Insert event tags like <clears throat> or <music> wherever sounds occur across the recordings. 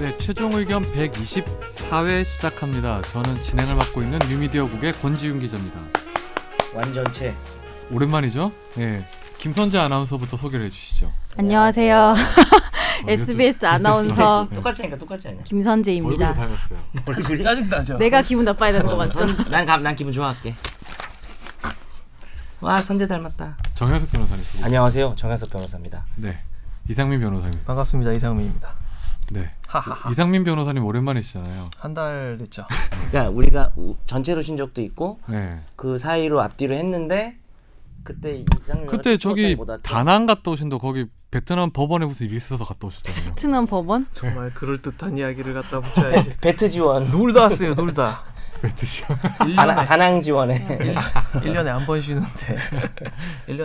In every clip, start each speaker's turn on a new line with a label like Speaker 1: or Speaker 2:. Speaker 1: 네, 의견 124회 시작합니다. 저는 진행을 맡고 있는 뉴미디어국의 권지윤 기자입니다.
Speaker 2: 완전체
Speaker 1: 오랜만이죠? 예. 김선재 아나운서부터 소개를 해주시죠.
Speaker 3: <laughs>
Speaker 1: 어,
Speaker 3: 안녕하세요.
Speaker 1: 이거
Speaker 3: SBS
Speaker 1: 좀
Speaker 3: <laughs> 아나운서
Speaker 1: 비슷비슷하지?
Speaker 2: 똑같으니까 똑같지 않냐?
Speaker 1: 얼굴도
Speaker 3: 김선재입니다.
Speaker 1: 닮았어요.
Speaker 2: 얼굴이?
Speaker 4: 짜증나죠?
Speaker 3: 내가 기분 나빠야 되는 거
Speaker 2: 어,
Speaker 3: 맞죠?
Speaker 2: 선- 난 감, 난 기분 좋아할게. 와 선재 닮았다.
Speaker 1: 정현석
Speaker 2: 아,
Speaker 1: 변호사님.
Speaker 2: 안녕하세요 정현석 변호사입니다.
Speaker 1: 네. 이상민 변호사님.
Speaker 4: 반갑습니다 이상민입니다
Speaker 1: 네.
Speaker 4: 하하
Speaker 1: 이상민 변호사님 오랜만이시잖아요.
Speaker 4: 한 달 됐죠
Speaker 2: 그러니까 우리가 우- 전체로 쉰 적도 있고
Speaker 1: 네.
Speaker 2: 그 사이로 앞뒤로 했는데 그때 이장면
Speaker 1: 그때 저기 다낭 갔다 오신다 거기 베트남 법원에 무슨 일 있어서 갔다
Speaker 3: <laughs>
Speaker 1: 오셨잖아요.
Speaker 3: 베트남 법원?
Speaker 4: <laughs> 정말 그럴듯한 이야기를 갖다 붙여야지
Speaker 2: 베트 지원
Speaker 4: <laughs> 놀다 왔어요 놀다 아,
Speaker 1: 베트시오.
Speaker 2: 다낭, 다낭
Speaker 1: 음,
Speaker 2: <laughs> 지원에
Speaker 4: 1년에 한 번 <laughs> 쉬는데 1년에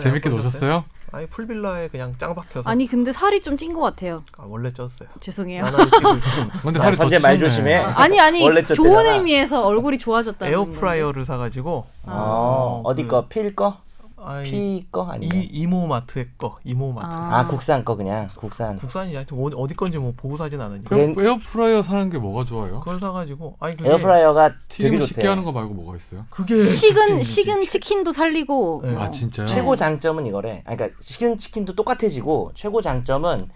Speaker 1: <laughs> 재밌게
Speaker 4: 한번 쉬었어요?
Speaker 1: 노셨어요?
Speaker 4: 아니 풀빌라에 그냥 짱 박혀서
Speaker 3: 아니 네. 근데 살이 좀 찐 것 같아요.
Speaker 4: 아, 원래 쪘어요
Speaker 3: 죄송해요.
Speaker 4: 나날이 찌고
Speaker 3: <laughs>
Speaker 4: 있고
Speaker 1: 근데
Speaker 2: 아,
Speaker 1: 살이 더
Speaker 2: 선제 말
Speaker 1: 찌셨네.
Speaker 2: 조심해.
Speaker 3: 아니 아니
Speaker 2: 원래 쪘대잖아.
Speaker 3: 좋은 의미에서 얼굴이 좋아졌다는
Speaker 4: 에어프라이어를 사가지고
Speaker 2: 어,
Speaker 3: 아,
Speaker 4: 어,
Speaker 2: 어디
Speaker 4: 그-
Speaker 2: 거? 필 거?
Speaker 4: 아이,
Speaker 2: 피 거?
Speaker 4: 이
Speaker 2: 아니면
Speaker 4: 이모마트의 거 이모마트
Speaker 3: 아.
Speaker 2: 아 국산 거 그냥 국산
Speaker 4: 국산이 하여튼 어- 어디 건지 뭐 보고 사진 않으니까
Speaker 1: 그럼 에어프라이어 사는 게 뭐가 좋아요?
Speaker 4: 그걸 사가지고 아니 그게
Speaker 2: 에어프라이어가 되게
Speaker 1: 튀김 쉽게
Speaker 2: 좋대
Speaker 1: 하는 거 말고 뭐가 있어요?
Speaker 4: 그게
Speaker 3: 식은
Speaker 4: 문제지.
Speaker 3: 식은 치킨도 살리고
Speaker 4: 네.
Speaker 3: 어.
Speaker 1: 아 진짜요?
Speaker 2: 최고 장점은 이거래. 아, 그러니까 식은 치킨도 똑같아지고 최고 장점은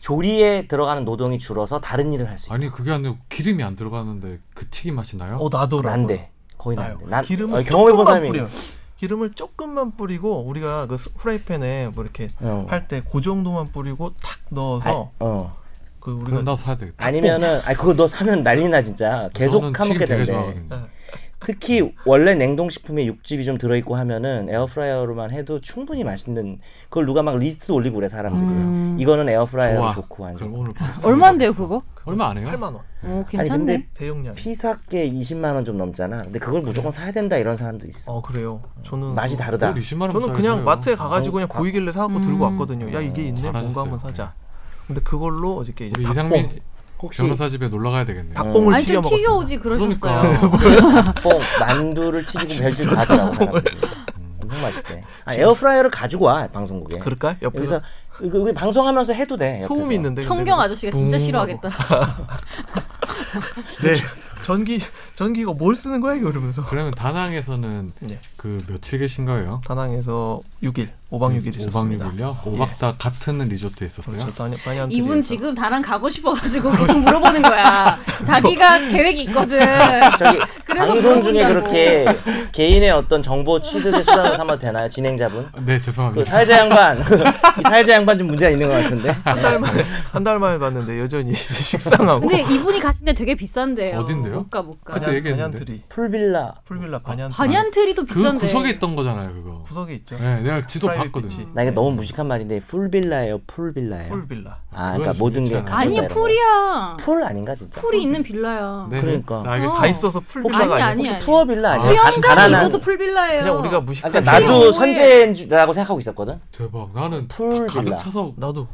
Speaker 2: 조리에 들어가는 노동이 줄어서 다른 일을 할 수 있어.
Speaker 1: 아니 그게 아니고 기름이 안 들어가는데 그 튀김 맛이 나요?
Speaker 4: 어 나더라고
Speaker 2: 안 돼. 거의 안 돼. 난
Speaker 4: 기름을
Speaker 2: 어, 경험해본
Speaker 4: 조금만
Speaker 2: 사람이.
Speaker 4: 뿌려. 기름을 조금만 뿌리고 우리가 그 스- 프라이팬에 뭐 이렇게
Speaker 2: 어.
Speaker 4: 할 때 그 정도만 뿌리고 탁
Speaker 2: 아,
Speaker 4: 넣어서
Speaker 2: 어.
Speaker 4: 그
Speaker 1: 그럼
Speaker 4: 우리가
Speaker 1: 나도 사야 되겠다.
Speaker 2: 아니면은 아 그거 너 사면 난리 나 진짜. 계속
Speaker 1: 저는
Speaker 2: 까먹게
Speaker 1: 튀김 되게
Speaker 2: 된대.
Speaker 1: 좋아하거든요.
Speaker 2: 특히 원래 냉동 식품에 육즙이 좀 들어 있고 하면은 에어프라이어로만 해도 충분히 맛있는 그걸 누가 막 리스트 올리고 그래 사람들이.
Speaker 3: 음.
Speaker 2: 이거는 에어프라이어 로
Speaker 1: 좋아.
Speaker 2: 좋고
Speaker 1: 그럼
Speaker 2: 완전.
Speaker 1: 오늘 바로
Speaker 3: 얼마인데요 그거?
Speaker 1: 얼마 안 해요?
Speaker 4: 8만 원
Speaker 3: 오
Speaker 2: 아니
Speaker 3: 괜찮네.
Speaker 2: 근데
Speaker 4: 대용량.
Speaker 2: 피사께 20만 원 좀 넘잖아. 근데 그걸 무조건 사야 된다 이런 사람도 있어.
Speaker 4: 어 그래요. 저는
Speaker 2: 맛이
Speaker 4: 그-
Speaker 2: 다르다.
Speaker 1: 뭘 20만 원
Speaker 4: 저는 그냥 마트에 가가지고 그냥
Speaker 2: 아.
Speaker 4: 보이길래 사갖고 들고 왔거든요. 야 이게 있네.
Speaker 1: 음. 잘하셨어요.
Speaker 4: 뭔가 한번 사자. 근데 그걸로 어저께 이제
Speaker 1: 우리
Speaker 4: 닭봉
Speaker 1: 이상민 <laughs>
Speaker 2: 혹시
Speaker 1: 변호사 집에 놀러 가야 되겠네요. 그러니까
Speaker 4: 닭봉을
Speaker 3: 아니
Speaker 4: 튀겨
Speaker 3: 좀
Speaker 4: 먹었어요.
Speaker 3: 튀겨오지 그러셨어요. <laughs>
Speaker 2: 뽕 만두를 튀기고 별짓 다 하더라고 사람들이. 음, 엄청 맛있대. 아, 에어프라이어를 가지고 와 방송국에.
Speaker 4: 그럴까?
Speaker 2: 여기서
Speaker 4: 옆에서
Speaker 2: 이거 우리 방송하면서 해도 돼. 옆에서.
Speaker 4: 소음이 있는데. 근데
Speaker 3: 청경
Speaker 4: 그거
Speaker 3: 아저씨가 진짜
Speaker 4: 붕
Speaker 3: 싫어하겠다.
Speaker 4: 하고. 네. <laughs> 전기 전기가 뭘 쓰는 거야 이거 이러면서.
Speaker 1: <laughs> 그러면 다낭에서는
Speaker 4: 네.
Speaker 1: 그 며칠 계신 거예요?
Speaker 4: 다낭에서 6일, 5박 6일 있었습니다. 예.
Speaker 1: 5박 6일요? 5박 다 같은 리조트에 있었어요?
Speaker 4: 그렇죠. 다니, 다니
Speaker 3: 이분 지금 나랑 가고 싶어가지고 계속 물어보는 거야. 자기가 계획이 있거든.
Speaker 2: 저기
Speaker 3: <laughs> 그래서
Speaker 2: 방송 중에
Speaker 3: 물어본다고.
Speaker 2: 그렇게 개인의 어떤 정보 취득의 수단으로 삼아도 되나요 진행자분?
Speaker 1: 아, 네
Speaker 2: 그
Speaker 1: 죄송합니다.
Speaker 2: 사회자 양반 <laughs> 이 사회자 양반 좀 문제가 있는 것 같은데.
Speaker 4: <laughs> 한달 만에 한 달 만에 봤는데 여전히 <laughs> 식상하고.
Speaker 3: 근데 이이분이 가신 데 되게 비싼데요.
Speaker 1: 어딘데요?
Speaker 3: 못 가, 못 가.
Speaker 1: 그때 얘기했는데
Speaker 4: 반얀트리
Speaker 2: 풀빌라
Speaker 4: 풀빌라 반얀
Speaker 3: 반얀트리도
Speaker 1: 그
Speaker 3: 비싼데.
Speaker 1: 구석에 있던 거잖아요 그거.
Speaker 4: 구석에 있죠.
Speaker 1: 네 내가 지도
Speaker 4: 프라이빗
Speaker 1: 봤거든요.
Speaker 4: 비치.
Speaker 2: 나 이게 너무 무식한 말인데 풀빌라예요 풀빌라예요.
Speaker 4: 풀빌라.
Speaker 2: 아
Speaker 1: 그건
Speaker 2: 그러니까
Speaker 1: 좀
Speaker 2: 모든 게
Speaker 1: 괜찮아.
Speaker 2: 가족이다,
Speaker 3: 아니
Speaker 2: 이런 거.
Speaker 3: 풀이야.
Speaker 2: 풀 아닌가 진짜?
Speaker 3: 풀이 있는 빌라야.
Speaker 1: 네,
Speaker 2: 그러니까.
Speaker 1: 네, 알겠습니다.
Speaker 3: 어.
Speaker 4: 다 있어서
Speaker 3: 아니,
Speaker 4: 풀빌라가 아니,
Speaker 3: 아니.
Speaker 4: 아니
Speaker 2: 혹시 투어빌라 아니야?
Speaker 3: 수영장이
Speaker 2: 가난한-
Speaker 3: 있어서 풀빌라예요.
Speaker 4: 그냥 우리가 무식한
Speaker 2: 아까 그러니까 나도
Speaker 3: 오해.
Speaker 2: 선재라고 생각하고 있었거든.
Speaker 1: 대박 나는 다
Speaker 2: 풀 빌라.
Speaker 1: 가득 차서
Speaker 4: 나도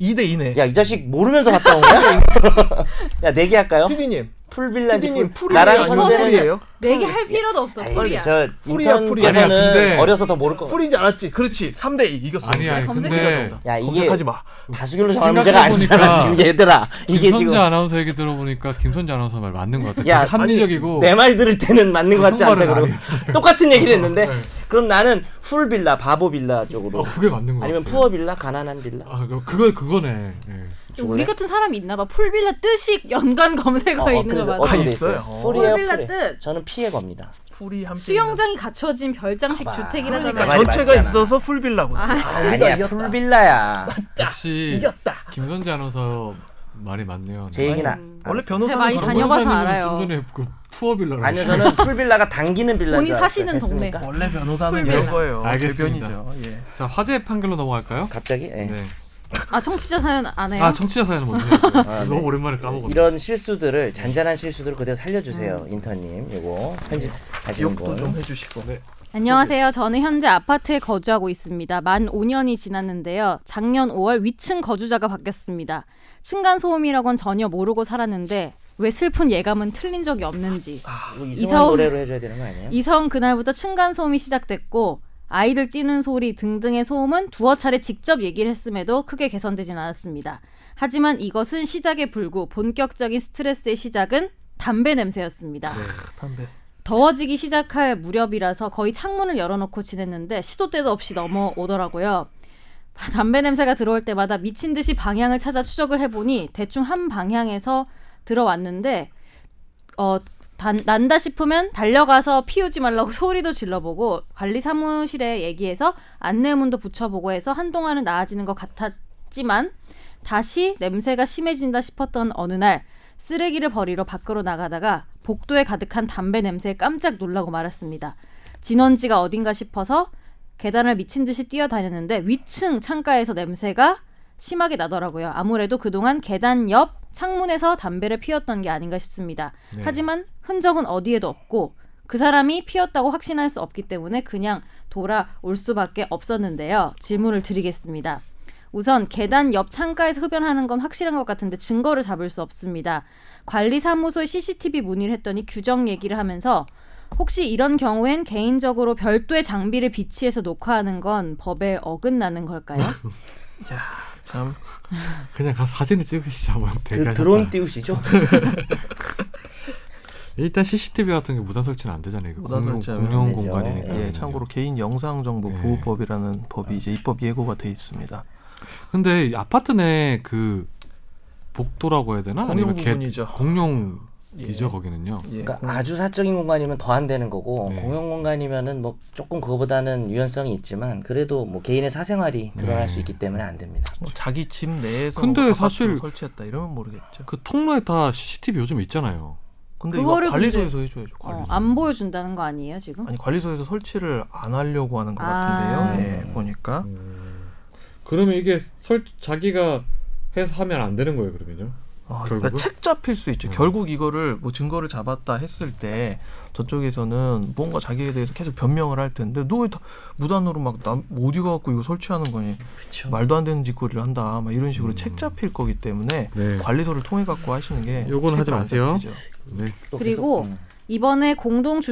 Speaker 4: 2대 2네.
Speaker 2: 야 이 자식 모르면서 갔다 온 거야? <laughs> 야 내기할까요?
Speaker 4: 피디님.
Speaker 2: 풀빌라인지
Speaker 4: 피디님
Speaker 2: 풀...
Speaker 4: 풀이
Speaker 2: 나랑
Speaker 4: 아니면
Speaker 2: 선재는
Speaker 4: 풀이에요?
Speaker 3: 내기할 필요도 없어.
Speaker 2: 아이,
Speaker 3: 풀이야.
Speaker 2: 저
Speaker 4: 풀이야,
Speaker 2: 인턴
Speaker 4: 풀이야.
Speaker 1: 아니야,
Speaker 2: 때서는
Speaker 1: 근데-
Speaker 2: 어려서 더 모를 거 같아
Speaker 4: 풀인 줄 알았지. 그렇지. 3대 2 이겼어.
Speaker 1: 아니 아니 근데
Speaker 2: 야 이게
Speaker 4: 검색하지 마.
Speaker 2: 다수결로 정하는 문제가
Speaker 1: 생각해보니까
Speaker 2: 아니잖아 지금 얘들아 이게
Speaker 1: 김선재
Speaker 2: 지금
Speaker 1: 아나운서 얘기 들어보니까 김선재 아나운서 말 맞는 것 같아.
Speaker 2: 야,
Speaker 1: 야, 합리적이고
Speaker 2: 내 말 들을 때는 맞는 것 같지
Speaker 1: 무슨
Speaker 2: 않다
Speaker 1: 말은
Speaker 2: 그러고 똑같은 얘기를
Speaker 4: 네.
Speaker 2: 했는데 그럼 나는 풀빌라 바보빌라
Speaker 1: 어,
Speaker 2: 쪽으로
Speaker 1: 그게 맞는 것
Speaker 2: 아니면
Speaker 1: 같아.
Speaker 2: 푸어빌라 가난한 빌라
Speaker 1: 아 그- 그거 그거네. 예.
Speaker 3: 우리 같은 사람이 있나 봐. 풀빌라 뜻이 연관 검색어
Speaker 2: 어,
Speaker 3: 에
Speaker 2: 어,
Speaker 3: 있는 거
Speaker 2: 그래서
Speaker 3: 맞아.
Speaker 2: 어떻게
Speaker 4: 아,
Speaker 2: 돼
Speaker 4: 있어요?
Speaker 2: 있어요?
Speaker 4: 어.
Speaker 2: 풀이에요
Speaker 3: 풀빌라
Speaker 2: 풀이
Speaker 3: 뜻.
Speaker 2: 저는 피해 겁니다
Speaker 4: 풀이 한
Speaker 3: 수영장이 갖춰진 별장식
Speaker 2: 봐봐.
Speaker 3: 주택이라잖아요.
Speaker 4: 그러니까
Speaker 2: 말이
Speaker 4: 전체가
Speaker 2: 맞잖아.
Speaker 4: 있어서 풀빌라고. 아, 우리가
Speaker 2: 아니야
Speaker 4: 이겼다.
Speaker 2: 풀빌라야
Speaker 1: 역시
Speaker 4: 이겼다.
Speaker 1: 김선재 아나운서 말이 맞네요.
Speaker 2: 제 얘기는 안-
Speaker 4: 원래
Speaker 3: 제가
Speaker 4: 변호사는
Speaker 3: 많이
Speaker 4: 그런
Speaker 1: 그럼
Speaker 4: 거예요.
Speaker 3: 다녀봐서
Speaker 1: 변호사님은
Speaker 3: 알아요.
Speaker 1: 좀 전에 그 푸어빌라로
Speaker 2: 아니요 저는 풀빌라가 당기는 빌라인
Speaker 3: 본인
Speaker 2: 줄
Speaker 3: 사시는
Speaker 2: 알았어요.
Speaker 3: 동네.
Speaker 2: 됐습니까?
Speaker 4: 원래 변호사는
Speaker 3: 풀빌라.
Speaker 4: 이런 거예요.
Speaker 1: 알겠습니다.
Speaker 4: 대변이죠. 예.
Speaker 1: 자 화재 판결로 넘어갈까요?
Speaker 2: 갑자기 예.
Speaker 1: 네.
Speaker 3: 아 청취자 사연 안 해요?
Speaker 1: 아 청취자 사연 먼저. 해요.
Speaker 2: 아, 네.
Speaker 1: 너무 오랜만에 까먹었네.
Speaker 2: 이런 실수들을 잔잔한 실수들을 그대로 살려주세요
Speaker 3: 음.
Speaker 2: 인턴님 요거
Speaker 1: 네.
Speaker 2: 편집하시는
Speaker 4: 기억도 좀
Speaker 2: 분
Speaker 4: 해주시고.
Speaker 3: 안녕하세요. 저는 현재 아파트에 거주하고 있습니다. 만 5년이 지났는데요. 작년 5월 위층 거주자가 바뀌었습니다. 층간 소음이라곤 전혀 모르고 살았는데 왜 슬픈 예감은 틀린 적이 없는지
Speaker 2: 뭐 이거 이승훈
Speaker 3: 아, 이사원-
Speaker 2: 네. 노래로 해줘야 되는 거 아니에요?
Speaker 3: 이성 그날부터 층간 소음이 시작됐고 아이들 뛰는 소리 등등의 소음은 두어 차례 직접 얘기를 했음에도 크게 개선되진 않았습니다. 하지만 이것은 시작에 불구 본격적인 스트레스의 시작은 담배 냄새였습니다.
Speaker 4: 담배.
Speaker 3: 더워지기 시작할 무렵이라서 거의 창문을 열어놓고 지냈는데 시도 때도 없이 넘어오더라고요. 담배 냄새가 들어올 때마다 미친 듯이 방향을 찾아 추적을 해보니 대충 한 방향에서 들어왔는데 어, 단- 난다 싶으면 달려가서 피우지 말라고 <laughs> 소리도 질러보고 관리 사무실에 얘기해서 안내문도 붙여보고 해서 한동안은 나아지는 것 같았지만 다시 냄새가 심해진다 싶었던 어느 날 쓰레기를 버리러 밖으로 나가다가 복도에 가득한 담배 냄새에 깜짝 놀라고 말았습니다. 진원지가 어딘가 싶어서 계단을 미친 듯이 뛰어다녔는데 위층 창가에서 냄새가 심하게 나더라고요. 아무래도 그동안 계단 옆 창문에서 담배를 피웠던 게 아닌가 싶습니다.
Speaker 1: 네.
Speaker 3: 하지만 흔적은 어디에도 없고 그 사람이 피웠다고 확신할 수 없기 때문에 그냥 돌아올 수밖에 없었는데요. 질문을 드리겠습니다. 우선 계단 옆 창가에서 흡연하는 건 확실한 것 같은데 증거를 잡을 수 없습니다. 관리사무소에 CCTV 문의를 했더니 규정 얘기를 하면서 혹시 이런 경우엔 개인적으로 별도의 장비를 비치해서 녹화하는 건 법에 어긋나는
Speaker 4: 네,
Speaker 3: 걸까요?
Speaker 4: 참
Speaker 1: 그냥 가서 사진을 찍으시죠. 한번 대기하셨다.
Speaker 2: 드, 그
Speaker 1: 네.
Speaker 2: 드론 띄우시죠?
Speaker 1: 일단 CCTV 같은 게 무단 설치는 안 되잖아요. 이거
Speaker 4: 무단
Speaker 1: 공용,
Speaker 4: 설치하면
Speaker 1: 공용
Speaker 2: 안 되죠.
Speaker 1: 공간이니까.
Speaker 4: 예, 참고로 개인 영상 정보
Speaker 1: 예.
Speaker 4: 보호법이라는 법이 이제 입법 예고가 돼 있습니다.
Speaker 1: 근데 이 아파트 내 그 복도라고 해야 되나?
Speaker 4: 공용
Speaker 1: 아니면 개-
Speaker 4: 부분이죠.
Speaker 1: 공용이죠
Speaker 4: 예.
Speaker 1: 거기는요.
Speaker 4: 예.
Speaker 2: 그러니까 아주 사적인 공간이면 더 안 되는 거고
Speaker 1: 네.
Speaker 2: 공용 공간이면은 뭐 조금 그거보다는 유연성이 있지만 그래도 뭐 개인의 사생활이
Speaker 1: 네.
Speaker 2: 드러날 수 있기 때문에 안 됩니다.
Speaker 4: 뭐 자기 집 내에서
Speaker 1: 근데
Speaker 4: 아파트를
Speaker 1: 사실-
Speaker 4: 설치했다 이러면 모르겠죠.
Speaker 1: 그 통로에 다 CCTV 요즘 있잖아요.
Speaker 4: 근데 이거
Speaker 3: 그거를
Speaker 4: 관리소에서 해줘야죠. 관리소.
Speaker 3: 어, 안 보여준다는 거 아니에요 지금?
Speaker 4: 아니 관리소에서 설치를 안 하려고 하는 것
Speaker 3: 아.
Speaker 4: 같은데요. 예, 보니까
Speaker 1: 그러면 이게 설 자기가 해서 하면 안 되는 거예요, 그러면요?
Speaker 4: 아, 그러니까
Speaker 1: 결국은?
Speaker 4: 책 잡힐 수 있죠.
Speaker 1: 음.
Speaker 4: 결국 이거를 뭐 증거를 잡았다 했을 때 저쪽에서는 뭔가 자기에 대해서 계속 변명을 할 텐데 너 왜 무단으로 막 남, 뭐 어디 가갖고 이거 설치하는 거니
Speaker 2: 그렇죠.
Speaker 4: 말도 안 되는 짓거리를 한다 막 이런 식으로 책 잡힐 거기 때문에
Speaker 1: 음. 네.
Speaker 4: 관리소를 통해 갖고 하시는 게
Speaker 1: 요거는 하지
Speaker 4: 책을 안
Speaker 1: 마세요.
Speaker 4: 잡히죠.
Speaker 1: 네.
Speaker 3: 그리고
Speaker 2: 음.
Speaker 3: 이번에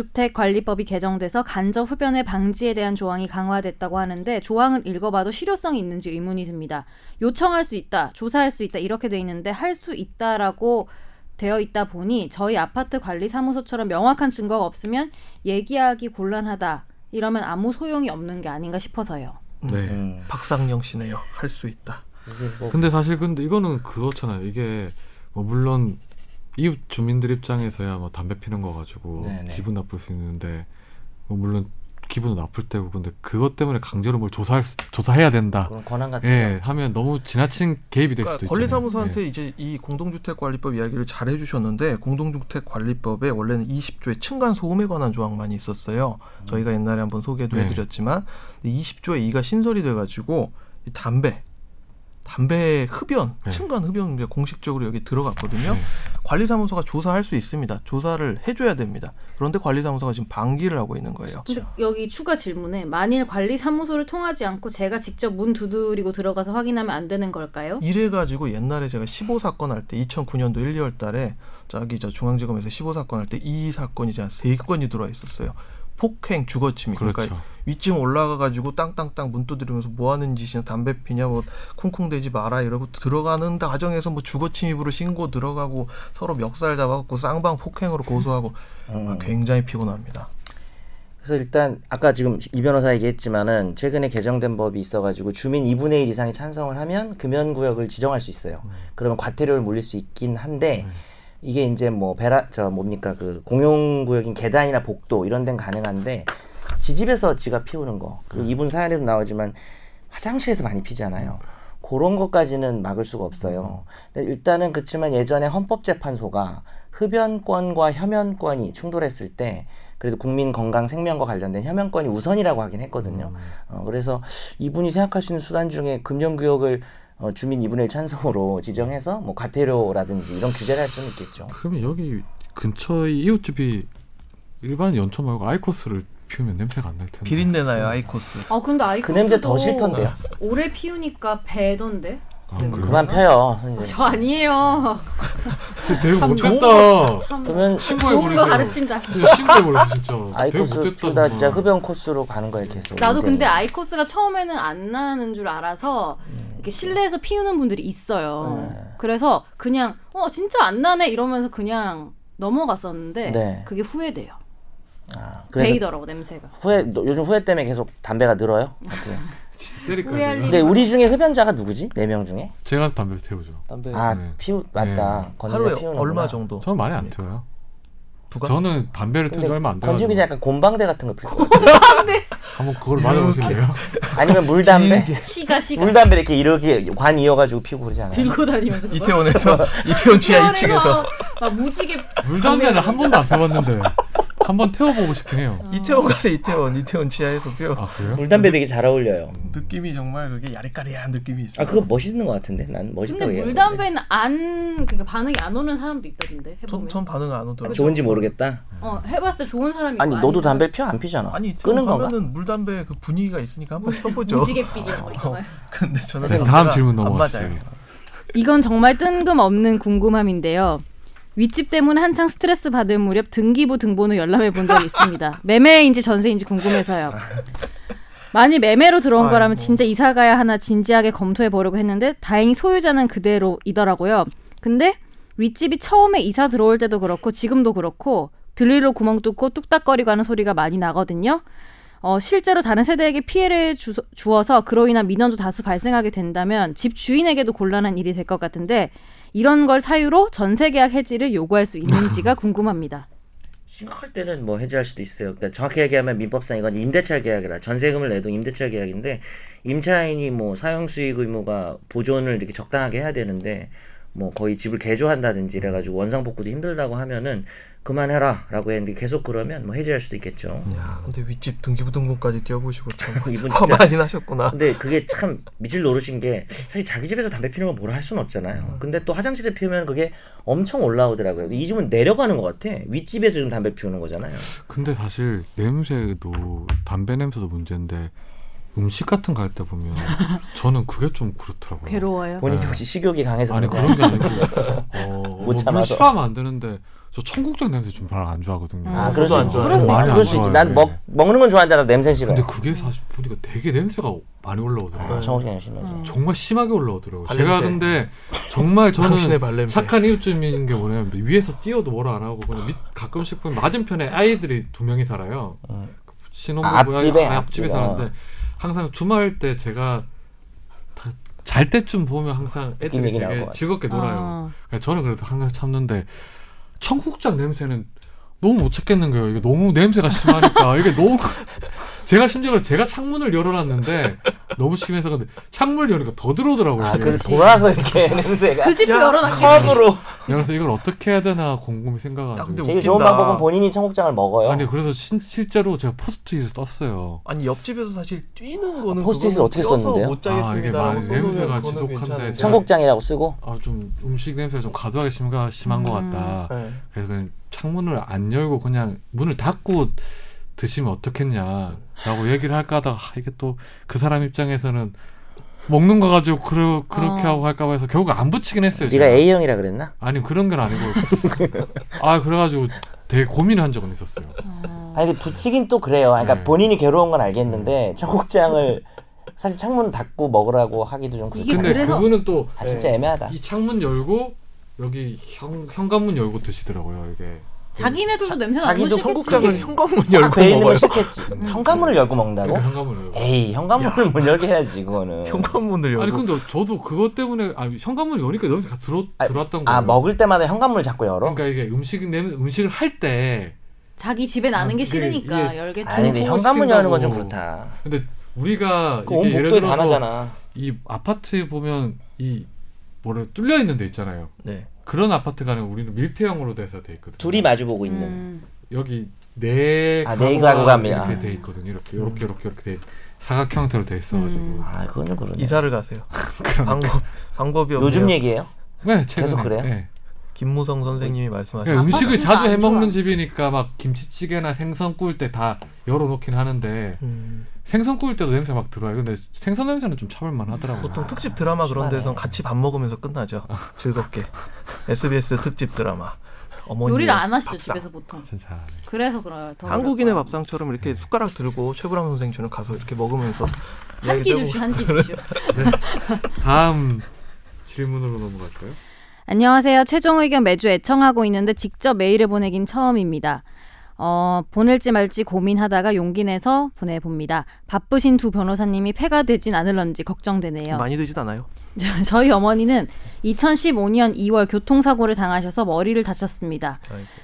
Speaker 3: 공동주택관리법이 개정돼서 간접 흡연의 방지에 대한 조항이 강화됐다고 하는데 조항을 읽어봐도 실효성이 있는지 의문이 듭니다. 요청할 수 있다, 조사할 수 있다 이렇게 돼 있는데 할 수 있다라고 되어 있다 보니 저희 아파트 관리 사무소처럼 명확한 증거가 없으면 얘기하기 곤란하다. 이러면 아무 소용이 없는 게 아닌가 싶어서요.
Speaker 1: 네.
Speaker 2: 음.
Speaker 4: 박상영 씨네요. 할 수 있다.
Speaker 2: 이게 뭐
Speaker 1: 근데 사실 근데 이거는 그렇잖아요. 이게 뭐 물론 이웃 주민들 입장에서야 뭐 담배 피는 거 가지고
Speaker 2: 네네.
Speaker 1: 기분 나쁠 수 있는데 뭐 물론 기분도 나쁠 때고 근데 그것 때문에 강제로 뭘 조사할 수- 조사해야 된다.
Speaker 2: 그런 권한 같은
Speaker 1: 예, 하면 너무 지나친 개입이 될 수도 있잖아요. 예. 네.
Speaker 4: 그러니까 관리사무소한테 이제 이 공동주택관리법 이야기를 잘 해주셨는데 공동주택관리법에 원래는 20조의 층간 소음에 관한 조항만이 있었어요. 저희가 옛날에 한번 소개도
Speaker 1: 네.
Speaker 4: 해드렸지만 20조의 2가 신설이 돼가지고 이 담배 담배 흡연,
Speaker 1: 네.
Speaker 4: 층간 흡연 문제 공식적으로 여기 들어갔거든요.
Speaker 1: 네.
Speaker 4: 관리사무소가 조사할 수 있습니다. 조사를 해줘야 됩니다. 그런데 관리사무소가 지금 방기를 하고 있는 거예요.
Speaker 3: 근데 여기 추가 질문에 만일 관리 사무소를 통하지 않고 제가 직접 문 두드리고 들어가서 확인하면 안 되는 걸까요?
Speaker 4: 이래가지고 옛날에 제가 15 사건 할 때 2009년도 1, 2월 달에 저기 저 중앙지검에서 15 사건 할 때 이 사건이 제가 세 건이 들어와 있었어요. 폭행, 주거침입.
Speaker 1: 그렇죠.
Speaker 4: 그러니까 위층 올라가가지고 땅땅땅 문 두드리면서 뭐 하는 짓이냐, 담배 피냐, 뭐 쿵쿵대지 마라 이러고 들어가는 과정에서 뭐 주거침입으로 신고 들어가고 서로 멱살 잡아갖고 쌍방 폭행으로 <laughs> 고소하고 아, 굉장히 피곤합니다.
Speaker 2: 그래서 일단 아까 지금 이 변호사 얘기했지만은 최근에 개정된 법이 있어가지고 주민 2분의 1 이상이 찬성을 하면 금연 구역을 지정할 수 있어요. 그러면 과태료를 물릴 수 있긴 한데 이게 이제 뭐 베라 저 뭡니까 그 공용 구역인 계단이나 복도 이런 데는 가능한데 지집에서 지가 피우는 거 그리고 이분 사연에도 나오지만 화장실에서 많이 피잖아요. 그런 것까지는 막을 수가 없어요. 근데 일단은 그렇지만 예전에 헌법재판소가 흡연권과 혐연권이 충돌했을 때 그래도 국민 건강 생명과 관련된 혐연권이 우선이라고 하긴 했거든요.
Speaker 3: 음.
Speaker 2: 어, 그래서 이분이 생각하시는 수단 중에 금연구역을 어, 주민 2분의 1 찬성으로 지정해서 뭐 과태료라든지 이런 규제를 할 수는 있겠죠.
Speaker 1: 그러면 여기 근처에 이웃집이 일반 연초 말고 아이코스를 피우면 냄새가 안 날 텐데.
Speaker 4: 비린내 나요, 아이코스.
Speaker 3: 아 근데 아이콘
Speaker 2: 그 냄새 더 싫던데요.
Speaker 3: 오래 피우니까 배던데.
Speaker 1: 아,
Speaker 2: 음,
Speaker 1: 그래요?
Speaker 2: 그만 펴요. 선생님.
Speaker 3: 저 아니에요.
Speaker 1: 되게
Speaker 3: 좋은
Speaker 1: 못됐다.
Speaker 3: 참
Speaker 2: 그러면
Speaker 1: 신고해
Speaker 3: 좋은 거
Speaker 1: 버리세요.
Speaker 3: 가르친다.
Speaker 1: 신고해 버려 진짜. 되게
Speaker 2: 아이코스
Speaker 1: 못됐다.
Speaker 2: 둘다 진짜
Speaker 1: 정말.
Speaker 2: 흡연 코스로 가는 거예요 계속.
Speaker 3: 나도
Speaker 2: 인생이.
Speaker 3: 근데 아이코스가 처음에는 안 나는 줄 알아서
Speaker 2: 음.
Speaker 3: 이렇게 실내에서 피우는 분들이 있어요.
Speaker 2: 네.
Speaker 3: 그래서 그냥 어 진짜 안 나네 이러면서 그냥 넘어갔었는데
Speaker 2: 네.
Speaker 3: 그게 후회돼요.
Speaker 2: 아, 그래서
Speaker 3: 베이더라고 냄새가.
Speaker 2: 후회 너- 요즘 후회 때문에 계속 담배가 늘어요. 어때요?
Speaker 1: 때릴까요?
Speaker 3: 후회할
Speaker 1: 제가?
Speaker 3: 일이-
Speaker 2: 근데 우리 중에 흡연자가 누구지? 네 명 중에?
Speaker 1: 제가 담배 태우죠.
Speaker 4: 담배
Speaker 2: 아
Speaker 1: 네.
Speaker 2: 피우 맞다. 건지가
Speaker 4: 하루에
Speaker 2: 피우는구나.
Speaker 4: 얼마 정도?
Speaker 1: 저는 많이 안 태워요.
Speaker 4: 부가?
Speaker 1: 저는 담배를 태운 지
Speaker 2: 근데
Speaker 1: 얼마 안
Speaker 2: 건지 기자
Speaker 1: 돼가지고
Speaker 2: 약간 곰방대 같은 거 피고
Speaker 4: <laughs>
Speaker 1: 한번 그걸 맞아보실래요?
Speaker 2: 아니면 물담배
Speaker 3: 시가 시가
Speaker 2: 물담배 이렇게 이렇게 관 이어가지고 피고 그러지 않아요?
Speaker 3: 들고 다니면서.
Speaker 4: 이태원에서 <laughs> 이태원 지하 2층에서
Speaker 3: 시원해서 막 무지개
Speaker 2: 아,
Speaker 1: 물담배는 한 번도 안
Speaker 2: <laughs>
Speaker 1: 태워봤는데 한 번 태워보고 싶긴 해요.
Speaker 4: 아. 이태원 가세요 이태원 이태원 지하에서 뼈
Speaker 1: 아 그래요?
Speaker 2: 물담배 되게 잘 어울려요.
Speaker 4: 느낌이 정말 그게 야리까리한 느낌이 있어.
Speaker 2: 아 그거 멋있는 것 같은데 난
Speaker 3: 근데
Speaker 2: 멋있다고 얘기하는데.
Speaker 3: 물담배는 안 그러니까 반응이 안 오는 사람도 있다던데 해보면.
Speaker 4: 전, 전 반응 안 오더라고.
Speaker 2: 좋은지 모르겠다.
Speaker 3: 어 해봤을 때 좋은 사람이 있고
Speaker 2: 아니 너도
Speaker 3: 아닌 사람이
Speaker 2: 담배 피워 안 피잖아.
Speaker 4: 아니
Speaker 2: 끄는
Speaker 4: 이태원
Speaker 2: 건가?
Speaker 4: 가면은 물담배 그 분위기가 있으니까 한번 펴보죠. <laughs> 어,
Speaker 3: 무지개 빛 이런 거 있잖아요.
Speaker 4: 근데 저는
Speaker 1: 네, 다음
Speaker 4: 담배가
Speaker 1: 질문
Speaker 4: 안
Speaker 1: 넘어가시죠.
Speaker 4: 맞아요.
Speaker 3: 이건 정말 뜬금없는 궁금함인데요. 윗집 때문에 한창 스트레스 받을 무렵 등기부 등본을 열람해 본 적이
Speaker 4: <laughs>
Speaker 3: 있습니다. 매매인지 전세인지 궁금해서요. 만일 매매로 들어온 거라면
Speaker 4: 아이고.
Speaker 3: 진짜 이사 가야 하나 진지하게 검토해 보려고 했는데 다행히 소유자는 그대로이더라고요. 근데 윗집이 처음에 이사 들어올 때도 그렇고 지금도 그렇고 들릴로 구멍 뚫고 뚝딱거리고 하는 소리가 많이 나거든요. 어, 실제로 다른 세대에게 피해를 주, 주어서 그로 인한 민원도 다수 발생하게 된다면 집 주인에게도 곤란한 일이 될 것 같은데 이런 걸 사유로 전세 계약 해지를 요구할 수 있는지가
Speaker 4: <laughs>
Speaker 3: 궁금합니다.
Speaker 2: 심각할 때는 뭐 해지할 수도 있어요. 그러니까 정확히 얘기하면 민법상 이건 임대차 계약이라 전세금을 내도 임대차 계약인데 임차인이 뭐 사용 수익 의무가 보존을 이렇게 적당하게 해야 되는데 뭐 거의 집을 개조한다든지 이래가지고 원상 복구도 힘들다고 하면은 그만해라라고 했는데 계속 그러면 뭐 해지할 수도 있겠죠.
Speaker 4: 야, 근데 윗집 등기부등본까지 뛰어보시고 참
Speaker 2: 이분
Speaker 4: 화
Speaker 2: 진짜- 음.
Speaker 4: 많이 나셨구나.
Speaker 2: 근데 그게 참 미칠 노릇인 게 사실 자기 집에서 담배 피우는 건 뭐라 할 수는 없잖아요. 근데 또 화장실에 피우면 그게 엄청 올라오더라고요. 이 집은 내려가는 것 같아. 윗집에서 지금 담배 피우는 거잖아요.
Speaker 1: 근데 사실 냄새도 담배 냄새도 문제인데 음식 같은 거 할 때
Speaker 4: <laughs>
Speaker 1: 보면 저는 그게 좀 그렇더라고요.
Speaker 3: 괴로워요.
Speaker 2: 본인이
Speaker 1: 네.
Speaker 2: 혹시 식욕이 강해서
Speaker 1: 아니
Speaker 2: 그런 거야?
Speaker 1: 그런 게 아니고 어,
Speaker 2: <laughs>
Speaker 1: 뭐 물론
Speaker 2: 참아서.
Speaker 1: 싫어하면 안 되는데 저 청국장 냄새 좀 별로 안 좋아하거든요.
Speaker 3: 아,
Speaker 2: 그럴 수
Speaker 4: 저도 안
Speaker 2: 있지.
Speaker 4: 좋아해요.
Speaker 1: 어, 그럴 수
Speaker 2: 아,
Speaker 1: 있지.
Speaker 2: 그럴 수 있지. 난 먹, 먹는 건 좋아한다. 나 냄새 싫어.
Speaker 1: 근데 그게 사실 보니까 되게 냄새가 많이 올라오더라고요.
Speaker 2: 아, 정우성이 심하지.
Speaker 1: 정말 심하게 올라오더라고요.
Speaker 4: 발냄새.
Speaker 1: 제가 근데 정말
Speaker 4: 당신의
Speaker 1: 저는
Speaker 4: 발냄새.
Speaker 1: 착한 이웃주민인 게 뭐냐면 위에서 뛰어도 뭐라 안 하고 그냥 밑, 가끔씩 보면 맞은편에 아이들이 두 명이 살아요. 그
Speaker 2: 아,
Speaker 1: 신혼부부
Speaker 2: 앞집에,
Speaker 1: 아, 앞집에
Speaker 2: 앞집에.
Speaker 1: 사는데 항상 주말 때 제가 다- 잘 때쯤 보면 항상
Speaker 2: 웃긴
Speaker 1: 애들이
Speaker 2: 얘기 나올 것
Speaker 1: 되게
Speaker 2: 같아.
Speaker 1: 즐겁게 놀아요.
Speaker 3: 아.
Speaker 1: 그러니까 저는 그래도 항상 참는데 청국장 냄새는 너무 못 참겠는 거예요. 이게 너무 냄새가 심하니까 이게 너무 <laughs> 제가 심지어 제가 창문을 열어놨는데 너무 심해서 근데 창문을 여니까 더 들어오더라고요.
Speaker 2: 아,
Speaker 1: 이게.
Speaker 2: 그래서 돌아서 이렇게 <laughs> 냄새가
Speaker 3: 그 집도 열어놨겠네.
Speaker 2: 컵으로.
Speaker 1: 그래서 이걸 어떻게 해야 되나 곰곰이 생각하고
Speaker 4: 야, 근데 뭐?
Speaker 2: 제일
Speaker 4: 웃긴다.
Speaker 2: 좋은 방법은 본인이 청국장을 먹어요.
Speaker 1: 아니 그래서 신- 실제로 제가 포스트잇을 떴어요.
Speaker 4: 아니 옆집에서 사실 뛰는 거는
Speaker 2: 포스트잇을
Speaker 4: 그거는
Speaker 2: 어떻게
Speaker 4: 뛰어서
Speaker 2: 썼는데요?
Speaker 4: 못
Speaker 1: 아, 이게
Speaker 4: 자겠습니다라고
Speaker 1: 많이
Speaker 4: 써놓으면
Speaker 1: 냄새가
Speaker 4: 그거는
Speaker 1: 지독한데
Speaker 4: 괜찮은데.
Speaker 1: 제가-
Speaker 2: 청국장이라고 쓰고.
Speaker 1: 아 좀 음식 냄새가 좀 과도하게 심가, 심한 것 같다.
Speaker 4: 네.
Speaker 1: 그래서 그냥 창문을 안 열고 그냥 문을 닫고 드시면 어떻겠냐라고 얘기를 할까 하다가 아, 이게 또 그 사람 입장에서는 먹는 거 가지고 그러, 그렇게
Speaker 3: 어.
Speaker 1: 하고 할까 봐 해서 결국 안 붙이긴 했어요.
Speaker 2: 네가
Speaker 1: 제가.
Speaker 2: A형이라 그랬나?
Speaker 1: 아니 그런 건 아니고 <laughs> 아 그래가지고 되게 고민을 한 적은 있었어요.
Speaker 2: 아니 근데 붙이긴 또 그래요. 그러니까
Speaker 1: 네.
Speaker 2: 본인이 괴로운 건 알겠는데 청국장을 <laughs> 사실 창문 닫고 먹으라고 하기도 좀
Speaker 3: 이게
Speaker 2: 그렇잖아요.
Speaker 1: 근데
Speaker 3: 그래서-
Speaker 1: 그분은 또 이
Speaker 2: 아 진짜 애매하다.
Speaker 1: 창문 열고 여기 현, 현관문 열고 드시더라고요 이게.
Speaker 3: 자기네 들도 냄새 나고
Speaker 4: 자기도 청국장을
Speaker 3: 싶겠지.
Speaker 4: 현관문 열고
Speaker 2: 그 배에 있는 거
Speaker 4: 먹어요.
Speaker 2: 싫겠지. 현관문을 열고 먹는다고?
Speaker 1: 그러니까 현관문 열고.
Speaker 2: 에이 현관문을 못 열게 해야지 그거는.
Speaker 4: <laughs> 현관문을 열고.
Speaker 1: 아니 근데 저도 그것 때문에 아니 현관문 여니까 냄새가 들어
Speaker 2: 아,
Speaker 1: 들어왔던 거예요.
Speaker 2: 아 먹을 때마다 현관문을 자꾸 열어?
Speaker 1: 그러니까 이게 음식 냄 음식을 할 때
Speaker 3: 자기 집에 나는 게
Speaker 1: 이게-
Speaker 3: 싫으니까
Speaker 1: 이게-
Speaker 3: 열겠지.
Speaker 2: 아니 근데
Speaker 1: 통풍을
Speaker 2: 현관문 여는 건 좀
Speaker 1: 시킨다고.
Speaker 2: 그렇다.
Speaker 1: 근데 우리가
Speaker 2: 그 온
Speaker 1: 이게 예를
Speaker 2: 복도에 다
Speaker 1: 들어서
Speaker 2: 나잖아.
Speaker 1: 이 아파트에 보면 이 뭐래 뚫려 있는 데 있잖아요.
Speaker 4: 네.
Speaker 1: 그런 아파트가 아니라 우리는 밀폐형으로 돼서 돼 있거든요.
Speaker 2: 둘이 마주보고 있는.
Speaker 3: 음.
Speaker 1: 여기 네
Speaker 2: 아,
Speaker 1: 가구가
Speaker 2: 네 가구갑니다. 음.
Speaker 1: 이렇게 돼 있거든요. 이렇게 이렇게 이렇게 이렇게 돼 사각 형태로 돼 있어가지고.
Speaker 3: 음.
Speaker 2: 아 그건 좀 그러네.
Speaker 4: 이사를 가세요. 방법 방법이 없네요.
Speaker 2: 요즘 얘기예요?
Speaker 1: 네, 최근에.
Speaker 2: 계속 그래요?
Speaker 1: 네.
Speaker 4: 김무성 선생님이 말씀하신
Speaker 1: 그러니까 음식을
Speaker 3: 뭐 아파트는
Speaker 1: 자주
Speaker 3: 안
Speaker 1: 해먹는
Speaker 3: 좋아.
Speaker 1: 집이니까 막 김치찌개나 생선 구울 때 다 열어놓긴 하는데
Speaker 4: 음.
Speaker 1: 생선 구울 때도 냄새 막 들어요. 근데 생선 냄새는 좀 참을만 하더라고요.
Speaker 4: 보통 특집 드라마
Speaker 3: 아,
Speaker 4: 그런 데선 같이 밥 먹으면서 끝나죠. 즐겁게. SBS 특집 드라마. 어머니
Speaker 3: 요리를 안 하시죠 집에서 보통.
Speaker 1: 아, 진짜 잘하네.
Speaker 3: 그래서 그래요. 더
Speaker 4: 한국인의 밥상처럼 이렇게 숟가락 들고 최불암 선생 저는 가서 이렇게 먹으면서 이야기
Speaker 3: 한끼
Speaker 4: 나누고
Speaker 3: 주시 한끼
Speaker 4: <laughs>
Speaker 3: 주시.
Speaker 1: 다음 질문으로 넘어갈까요?
Speaker 3: 안녕하세요. 최종 의견 매주 애청하고 있는데 직접 메일을 보내긴 처음입니다. 어, 보낼지 말지 고민하다가 용기 내서 보내봅니다. 바쁘신 두 변호사님이 폐가 되진 않을런지 걱정되네요.
Speaker 4: 많이 되진 않아요.
Speaker 3: <laughs> 저- 저희 어머니는 2015년 2월 교통사고를 당하셔서 머리를 다쳤습니다.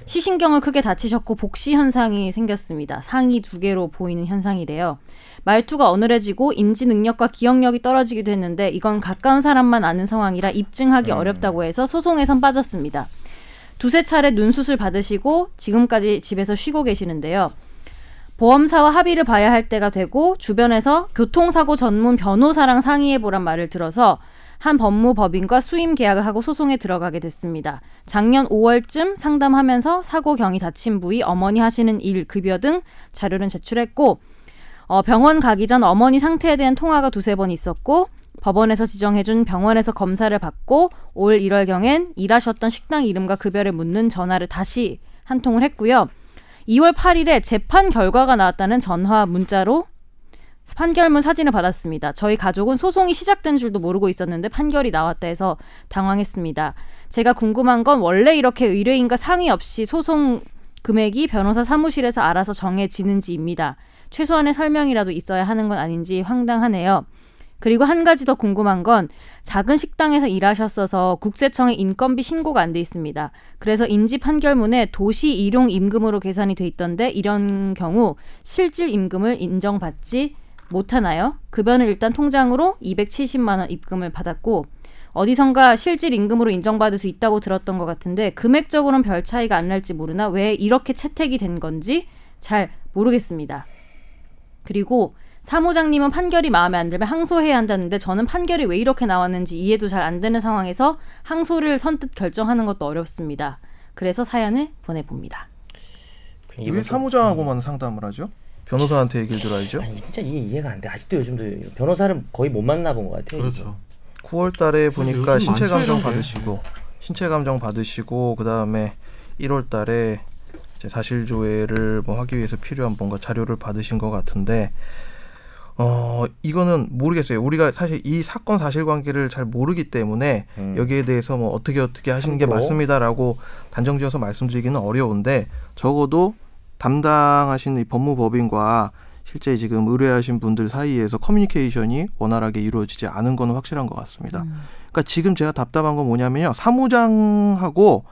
Speaker 3: 시신경을 크게 다치셨고 복시 현상이 생겼습니다. 상이 두 개로 보이는 현상이래요. 말투가 어눌해지고 인지 능력과 기억력이 떨어지기도 했는데 이건 가까운 사람만 아는 상황이라 입증하기 어렵다고 해서 소송에선 빠졌습니다. 두세 차례 눈 수술 받으시고 지금까지 집에서 쉬고 계시는데요. 보험사와 합의를 봐야 할 때가 되고 주변에서 교통사고 전문 변호사랑 상의해 보란 말을 들어서 한 법무법인과 수임 계약을 하고 소송에 들어가게 됐습니다. 작년 5월쯤 상담하면서 사고 경위 다친 부위, 어머니 하시는 일, 급여 등 자료는 제출했고 어, 병원 가기 전 어머니 상태에 대한 통화가 두세 번 있었고 법원에서 지정해준 병원에서 검사를 받고 올 1월경엔 일하셨던 식당 이름과 급여를 묻는 전화를 다시 한 통을 했고요. 2월 8일에 재판 결과가 나왔다는 전화 문자로 판결문 사진을 받았습니다. 저희 가족은 소송이 시작된 줄도 모르고 있었는데 판결이 나왔다 해서 당황했습니다. 제가 궁금한 건 원래 이렇게 의뢰인과 상의 없이 소송 금액이 변호사 사무실에서 알아서 정해지는지입니다. 최소한의 설명이라도 있어야 하는 건 아닌지 황당하네요. 그리고 한 가지 더 궁금한 건 작은 식당에서 일하셨어서 국세청에 인건비 신고가 안 돼 있습니다. 그래서 인지 판결문에 도시 일용 임금으로 계산이 돼 있던데 이런 경우 실질 임금을 인정받지 못하나요? 급여는 일단 통장으로 270만 원 입금을 받았고 어디선가 실질 임금으로 인정받을 수 있다고 들었던 것 같은데 금액적으로는 별 차이가 안 날지 모르나 왜 이렇게 채택이 된 건지 잘 모르겠습니다. 그리고 사무장님은 판결이 마음에 안 들면 항소해야 한다는데 저는 판결이 왜 이렇게 나왔는지 이해도 잘 안 되는 상황에서 항소를 선뜻 결정하는 것도 어렵습니다. 그래서 사연을 보내봅니다.
Speaker 4: 왜 사무장하고만 상담을 하죠? 변호사한테 얘기를 들어야죠.
Speaker 2: 아니 진짜 이게 이해가 안 돼. 아직도 요즘도 변호사를 거의 못 만나본 것 같아요.
Speaker 1: 그렇죠.
Speaker 4: 9월 달에 보니까
Speaker 1: 요즘
Speaker 4: 신체
Speaker 1: 많죠, 이런
Speaker 4: 감정
Speaker 1: 게.
Speaker 4: 받으시고 신체 감정 받으시고 그다음에 1월 달에 이제 사실 조회를 뭐 하기 위해서 필요한 뭔가 자료를 받으신 것 같은데 어 이거는 모르겠어요. 우리가 사실 이 사건 사실관계를 잘 모르기 때문에
Speaker 2: 음.
Speaker 4: 여기에 대해서 뭐 어떻게 어떻게 하시는 게
Speaker 2: 참고.
Speaker 4: 맞습니다라고 단정지어서 말씀드리기는 어려운데 적어도 담당하신 이 법무법인과 실제 지금 의뢰하신 분들 사이에서 커뮤니케이션이 원활하게 이루어지지 않은 건 확실한 것 같습니다. 그러니까 지금 제가 답답한 건 뭐냐면요. 사무장하고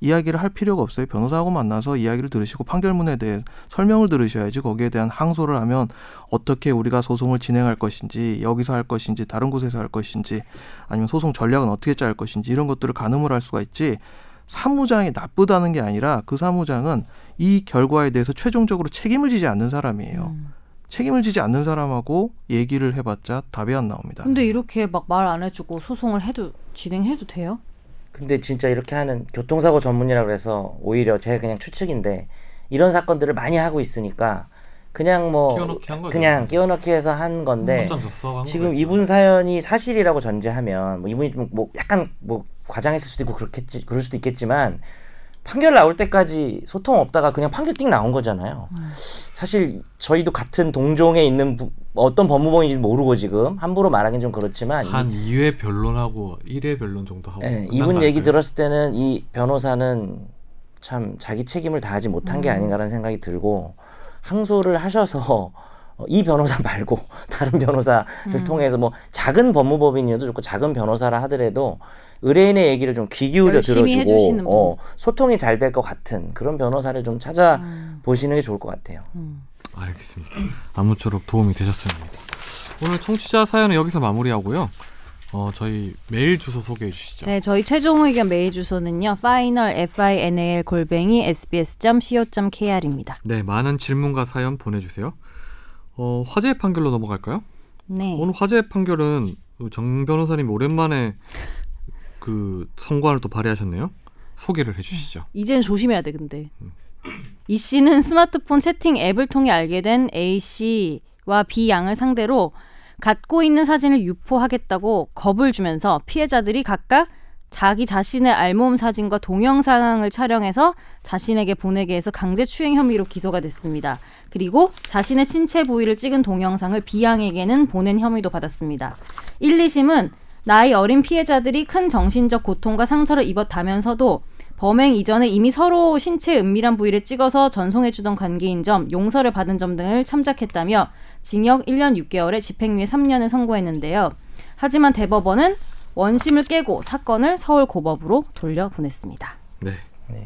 Speaker 4: 이야기를 할 필요가 없어요. 변호사하고 만나서 이야기를 들으시고 판결문에 대해 설명을 들으셔야지 거기에 대한 항소를 하면 어떻게 우리가 소송을 진행할 것인지 여기서 할 것인지 다른 곳에서 할 것인지 아니면 소송 전략은 어떻게 짤 것인지 이런 것들을 가늠을 할 수가 있지 사무장이 나쁘다는 게 아니라 그 사무장은 이 결과에 대해서 최종적으로 책임을 지지 않는 사람이에요.
Speaker 3: 음.
Speaker 4: 책임을 지지 않는 사람하고 얘기를 해봤자 답이 안 나옵니다.
Speaker 3: 근데 이렇게 막 말 안 해주고 소송을 해도 진행해도 돼요?
Speaker 2: 근데 진짜 이렇게 하는 교통사고 전문이라 그래서 오히려 제가 그냥 추측인데 이런 사건들을 많이 하고 있으니까 그냥 뭐
Speaker 1: 끼워넣기 한 거죠. 음,
Speaker 2: 그냥 끼워넣기 해서 한 건데
Speaker 1: 혼자 접속한
Speaker 2: 네. 지금
Speaker 1: 거겠죠.
Speaker 2: 이분 사연이 사실이라고 전제하면 뭐 이분이 좀 뭐 약간 뭐 과장했을 수도 있고 그렇겠지 그럴 수도 있겠지만 판결 나올 때까지 소통 없다가 그냥 판결 띵 나온 거잖아요.
Speaker 1: 음.
Speaker 2: 사실 저희도 같은 동종에 있는 부- 어떤 법무범인지 모르고 지금 함부로 말하긴 좀 그렇지만 이-
Speaker 1: 한 2회 변론하고 1회 변론 정도 하고
Speaker 2: 예,
Speaker 1: 끝난 거
Speaker 2: 이분 얘기
Speaker 1: 아닐까요?
Speaker 2: 들었을 때는 이 변호사는 참 자기 책임을 다하지 못한
Speaker 3: 음.
Speaker 2: 게 아닌가라는 생각이 들고 항소를 하셔서 어, 이 변호사 <laughs> 말고 다른 변호사를
Speaker 3: 음.
Speaker 2: 통해서 뭐 작은 법무법인이어도 좋고 작은 변호사라 하더라도 의뢰인의 얘기를 좀 귀 기울여
Speaker 3: 열심히 해주시는
Speaker 2: 들어주고
Speaker 3: 분.
Speaker 2: 어, 소통이 잘 될 것 같은 그런 변호사를 좀 찾아
Speaker 3: 음.
Speaker 2: 보시는 게 좋을 것 같아요.
Speaker 1: 알겠습니다. 아무쪼록 도움이 되셨습니다. 오늘 청취자 사연은 여기서 마무리하고요. 어, 저희 메일 주소 소개해 주시죠.
Speaker 3: 네, 저희 최종 의견 메일 주소는요. final final 골뱅이 sbs.co.kr입니다.
Speaker 1: 네, 많은 질문과 사연 보내주세요. 어, 화재 판결로 넘어갈까요?
Speaker 3: 네.
Speaker 1: 오늘 화재 판결은 그정 변호사님 오랜만에 그 성관을 또 발휘하셨네요. 소개를 해주시죠.
Speaker 3: 이젠 조심해야 돼 근데. 이 씨는 스마트폰 채팅 앱을 통해 알게 된 A 씨와 B 양을 상대로 갖고 있는 사진을 유포하겠다고 겁을 주면서 피해자들이 각각 자기 자신의 알몸 사진과 동영상을 촬영해서 자신에게 보내게 해서 강제추행 혐의로 기소가 됐습니다. 그리고 자신의 신체 부위를 찍은 동영상을 B양에게는 보낸 혐의도 받았습니다. 1, 2심은 나이 어린 피해자들이 큰 정신적 고통과 상처를 입었다면서도 범행 이전에 이미 서로 신체 은밀한 부위를 찍어서 전송해주던 관계인 점, 용서를 받은 점 등을 참작했다며 징역 1년 6개월에 집행유예 3년을 선고했는데요. 하지만 대법원은 원심을 깨고 사건을 서울 고법으로 돌려보냈습니다.
Speaker 1: 네.
Speaker 2: 네.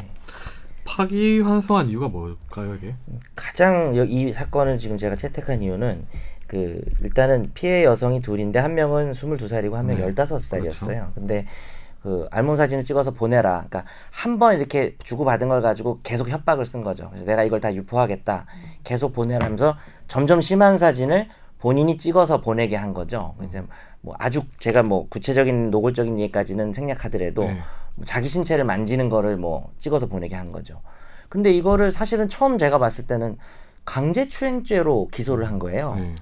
Speaker 1: 파기환송한 이유가 뭘까요 이게?
Speaker 2: 가장 여- 이 사건을 지금 제가 채택한 이유는 그 일단은 피해 여성이 둘인데 한 명은 22살이고 한
Speaker 1: 네. 그렇죠.
Speaker 2: 명은 다 15살이었어요. 근데 그 알몸 사진을 찍어서 보내라. 그러니까 한 번 이렇게 주고받은 걸 가지고 계속 협박을 쓴 거죠. 그래서 내가 이걸 다 유포하겠다. 계속 보내라면서 점점 심한 사진을 본인이 찍어서 보내게 한 거죠. 이제 뭐 아주 제가 뭐 구체적인 노골적인 얘기까지는 생략하더라도
Speaker 1: 네.
Speaker 2: 뭐 자기 신체를 만지는 거를 뭐 찍어서 보내게 한 거죠. 근데 이거를 사실은 처음 제가 봤을 때는 강제추행죄로 기소를 한 거예요.
Speaker 1: 네.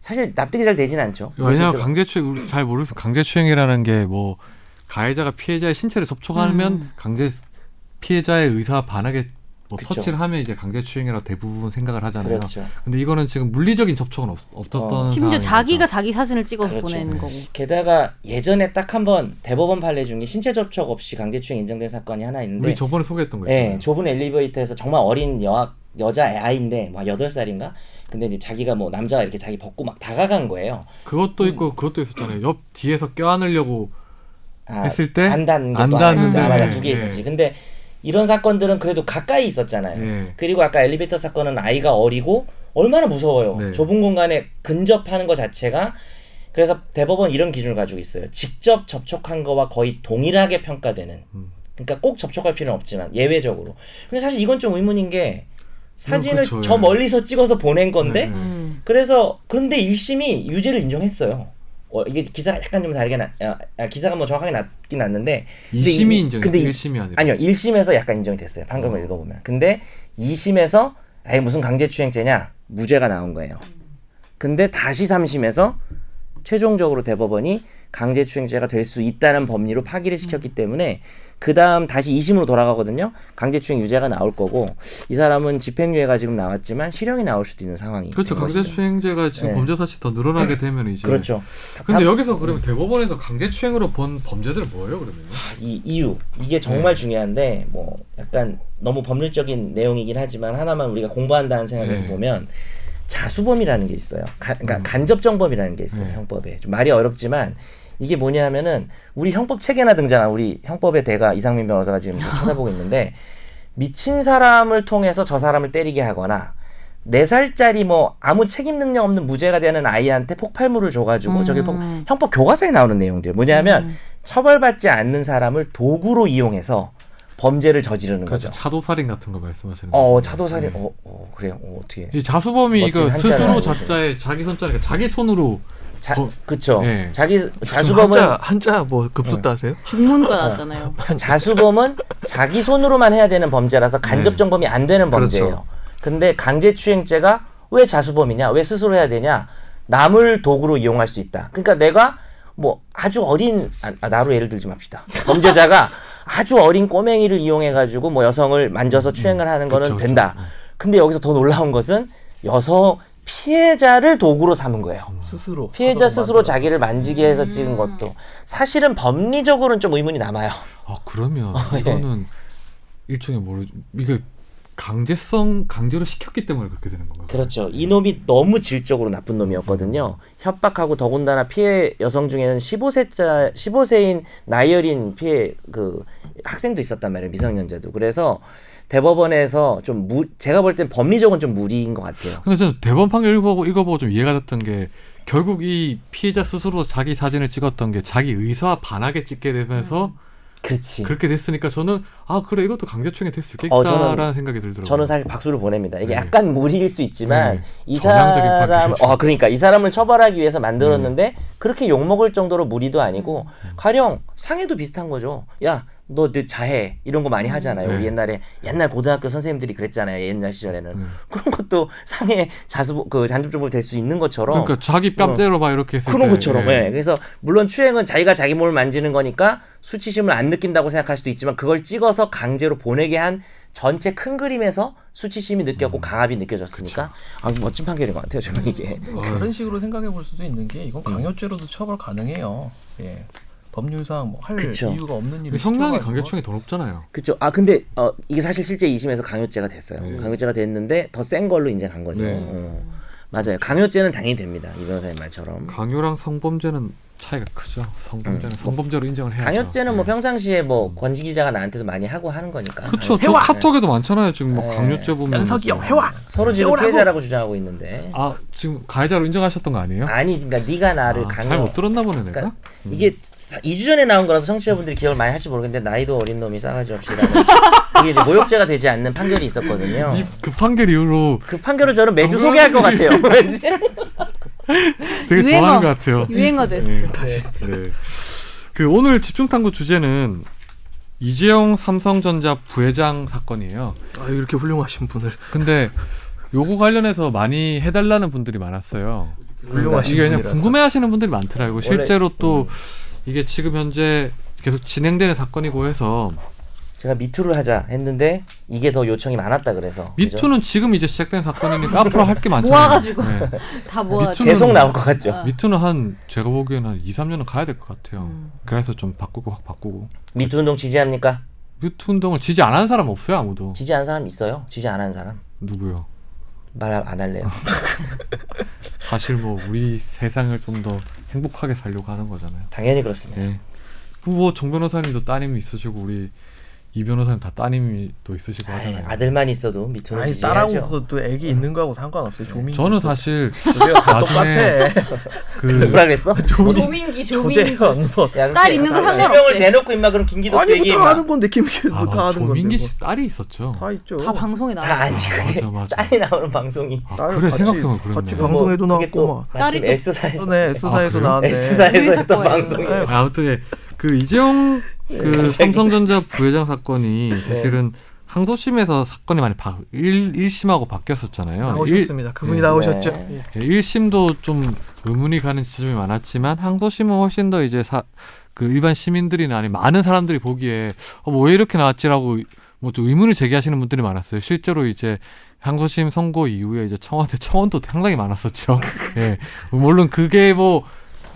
Speaker 2: 사실 납득이 잘 되진 않죠. 그렇죠.
Speaker 1: 왜냐하면
Speaker 2: 얘기도-
Speaker 1: 강제추행 우리 잘 모르겠어. 강제추행이라는 게 뭐 가해자가 피해자의 신체를 접촉하면
Speaker 3: 음.
Speaker 1: 강제 피해자의 의사 반하게 뭐
Speaker 2: 그쵸.
Speaker 1: 터치를 하면 이제 강제추행이라고 대부분 생각을 하잖아요.
Speaker 2: 그렇죠.
Speaker 1: 근데 이거는 지금 물리적인 접촉은 없, 없었던
Speaker 2: 어.
Speaker 1: 상황인
Speaker 3: 심지어 자기가
Speaker 1: 거죠.
Speaker 3: 자기 사진을 찍어서
Speaker 2: 그렇죠.
Speaker 3: 보낸 거고.
Speaker 2: 게다가 예전에 딱 한 번 대법원 판례 중에 신체 접촉 없이 강제추행 인정된 사건이 하나 있는데
Speaker 1: 우리 네. 저번에 소개했던 거
Speaker 2: 예,
Speaker 1: 있잖아요.
Speaker 2: 좁은 엘리베이터에서 정말 어린 여학 여자 아이인데 뭐 여덟 살인가? 근데 이제 자기가 뭐 남자가 이렇게 자기 벗고 막 다가간 거예요. 음.
Speaker 1: 그것도 있고 그것도 있었잖아요. 옆 뒤에서 껴안으려고
Speaker 2: 아,
Speaker 1: 했을 때
Speaker 2: 안 닿는
Speaker 1: 안
Speaker 2: 게또 하나 있었죠.
Speaker 1: 닿는데
Speaker 2: 아, 맞아
Speaker 1: 왜,
Speaker 2: 두개
Speaker 1: 예.
Speaker 2: 있었지. 근데 이런 사건들은 그래도 가까이 있었잖아요.
Speaker 1: 예.
Speaker 2: 그리고 아까 엘리베이터 사건은 아이가 어리고 얼마나 무서워요.
Speaker 1: 네.
Speaker 2: 좁은 공간에 근접하는 것 자체가 그래서 대법원 이런 기준을 가지고 있어요. 직접 접촉한 거와 거의 동일하게 평가되는.
Speaker 1: 음.
Speaker 2: 그러니까 꼭 접촉할 필요는 없지만 예외적으로. 근데 사실 이건 좀 의문인 게 사진을
Speaker 1: 그쵸,
Speaker 2: 저
Speaker 1: 예.
Speaker 2: 멀리서 찍어서 보낸 건데
Speaker 1: 네, 네.
Speaker 3: 음.
Speaker 2: 그래서 그런데 1심이 유죄를 인정했어요. 어, 이게 기사가 약간 좀 다르게 나, 아, 아, 기사가 뭐 정확하게 났긴 났는데 근데 이-
Speaker 1: 2심이 인정,
Speaker 2: 근데 이-
Speaker 1: 1심이 아니라.
Speaker 2: 아니요 1심에서 약간 인정이 됐어요 방금
Speaker 1: 어.
Speaker 2: 읽어보면 근데 2심에서 아예 무슨 강제추행죄냐 무죄가 나온 거예요 근데 다시 3심에서 최종적으로 대법원이 강제추행죄가 될 수 있다는 법리로 파기를 시켰기 때문에 그 다음 다시 2심으로 돌아가거든요 강제추행 유죄가 나올 거고 이 사람은 집행유예가 지금 나왔지만 실형이 나올 수도 있는 상황이
Speaker 1: 그렇죠.
Speaker 2: 된 것이죠.
Speaker 1: 강제추행죄가 지금
Speaker 2: 네.
Speaker 1: 범죄 사실 더 늘어나게 되면 이제
Speaker 2: 그렇죠
Speaker 1: 근데
Speaker 2: 다-
Speaker 1: 여기서 그러면 대법원에서 강제추행으로 본 범죄들은 뭐예요, 그러면?
Speaker 2: 이 이유 이게
Speaker 1: 네.
Speaker 2: 정말 중요한데 뭐 약간 너무 법률적인 내용이긴 하지만 하나만 우리가 공부한다는 생각에서
Speaker 1: 네. 음.
Speaker 2: 보면 자수범이라는 게 있어요. 가, 그러니까 간접정범이라는 게 있어요
Speaker 1: 네.
Speaker 2: 형법에 좀 말이 어렵지만 이게 뭐냐면은 우리 형법 책에나 등장한 우리 형법의 대가 이상민 변호사가 지금
Speaker 1: 아.
Speaker 2: 쳐다보고 있는데 미친 사람을 통해서 저 사람을 때리게 하거나 네살짜리뭐 아무 책임 능력 없는 무죄가 되는 아이한테 폭발물을 줘가지고 저게
Speaker 1: 음.
Speaker 2: 폭- 형법 교과서에 나오는 내용들 뭐냐면 처벌받지 않는 사람을 도구로 이용해서 범죄를 저지르는
Speaker 1: 그렇죠.
Speaker 2: 거죠.
Speaker 1: 차도살인 같은 거 말씀하시는 거예요.
Speaker 2: 어 차도살인
Speaker 1: 네.
Speaker 2: 어, 어 그래요 어, 어떻게
Speaker 1: 이 자수범이
Speaker 2: 멋진
Speaker 1: 이거
Speaker 2: 한자를
Speaker 1: 스스로
Speaker 2: 알고
Speaker 1: 자자에 자기 그러니까 손자니까 자기 손으로
Speaker 2: 자
Speaker 1: 거-
Speaker 2: 그쵸
Speaker 1: 네.
Speaker 2: 자기
Speaker 4: 좀
Speaker 2: 자수범은
Speaker 4: 한자 한자 뭐 급수다 하세요?
Speaker 3: 어. 중문과 나잖아요.
Speaker 2: <laughs> 자수범은 자기 손으로만 해야 되는 범죄라서 간접
Speaker 1: 네.
Speaker 2: 정범이 안 되는
Speaker 1: 그렇죠.
Speaker 2: 범죄예요. 근데 강제추행죄가 왜 자수범이냐? 왜 스스로 해야 되냐? 남을 도구로 이용할 수 있다. 그러니까 내가 뭐 아주 어린 아, 아, 나로 예를 들지 맙시다.
Speaker 4: <laughs>
Speaker 2: 범죄자가 아주 어린 꼬맹이를 이용해 가지고 뭐 여성을 만져서
Speaker 4: 음,
Speaker 2: 추행을 하는 거는
Speaker 1: 그렇죠,
Speaker 2: 된다.
Speaker 4: 네.
Speaker 2: 근데 여기서 더 놀라운 것은 여성 피해자를 도구로 삼은 거예요.
Speaker 4: 음. 스스로
Speaker 2: 피해자
Speaker 4: 하도록
Speaker 2: 스스로
Speaker 4: 만들어서. 음.
Speaker 2: 자기를 만지게 해서 찍은 것도 사실은 법리적으로는 좀 의문이 남아요.
Speaker 1: 아
Speaker 2: <laughs> 어,
Speaker 1: 그러면
Speaker 2: 예.
Speaker 1: 이거는 일종의 모르 이게 강제성 강제로 시켰기 때문에 그렇게 되는 건가요?
Speaker 2: 그렇죠. 이놈이 너무 질적으로 나쁜 놈이었거든요. 협박하고 더군다나 피해 여성 중에는 15세자 15세인 나이 어린 피해 그 학생도 있었단 말이에요. 미성년자도. 그래서 대법원에서 좀 무, 제가 볼 땐 법리적은 좀 무리인 것 같아요.
Speaker 1: 근데 저는 대법원 판결 읽어보고 읽어보고 좀 이해가 됐던 게 결국 이 피해자 스스로 자기 사진을 찍었던 게 자기 의사와 반하게 찍게 되면서
Speaker 2: 음. 그렇지.
Speaker 1: 그렇게 됐으니까 저는 아 그래 이것도 강제추행이 될 수
Speaker 2: 어, 저는-
Speaker 1: 있겠다라는 생각이 들더라고요.
Speaker 2: 저는 사실 박수를 보냅니다. 이게
Speaker 1: 네.
Speaker 2: 약간 무리일 수 있지만
Speaker 1: 네.
Speaker 2: 이
Speaker 1: 전향적인
Speaker 2: 사람,
Speaker 1: 판결이죠. 네.
Speaker 2: 어 그러니까 이 사람을 처벌하기 위해서
Speaker 1: 음.
Speaker 2: 만들었는데 그렇게 욕 먹을 정도로 무리도 아니고 가령 상해도 비슷한 거죠. 야 너 내 자해 이런 거 많이 하잖아요.
Speaker 1: 네.
Speaker 2: 우리 옛날에 옛날 고등학교 선생님들이 그랬잖아요. 옛날 시절에는
Speaker 1: 네.
Speaker 2: 그런 것도 상해 자수 그 잔점적으로 될 수 있는 것처럼
Speaker 1: 그러니까 자기 뺨
Speaker 2: 어.
Speaker 1: 때려봐 이렇게 했을
Speaker 2: 그런
Speaker 1: 때,
Speaker 2: 것처럼 예. 그래서 물론 추행은 자기가 자기 몸을 만지는 거니까 수치심을 안 느낀다고 생각할 수도 있지만 그걸 찍어서 강제로 보내게 한 전체 큰 그림에서 수치심이 느꼈고 강압이 느껴졌으니까 음. 아 멋진 판결인 것 같아요 저는 이게
Speaker 1: 어,
Speaker 4: 다른 식으로 생각해 볼 수도 있는 게 이건 강요죄로도 처벌 가능해요. 예. 법률상 뭐 할
Speaker 2: 그쵸.
Speaker 4: 이유가 없는 일을
Speaker 1: 그 형량이
Speaker 4: 시켜가지고.
Speaker 1: 강제충이 더 높잖아요.
Speaker 2: <laughs> 그쵸 아 근데 어 이게 사실 실제 2심에서 강요죄가 됐어요 강요죄가 됐는데 더 센 걸로 이제 간 거죠
Speaker 1: 네.
Speaker 2: 어. 맞아요 강요죄는 당연히 됩니다 이 변호사님 말처럼
Speaker 1: 강요랑 성범죄는 차이가 크죠. 성범죄는 성범죄로 인정을 해야죠.
Speaker 2: 음.
Speaker 1: 예.
Speaker 2: 강요죄는 뭐 평상시에 뭐 권지기자가 나한테도 많이 하고 하는 거니까 아,
Speaker 1: 그렇죠.
Speaker 2: 강요-
Speaker 1: 카톡에도 많잖아요. 지금
Speaker 2: 예.
Speaker 1: 뭐 강요죄 보면
Speaker 4: 연석이 형 해와.
Speaker 2: 네. 서로 지금
Speaker 4: 해오라고!
Speaker 2: 피해자라고 주장하고 있는데
Speaker 1: 아 지금 가해자로 인정하셨던 거 아니에요?
Speaker 2: 아니 그러니까 네가 나를
Speaker 1: 아,
Speaker 2: 강요
Speaker 1: 잘못 들었나 음. 보네 내가.
Speaker 2: 그러니까 이게 2주 전에 나온 거라서 청취자분들이 기억을 많이 할지 모르겠는데 나이도 어린 놈이 싸가지 없이라는 <laughs> 이게 이제 모욕죄가 되지 않는 판결이 있었거든요.
Speaker 1: 이 급한 결 이후로
Speaker 2: 그 판결을 저는 매주
Speaker 1: 정말
Speaker 2: 소개할 것 같아요. <laughs> 왠지.
Speaker 1: 되게
Speaker 3: 유행어.
Speaker 1: 좋아하는 것 같아요.
Speaker 3: 유행어 됐어.
Speaker 1: 네, 다시. 네. 그 오늘 집중 탐구 주제는 이재용 삼성전자 부회장 사건이에요.
Speaker 4: 아 이렇게 훌륭하신 분을
Speaker 1: 근데 요거 관련해서 많이 해달라는 분들이 많았어요.
Speaker 4: 훌륭하신
Speaker 1: 그러니까 이게 그냥
Speaker 4: 그러니까 분이라서. 음.
Speaker 1: 궁금해하시는 분들이 많더라고요.
Speaker 2: 원래-
Speaker 1: 실제로 또 이게 지금 현재 계속 진행되는 사건이고 해서
Speaker 2: 제가 미투를 하자 했는데 이게 더 요청이 많았다 그래서 그죠?
Speaker 1: 미투는 지금 이제 시작된 사건이니까 앞으로 할 게 많잖아요.
Speaker 3: 모아가지고.
Speaker 1: 네.
Speaker 3: 다 모아가지고.
Speaker 2: 계속 나올 것 같죠.
Speaker 1: 미투는 한 제가 보기에는 한 2, 3년은 가야 될 것 같아요.
Speaker 3: 음.
Speaker 1: 그래서 좀 바꾸고 확 바꾸고.
Speaker 2: 미투 운동 지지합니까?
Speaker 1: 미투 운동을 지지 안 하는 사람 없어요 아무도.
Speaker 2: 지지 안 사람 있어요? 지지 안 하는 사람?
Speaker 1: 누구요?
Speaker 2: 말 안
Speaker 1: 어.
Speaker 2: 할래요.
Speaker 1: 사실 뭐 우리 세상을 좀 더 행복하게 살려고 하는 거잖아요.
Speaker 2: 당연히 그렇습니다.
Speaker 1: 예. 뭐정 변호사님도 따님이 있으시고 우리 이 변호사님 다 따님이 또 있으시고
Speaker 2: 아이,
Speaker 1: 하잖아요.
Speaker 2: 아들만 있어도 미투는
Speaker 4: 아니 딸하고
Speaker 2: 지지해야죠.
Speaker 4: 그것도 애기 있는 거하고 상관없어요. 조민.
Speaker 1: 저는 사실 나중에
Speaker 4: 뭐 똑같아.
Speaker 1: 그
Speaker 2: <laughs> 뭐라 그랬어?
Speaker 3: 조민기, 조민기.
Speaker 4: 조재현 뭐.
Speaker 2: 야, 그럼
Speaker 3: 딸 있는 거 상관없지.
Speaker 2: 실명을 대놓고 임마 그럼 김기덕
Speaker 4: 아니
Speaker 2: 얘기
Speaker 4: 뭐다
Speaker 2: 임마.
Speaker 4: 하는 건데 김기현
Speaker 1: 아,
Speaker 4: 뭐다 하는 건데.
Speaker 1: 조민기
Speaker 4: 뭐.
Speaker 1: 씨 딸이 있었죠.
Speaker 4: 다 있죠.
Speaker 3: 다 방송에
Speaker 2: 다
Speaker 3: 나와.
Speaker 2: 아니지 그게
Speaker 1: 맞아, 맞아.
Speaker 2: 딸이 나오는 방송이
Speaker 1: 아,
Speaker 4: 딸을
Speaker 1: 그래
Speaker 4: 같이-
Speaker 1: 생각해보면 그렇네.
Speaker 4: 같이 방송에도
Speaker 2: 뭐, 그게
Speaker 4: 나왔고
Speaker 2: 또
Speaker 4: 막.
Speaker 2: 마침
Speaker 3: 딸이 또-
Speaker 2: S사에서
Speaker 4: 전에 S사에서
Speaker 1: 아, 그래요?
Speaker 4: 네, 나왔는데.
Speaker 2: <laughs> 네, S사에서
Speaker 3: 의사
Speaker 2: 했던
Speaker 3: 거예요.
Speaker 2: 방송이
Speaker 4: 네.
Speaker 1: 아, 아무튼 예. 그 이재용
Speaker 4: 예,
Speaker 1: 그 삼성전자 부회장 사건이 사실은 항소심에서 사건이 많이 바, 1, 1심하고 바뀌었었잖아요.
Speaker 4: 나오셨습니다. 그분이
Speaker 1: 네.
Speaker 4: 나오셨죠.
Speaker 2: 네.
Speaker 4: 예.
Speaker 1: 1심도 좀 의문이 가는 지점이 많았지만 항소심은 훨씬 더 이제 사, 그 일반 시민들이나 아니 많은 사람들이 보기에 어, 뭐왜 이렇게 나왔지라고 뭐 또 의문을 제기하시는 분들이 많았어요. 실제로 이제 항소심 선고 이후에 이제 청와대 청원도 상당히
Speaker 2: <laughs>
Speaker 1: 많았었죠. 예. 물론 그게 뭐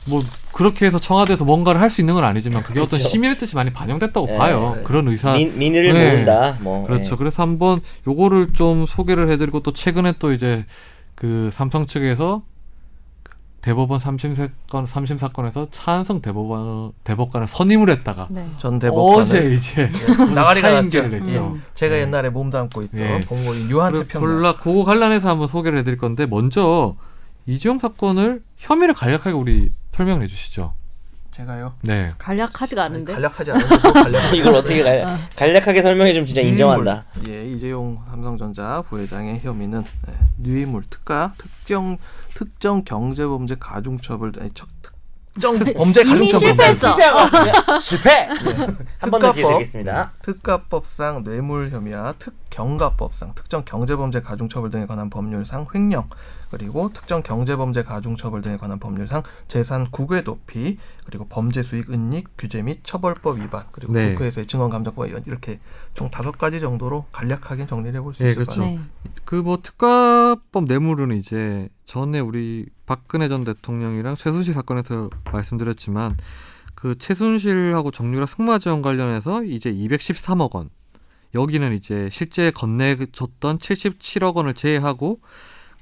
Speaker 1: 뭐 그렇게 해서 청와대에서 뭔가를 할 수 있는 건 아니지만 그게 어떤
Speaker 2: 그렇죠.
Speaker 1: 시민의 뜻이 많이 반영됐다고
Speaker 2: 예.
Speaker 1: 봐요. 그런 의사
Speaker 2: 민, 민의를
Speaker 1: 네.
Speaker 2: 모은다 뭐
Speaker 1: 그렇죠. 그래서 한번 요거를 좀 소개를 해드리고 또 최근에 또 이제 그 삼성 측에서 대법원 삼심 사건 삼심 사건에서 차한성 대법원 대법관을 선임을 했다가
Speaker 3: 네.
Speaker 4: 전
Speaker 1: 어제 이제
Speaker 4: 네. 나가리가
Speaker 1: 차인계를
Speaker 4: 났죠. 음. 네.
Speaker 1: 냈죠.
Speaker 4: 제가 옛날에 몸담고 있던
Speaker 1: 예.
Speaker 4: 본고인 유한태
Speaker 1: 그래,
Speaker 4: 평론.
Speaker 1: 볼라 그거 관련해서 한번 소개를 해드릴 건데 먼저 이지용 사건을 혐의를 간략하게 우리 설명을 해주시죠.
Speaker 4: 제가요.
Speaker 1: 네.
Speaker 3: 간략하지가 않은데.
Speaker 4: 간략하지 않아서 간략.
Speaker 2: <laughs> <laughs> 이걸 어떻게 갈, 간략하게 설명해 주면 진짜 인정한다
Speaker 4: 유인몰. 예, 이재용 삼성전자 부회장의 혐의는 예, 뇌물 특가 특정 특정 경제범죄 가중처벌 아니 척, 특정 범죄
Speaker 3: 이미
Speaker 4: 가중처벌
Speaker 3: 실패했어.
Speaker 2: <laughs> 실패하고 실패
Speaker 1: 네.
Speaker 2: 한 번 더 기회
Speaker 4: 특가법.
Speaker 2: 드리겠습니다
Speaker 4: 특가법상 뇌물 혐의와 특경가법상 특정 경제범죄 가중처벌 등에 관한 법률상 횡령 그리고 특정 경제범죄 가중처벌 등에 관한 법률상 재산 국외 도피 그리고 범죄 수익 은닉 규제 및 처벌법 위반 그리고
Speaker 1: 네.
Speaker 4: 국회에서의 증언감정법 위반 이렇게 총 다섯 가지 정도로 간략하게 정리를 해볼 수
Speaker 1: 예,
Speaker 4: 있을
Speaker 1: 그렇죠.
Speaker 4: 것 같아요.
Speaker 3: 네.
Speaker 1: 그 뭐 특가법 뇌물은 이제 전에 우리 박근혜 전 대통령이랑 최순실 사건에서 말씀드렸지만 그 최순실하고 정유라 승마 지원 관련해서 이제 213억 원 여기는 이제 실제 건네줬던 77억 원을 제외하고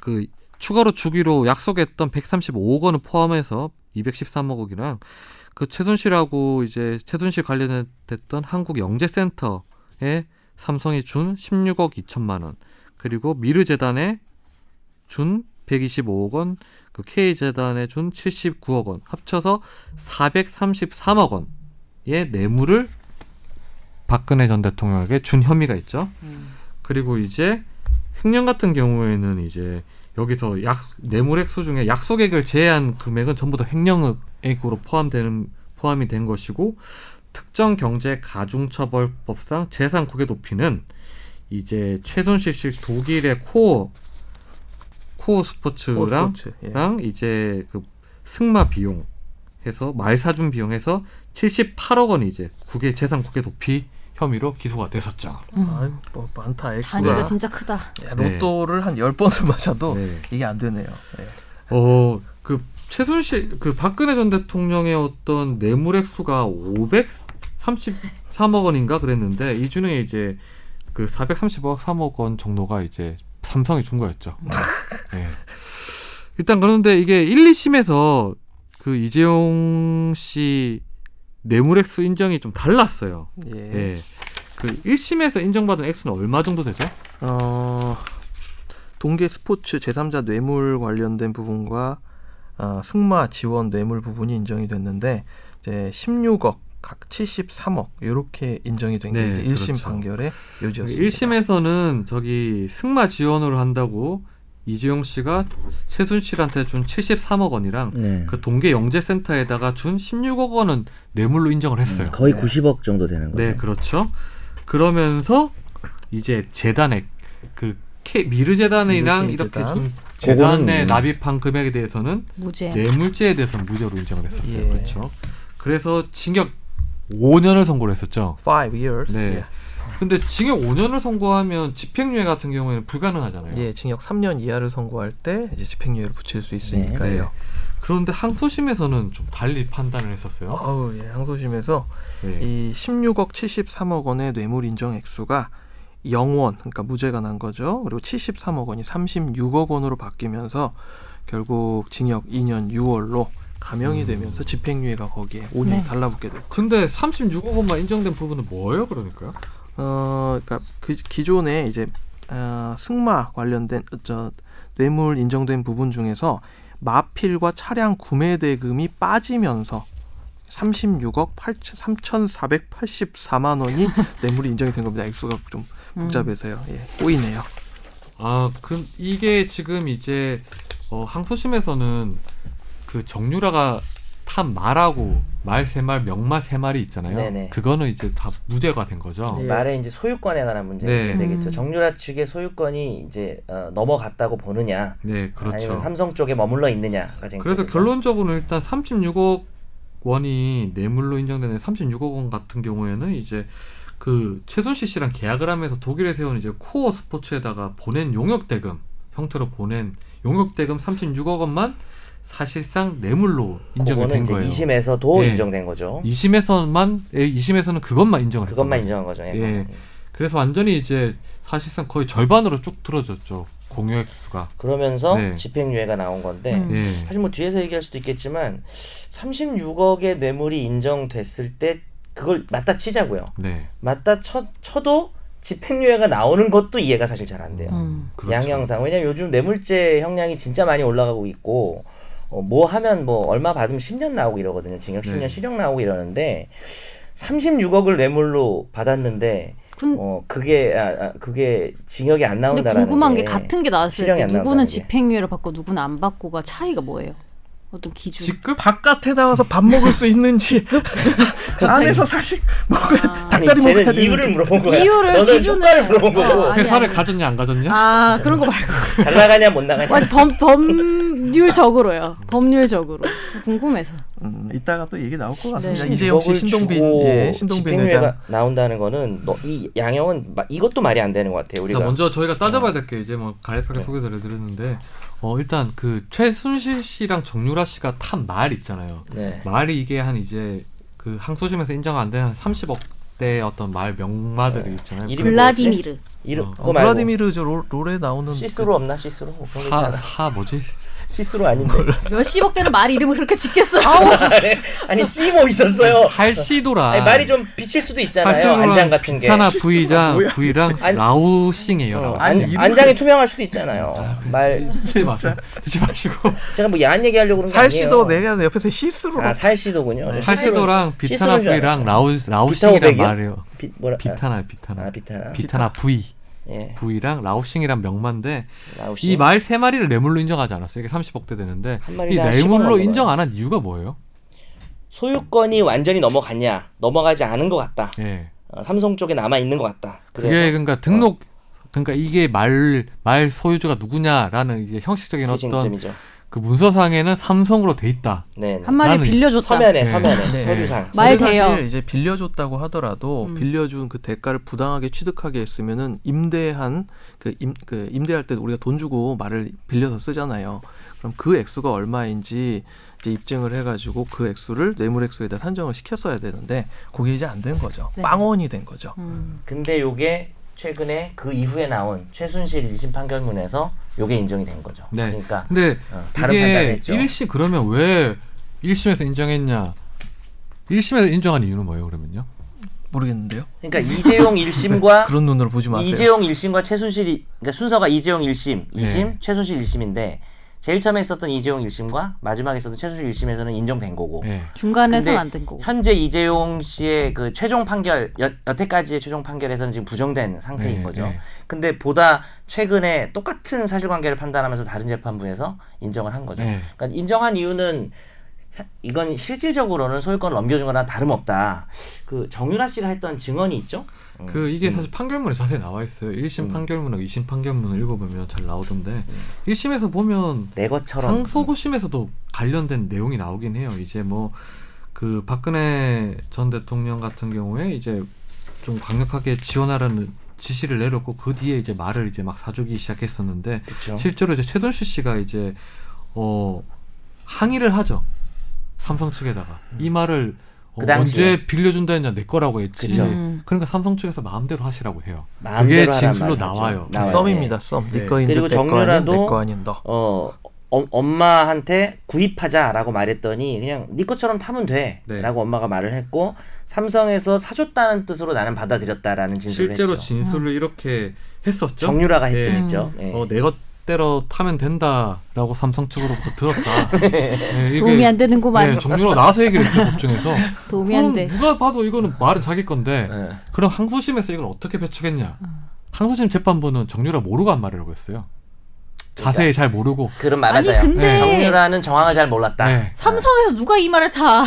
Speaker 1: 그 추가로 주기로 약속했던 135억 원을 포함해서 213억 원이랑 그 최순실하고 이제 최순실 관련됐던 한국 영재센터에 삼성이 준 16억 2천만 원 그리고 미르 재단에 준 125억 원, 그 K 재단에 준 79억 원 합쳐서 433억 원의 뇌물을 박근혜 전 대통령에게 준 혐의가 있죠. 그리고 이제 횡령 같은 경우에는 이제 여기서 약 뇌물 액수 중에 약속액을 제외한 금액은 전부 다 횡령액으로 포함되는 포함이 된 것이고 특정 경제 가중처벌법상 제3국의 높이는 이제 최순실 씨 독일의 코어 코어 네. 스포츠랑
Speaker 4: 스포츠. 예.
Speaker 1: 랑 이제 그 승마 비용 해서 말 사준 비용 해서 78억 원이 이제 국외 재산 국외 도피 혐의로 기소가 됐었죠.
Speaker 4: 아유, 뭐 많다
Speaker 3: 단위가
Speaker 4: 액수가.
Speaker 3: 진짜 크다.
Speaker 4: 야, 로또를 한 열번을 맞아도
Speaker 1: 네.
Speaker 4: 이게 안 되네요. 예.
Speaker 1: 어, 그 최순실 그 박근혜 전 대통령의 어떤 뇌물 액수가 533억 원인가 그랬는데 이 중에 이제 그 430억 3억 원 정도가 이제 삼성이 준 거였죠. 네. 일단 그런데 이게 1, 2심에서 그 이재용 씨 뇌물 액수 인정이 좀 달랐어요.
Speaker 4: 예.
Speaker 1: 예. 그 1심에서 인정받은 액수는 얼마 정도 되죠?
Speaker 4: 어, 동계 스포츠 제3자 뇌물 관련된 부분과 어, 승마 지원 뇌물 부분이 인정이 됐는데 이제 16억 각 73억 이렇게 인정이 된 게
Speaker 1: 네,
Speaker 4: 이제 1심
Speaker 1: 그렇죠.
Speaker 4: 판결의 요지였습니다.
Speaker 1: 1심에서는 저기 승마 지원으로 한다고 이재용 씨가 최순실한테 준 73억 원이랑
Speaker 2: 네.
Speaker 1: 그 동계 영재센터에다가 준 16억 원은 뇌물로 인정을 했어요.
Speaker 2: 거의 90억 정도 되는
Speaker 4: 음,
Speaker 2: 거죠.
Speaker 1: 네, 그렇죠. 그러면서 이제 재단에 그 K- 미르 재단이랑
Speaker 4: 미르
Speaker 1: 이렇게
Speaker 4: 재단. 음.
Speaker 1: 준
Speaker 2: 그거는
Speaker 1: 재단에
Speaker 2: 네.
Speaker 1: 납입한 금액에 대해서는
Speaker 3: 무죄.
Speaker 1: 네. 뇌물죄에 대해서는 무죄로 인정을 했었어요.
Speaker 4: 예.
Speaker 1: 그렇죠. 그래서 징역 5년을 선고를 했었죠.
Speaker 4: 5 years.
Speaker 1: 네. 근데 징역 5년을 선고하면 집행유예 같은 경우에는 불가능하잖아요.
Speaker 4: 예. 예, 징역 3년 이하를 선고할 때 이제 집행유예를 붙일 수 있으니까요.
Speaker 1: 네. 그런데 항소심에서는 좀 달리 판단을 했었어요.
Speaker 4: 아우, 예, 항소심에서
Speaker 1: 예.
Speaker 4: 이 16억 73억 원의 뇌물 인정 액수가 0원, 그러니까 무죄가 난 거죠. 그리고 73억 원이 36억 원으로 바뀌면서 결국 징역 2년 6월로 감형이 되면서 집행유예가 거기에 5년
Speaker 3: 네.
Speaker 4: 달라붙게 됐죠.
Speaker 1: 근데 36억 원만 인정된 부분은 뭐예요, 그러니까요?
Speaker 4: 어, 그러니까 그 기존에 이제 어, 승마 관련된 어, 저 뇌물 인정된 부분 중에서 마필과 차량 구매 대금이 빠지면서 36억 8 3,484만 <laughs> 원이 뇌물이 인정이 된 겁니다. 액수가 좀 복잡해서요. 예, 꼬이네요.
Speaker 1: 아, 그럼 이게 지금 이제 어, 항소심에서는 그 정유라가 탄 말하고 말 세 말, 명마 세 마리 있잖아요.
Speaker 2: 네네. 예.
Speaker 1: 그거는 이제 다 무죄가 된 거죠.
Speaker 2: 이 말에 이제 소유권에 관한 문제가
Speaker 1: 네.
Speaker 2: 되겠죠.
Speaker 3: 음.
Speaker 2: 정유라 측의 소유권이 이제 어, 넘어갔다고 보느냐,
Speaker 1: 네, 그렇죠.
Speaker 2: 아니면 삼성 쪽에 머물러 있느냐가 쟁점이죠.
Speaker 1: 그래서 결론적으로 일단 36억 원이 뇌물로 인정되는 36억 원 같은 경우에는 이제 그 최순실 씨랑 계약을 하면서 독일에 세운 이제 코어 스포츠에다가 보낸 용역 대금 형태로 보낸 용역 대금 36억 원만 사실상 뇌물로 인정이
Speaker 2: 그거는
Speaker 1: 된
Speaker 2: 이제
Speaker 1: 거예요.
Speaker 2: 2심에서도
Speaker 1: 예.
Speaker 2: 인정된 거죠.
Speaker 1: 2심에서만 2심에서는 그것만 인정을 했던
Speaker 2: 그것만
Speaker 1: 거예요.
Speaker 2: 인정한 거죠.
Speaker 1: 예. 그래서 완전히 이제 사실상 거의 절반으로 쭉 틀어졌죠. 공여액 수가.
Speaker 2: 그러면서
Speaker 1: 네.
Speaker 2: 집행유예가 나온 건데
Speaker 3: 음.
Speaker 1: 예.
Speaker 2: 사실 뭐 뒤에서 얘기할 수도 있겠지만 36억의 뇌물이 인정됐을 때 그걸 맞다 치자고요.
Speaker 1: 네.
Speaker 2: 맞다 쳐, 쳐도 집행유예가 나오는 것도 이해가 사실 잘 안 돼요.
Speaker 3: 음.
Speaker 1: 그렇죠.
Speaker 2: 양형상 왜냐면 요즘 뇌물죄 형량이 진짜 많이 올라가고 있고 어, 뭐 하면 뭐 얼마 받으면 10년 나오고 이러거든요. 징역 10년
Speaker 1: 네.
Speaker 2: 실형 나오고 이러는데 36억을 뇌물로 받았는데
Speaker 3: 군,
Speaker 2: 어 그게 아, 아, 그게 징역이 안
Speaker 3: 근데
Speaker 2: 나온다라는
Speaker 3: 궁금한 게 같은 게 나왔을
Speaker 2: 실형이
Speaker 3: 때
Speaker 2: 안 나온다는
Speaker 3: 누구는
Speaker 2: 게.
Speaker 3: 집행유예를 받고 누구는 안 받고가 차이가 뭐예요? 어떤 기준?
Speaker 1: 직급
Speaker 4: 그 바깥에 나와서 밥 먹을 수 있는지 <laughs> 안에서 사실 먹을
Speaker 2: 아니,
Speaker 4: 닭다리 먹어야
Speaker 2: 쟤는
Speaker 4: 되는지
Speaker 2: 이유를 물어본 거야.
Speaker 3: 이유를,
Speaker 2: 너는
Speaker 3: 기준을.
Speaker 2: 효과를 물어본 거고
Speaker 3: 어, 아니,
Speaker 1: 회사를
Speaker 3: 아니.
Speaker 1: 가졌냐 안 가졌냐?
Speaker 3: 아 그런 거 말고
Speaker 2: 잘 나가냐 못 나가냐.
Speaker 3: 아니, 범 법률적으로요. 법률적으로 궁금해서.
Speaker 4: 음, 이따가 또 얘기 나올 것 같습니다.
Speaker 3: 네.
Speaker 4: 이재용 씨
Speaker 2: 이걸
Speaker 4: 신동빈
Speaker 2: 주고
Speaker 4: 예, 신동빈
Speaker 2: 집행유예가
Speaker 4: 회장
Speaker 2: 나온다는 거는 너, 이 양형은 마- 이것도 말이 안 되는 것 같아요. 우리가
Speaker 1: 자 먼저 저희가 따져봐야
Speaker 2: 네.
Speaker 1: 될 게 이제 뭐 간략하게 소개를 드렸는데 어 일단 그 최순실 씨랑 정유라 씨가 탄 말 있잖아요.
Speaker 4: 어,
Speaker 2: 네.
Speaker 1: 말이 이게 한 이제 그 항소심에서 인정 안 되는 한 30억대 어떤 말 명마들이 있잖아요.
Speaker 2: 네. 이름이
Speaker 3: 블라디미르.
Speaker 2: 이름
Speaker 1: 어,
Speaker 2: 그거
Speaker 4: 어,
Speaker 2: 말고
Speaker 4: 블라디미르 저 롤, 롤에 나오는
Speaker 2: 시스루 없나 시스루? 뭐 그런 거 있지
Speaker 1: 사,
Speaker 2: 않아?
Speaker 1: 사 뭐지?
Speaker 2: 시스루 아닌데.
Speaker 3: 몇십억 대는 말 이름을 그렇게 짓겠어요. 아우,
Speaker 2: 아니 씨뭐 있었어요.
Speaker 1: 팔시도라.
Speaker 2: 아니, 말이 좀 비칠 수도 있잖아요.
Speaker 1: 팔시도라
Speaker 2: 안장 같은 게.
Speaker 1: 타나 부이장
Speaker 4: 뭐야?
Speaker 1: 부이랑
Speaker 2: 아니,
Speaker 1: 라우싱이에요.
Speaker 2: 어,
Speaker 1: 라우싱.
Speaker 2: 안,
Speaker 4: 이름을-
Speaker 2: 안장이 투명할 수도 있잖아요. 말
Speaker 1: 듣지 마세요. 듣지
Speaker 2: <laughs>
Speaker 1: 마시고
Speaker 2: 제가 뭐 야한 얘기하려고 그런 거 아니에요.
Speaker 4: 살시도 내가 옆에서 시스루로
Speaker 2: 아 살시도군요.
Speaker 1: 팔시도랑
Speaker 2: 시스루인
Speaker 1: 비타나
Speaker 2: 줄
Speaker 1: 부이랑
Speaker 2: 알았어요.
Speaker 1: 라우 라우싱이란
Speaker 2: 오백이요?
Speaker 1: 말이에요.
Speaker 2: 비, 뭐라
Speaker 1: 비타나 비타나
Speaker 2: 아 비타나.
Speaker 1: 비타나 부이.
Speaker 2: 예.
Speaker 1: 부위랑 라우싱이란 명마인데
Speaker 2: 라우시.
Speaker 1: 이 말 세 마리를 뇌물로 인정하지 않았어요. 이게 30억대 되는데
Speaker 2: 한
Speaker 1: 이
Speaker 2: 마리당 10억
Speaker 1: 뇌물로
Speaker 2: 원이구나.
Speaker 1: 인정 안 한 이유가 뭐예요?
Speaker 2: 소유권이 완전히 넘어갔냐 넘어가지 않은 것 같다.
Speaker 1: 예.
Speaker 2: 어, 삼성 쪽에 남아 있는 것 같다.
Speaker 1: 그게
Speaker 2: 그래서
Speaker 1: 그러니까 등록 그러니까 이게 말 말 소유주가 누구냐라는 이제 형식적인
Speaker 2: 그
Speaker 1: 어떤
Speaker 2: 쟁점이죠.
Speaker 1: 그 문서상에는 삼성으로 돼 있다.
Speaker 2: 네. 네.
Speaker 3: 한마디
Speaker 1: 나는
Speaker 3: 빌려줬다.
Speaker 2: 서면에
Speaker 1: 네.
Speaker 2: 서면에
Speaker 4: 네.
Speaker 2: 서류상.
Speaker 3: 말
Speaker 4: 저는
Speaker 3: 돼요.
Speaker 4: 사실 이제 빌려줬다고 하더라도 빌려준 그 대가를 부당하게 취득하게 했으면은 임대한 그, 임, 그 임대할 때 우리가 돈 주고 말을 빌려서 쓰잖아요. 그럼 그 액수가 얼마인지 이제 입증을 해가지고 그 액수를 뇌물 액수에다 산정을 시켰어야 되는데 그게 이제 안 된 거죠.
Speaker 3: 네.
Speaker 4: 빵원이 된 거죠.
Speaker 3: 음.
Speaker 2: 근데 요게 최근에 그 이후에 나온 최순실 1심 판결문에서 요게 인정이 된 거죠.
Speaker 1: 네.
Speaker 2: 그러니까
Speaker 1: 근데
Speaker 2: 어, 다른 판단을
Speaker 1: 이게
Speaker 2: 했죠.
Speaker 1: 1심 그러면 왜 1심에서 인정했냐? 1심에서 인정한 이유는 뭐예요, 그러면요?
Speaker 4: 모르겠는데요.
Speaker 2: 그러니까 이재용
Speaker 1: <laughs>
Speaker 2: 1심과
Speaker 4: 그런 눈으로 보지 마세요.
Speaker 2: 이재용 1심과 최순실이 그러니까 순서가 이재용 1심, 2심,
Speaker 1: 네.
Speaker 2: 최순실 1심인데 제일 처음에 있었던 이재용 1심과 마지막에 있었던 최순실 1심에서는 인정된 거고
Speaker 1: 예.
Speaker 3: 중간에서는
Speaker 2: 근데
Speaker 3: 안 된 거고.
Speaker 2: 현재 이재용 씨의 그 최종 판결 여, 여태까지의 최종 판결에서는 지금 부정된 상태인
Speaker 1: 네,
Speaker 2: 거죠.
Speaker 1: 네.
Speaker 2: 근데 보다 최근에 똑같은 사실관계를 판단하면서 다른 재판부에서 인정을 한 거죠.
Speaker 1: 네.
Speaker 2: 그러니까 인정한 이유는 혀- 이건 실질적으로는 소유권을 넘겨준 거나 다름없다. 그 정유라 씨가 했던 증언이 있죠. 음.
Speaker 1: 그 이게 사실 판결문에 자세히 나와 있어요. 1심 판결문하고 2심 판결문을 읽어보면 잘 나오던데
Speaker 2: 음.
Speaker 1: 1심에서 보면
Speaker 2: 내 것처럼
Speaker 1: 항소고심에서도 관련된 내용이 나오긴 해요. 이제 뭐 그 박근혜 전 대통령 같은 경우에 이제 좀 강력하게 지원하라는 지시를 내렸고 그 뒤에 이제 말을 이제 막 사주기 시작했었는데
Speaker 2: 그렇죠.
Speaker 1: 실제로 이제 최순실 씨가 이제 어 항의를 하죠. 삼성 측에다가 이 말을 어,
Speaker 2: 음. 그 당시에.
Speaker 1: 언제 빌려준다 했냐 내 거라고 했지.
Speaker 2: 그죠.
Speaker 3: 음.
Speaker 1: 그러니까 삼성 측에서 마음대로 하시라고 해요.
Speaker 2: 마음대로
Speaker 1: 그게
Speaker 2: 하란
Speaker 1: 진술로
Speaker 2: 말을 하죠.
Speaker 1: 나와요.
Speaker 2: 나와요.
Speaker 4: 썸입니다. 썸.
Speaker 1: 네.
Speaker 4: 네. 거인
Speaker 2: 그리고
Speaker 4: 듯, 내거 아닌
Speaker 2: 정유라도-
Speaker 4: 내거 아닌 너.
Speaker 2: 어, 어, 엄마한테 구입하자라고 말했더니 그냥 네 것처럼 타면
Speaker 1: 네.
Speaker 2: 돼라고 엄마가 말을 했고 삼성에서 사줬다는 뜻으로 나는 받아들였다라는 진술을
Speaker 1: 실제로
Speaker 2: 했죠.
Speaker 1: 진술을 이렇게 했었죠.
Speaker 2: 정유라가 했죠
Speaker 1: 예.
Speaker 2: 직접. 예.
Speaker 1: 어, 내 것대로 타면 된다라고 삼성 측으로부터
Speaker 2: <laughs>
Speaker 1: 들었다.
Speaker 2: 네.
Speaker 1: 예, 이게-
Speaker 3: 도움이 안 되는구만.
Speaker 1: 예, 정유라 나와서 얘기를 했어요 법정에서.
Speaker 3: <laughs> 도움이 안
Speaker 1: 그럼
Speaker 3: 돼.
Speaker 1: 누가 봐도 이거는 말은 자기 건데
Speaker 2: 예.
Speaker 1: 그럼 항소심에서 이걸 어떻게 배척했냐? 항소심 재판부는 정유라 모르고 한 말이라고 했어요.
Speaker 2: 그러니까.
Speaker 1: 자세히 잘 모르고.
Speaker 2: 그런
Speaker 3: 아니
Speaker 2: 말하자요. 네.
Speaker 3: 근데
Speaker 2: 정유라는 정황을 잘 몰랐다.
Speaker 1: 네.
Speaker 3: 삼성에서 누가 이 말을 타?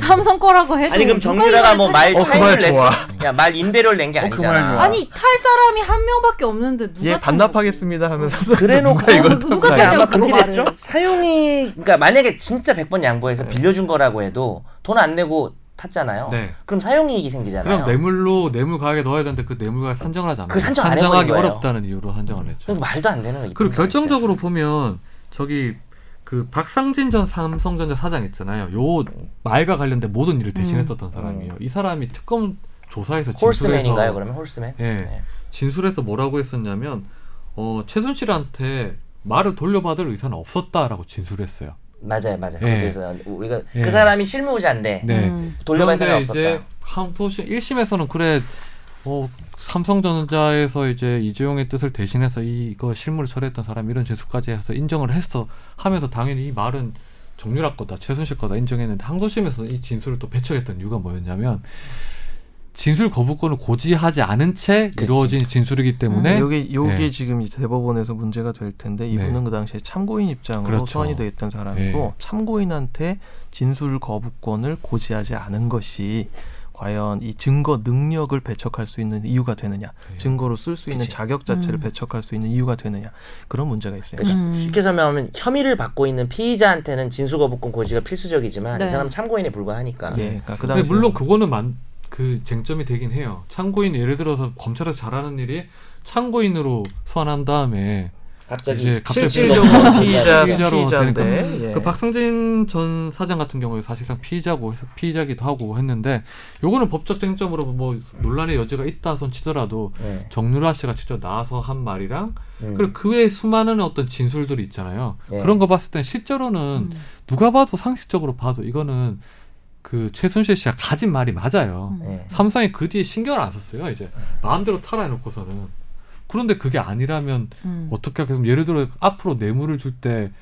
Speaker 3: 삼성 거라고 해도
Speaker 2: 아니 그럼
Speaker 3: 누가 이
Speaker 2: 정유라가
Speaker 3: 말을
Speaker 2: 뭐
Speaker 3: 타냐고.
Speaker 2: 말
Speaker 4: 어, 그
Speaker 2: 차이를
Speaker 4: 말
Speaker 2: 냈어.
Speaker 4: 좋아.
Speaker 2: 야말 임대료를 낸 게
Speaker 4: 어, 그 말
Speaker 2: 아니잖아.
Speaker 4: 좋아.
Speaker 3: 아니 탈 사람이 한 명밖에 없는데 누가
Speaker 4: 예,
Speaker 3: 탄 거지?
Speaker 4: 반납하겠습니다 하면서
Speaker 2: 그래놓고
Speaker 4: 누가 이걸
Speaker 3: 누가 누가
Speaker 2: 근데 아마
Speaker 3: 생각하고
Speaker 2: 그렇게
Speaker 3: 그런 말을
Speaker 2: 됐죠? 사용이 그러니까 만약에 진짜 100번 양보해서 빌려준 거라고 해도 돈 안 내고 탔잖아요.
Speaker 1: 네.
Speaker 2: 그럼 사용이익이 생기잖아요.
Speaker 1: 그럼 네 뇌물로 뇌물 가액에 넣어야 되는데 그 뇌물 가액 산정을 하지 않아요.
Speaker 2: 그 산정 안 해버린
Speaker 1: 산정하기
Speaker 2: 거예요.
Speaker 1: 어렵다는 이유로 산정을 했죠.
Speaker 2: 그건 말도 안 되는 거예요.
Speaker 1: 그리고 결정적으로
Speaker 2: 그렇죠.
Speaker 1: 보면 저기 그 박상진 전 삼성전자 사장 있잖아요. 요 말과 관련된 모든 일을 대신했었던 사람이에요. 이 사람이 특검 조사에서
Speaker 2: 음. 홀스맨인가요?
Speaker 1: 진술해서
Speaker 2: 그러면 네. 홀스맨?
Speaker 1: 예 진술에서 뭐라고 했었냐면 어 최순실한테 말을 돌려받을 의사는 없었다라고 진술했어요.
Speaker 2: 맞아요, 맞아요.
Speaker 1: 예.
Speaker 2: 그래서 우리가
Speaker 1: 예.
Speaker 2: 그 사람이 실무자인데
Speaker 1: 네.
Speaker 3: 음.
Speaker 2: 돌려받을 사람
Speaker 1: 그런데
Speaker 2: 없었다.
Speaker 1: 이제 항소심 1심에서는 그래 어 삼성전자에서 이제 이재용의 뜻을 대신해서 이- 이거 실무를 처리했던 사람 이런 재수까지 해서 인정을 했어 하면서 당연히 이 말은 정유라 거다 최순실 거다 인정했는데 항소심에서 이 진술을 또 배척했던 이유가 뭐였냐면 진술 거부권을 고지하지 않은 채 이루어진 진술이기 때문에
Speaker 4: 요게 요게
Speaker 1: 네.
Speaker 4: 지금 이 대법원에서 문제가 될 텐데 이분은
Speaker 1: 네.
Speaker 4: 그 당시에 참고인 입장으로
Speaker 1: 그렇죠.
Speaker 4: 소환이 돼 있던 사람이고
Speaker 1: 네.
Speaker 4: 참고인한테 진술 거부권을 고지하지 않은 것이 과연 이 증거 능력을 배척할 수 있는 이유가 되느냐
Speaker 1: 네.
Speaker 4: 증거로 쓸 수 있는 자격 자체를 배척할 수 있는 이유가 되느냐 그런 문제가 있어요.
Speaker 2: 음. 그러니까 쉽게 설명하면 혐의를 받고 있는 피의자한테는 진술거부권 고지가 필수적이지만
Speaker 3: 네.
Speaker 2: 이 사람 참고인에 불과하니까.
Speaker 4: 예, 그러니까 그
Speaker 1: 근데
Speaker 4: 당시
Speaker 1: 물론 그거는 만, 그 쟁점이 되긴 해요. 참고인 예를 들어서 검찰에서 잘하는 일이 참고인으로 소환한 다음에
Speaker 2: 갑자기
Speaker 1: 이제 갑자기
Speaker 4: 실질적으로 피의자
Speaker 1: 네, 피의자로
Speaker 4: 피의자인데 예.
Speaker 1: 그 박성진 전 사장 같은 경우에 사실상 피의자고 해서 피의자기도 하고 했는데 요거는 법적 쟁점으로 뭐 논란의 여지가 있다 손 치더라도
Speaker 2: 예.
Speaker 1: 정유라 씨가 직접 나와서 한 말이랑
Speaker 2: 음.
Speaker 1: 그리고 그 외에 수많은 어떤 진술들이 있잖아요.
Speaker 4: 예.
Speaker 2: 네.
Speaker 1: 그런 거 봤을 땐
Speaker 3: 음.
Speaker 1: 실제로는 누가 봐도 상식적으로 봐도 이거는 그 최순실 씨가 가진 말이 맞아요.
Speaker 3: 음.
Speaker 2: 예.
Speaker 1: 삼성이 그 뒤에 신경을 안 썼어요. 이제 마음대로 타라 해놓고서는. 그런데 그게 아니라면
Speaker 3: 음.
Speaker 1: 어떻게 하겠습니까? 예를 들어 앞으로 뇌물을 줄 때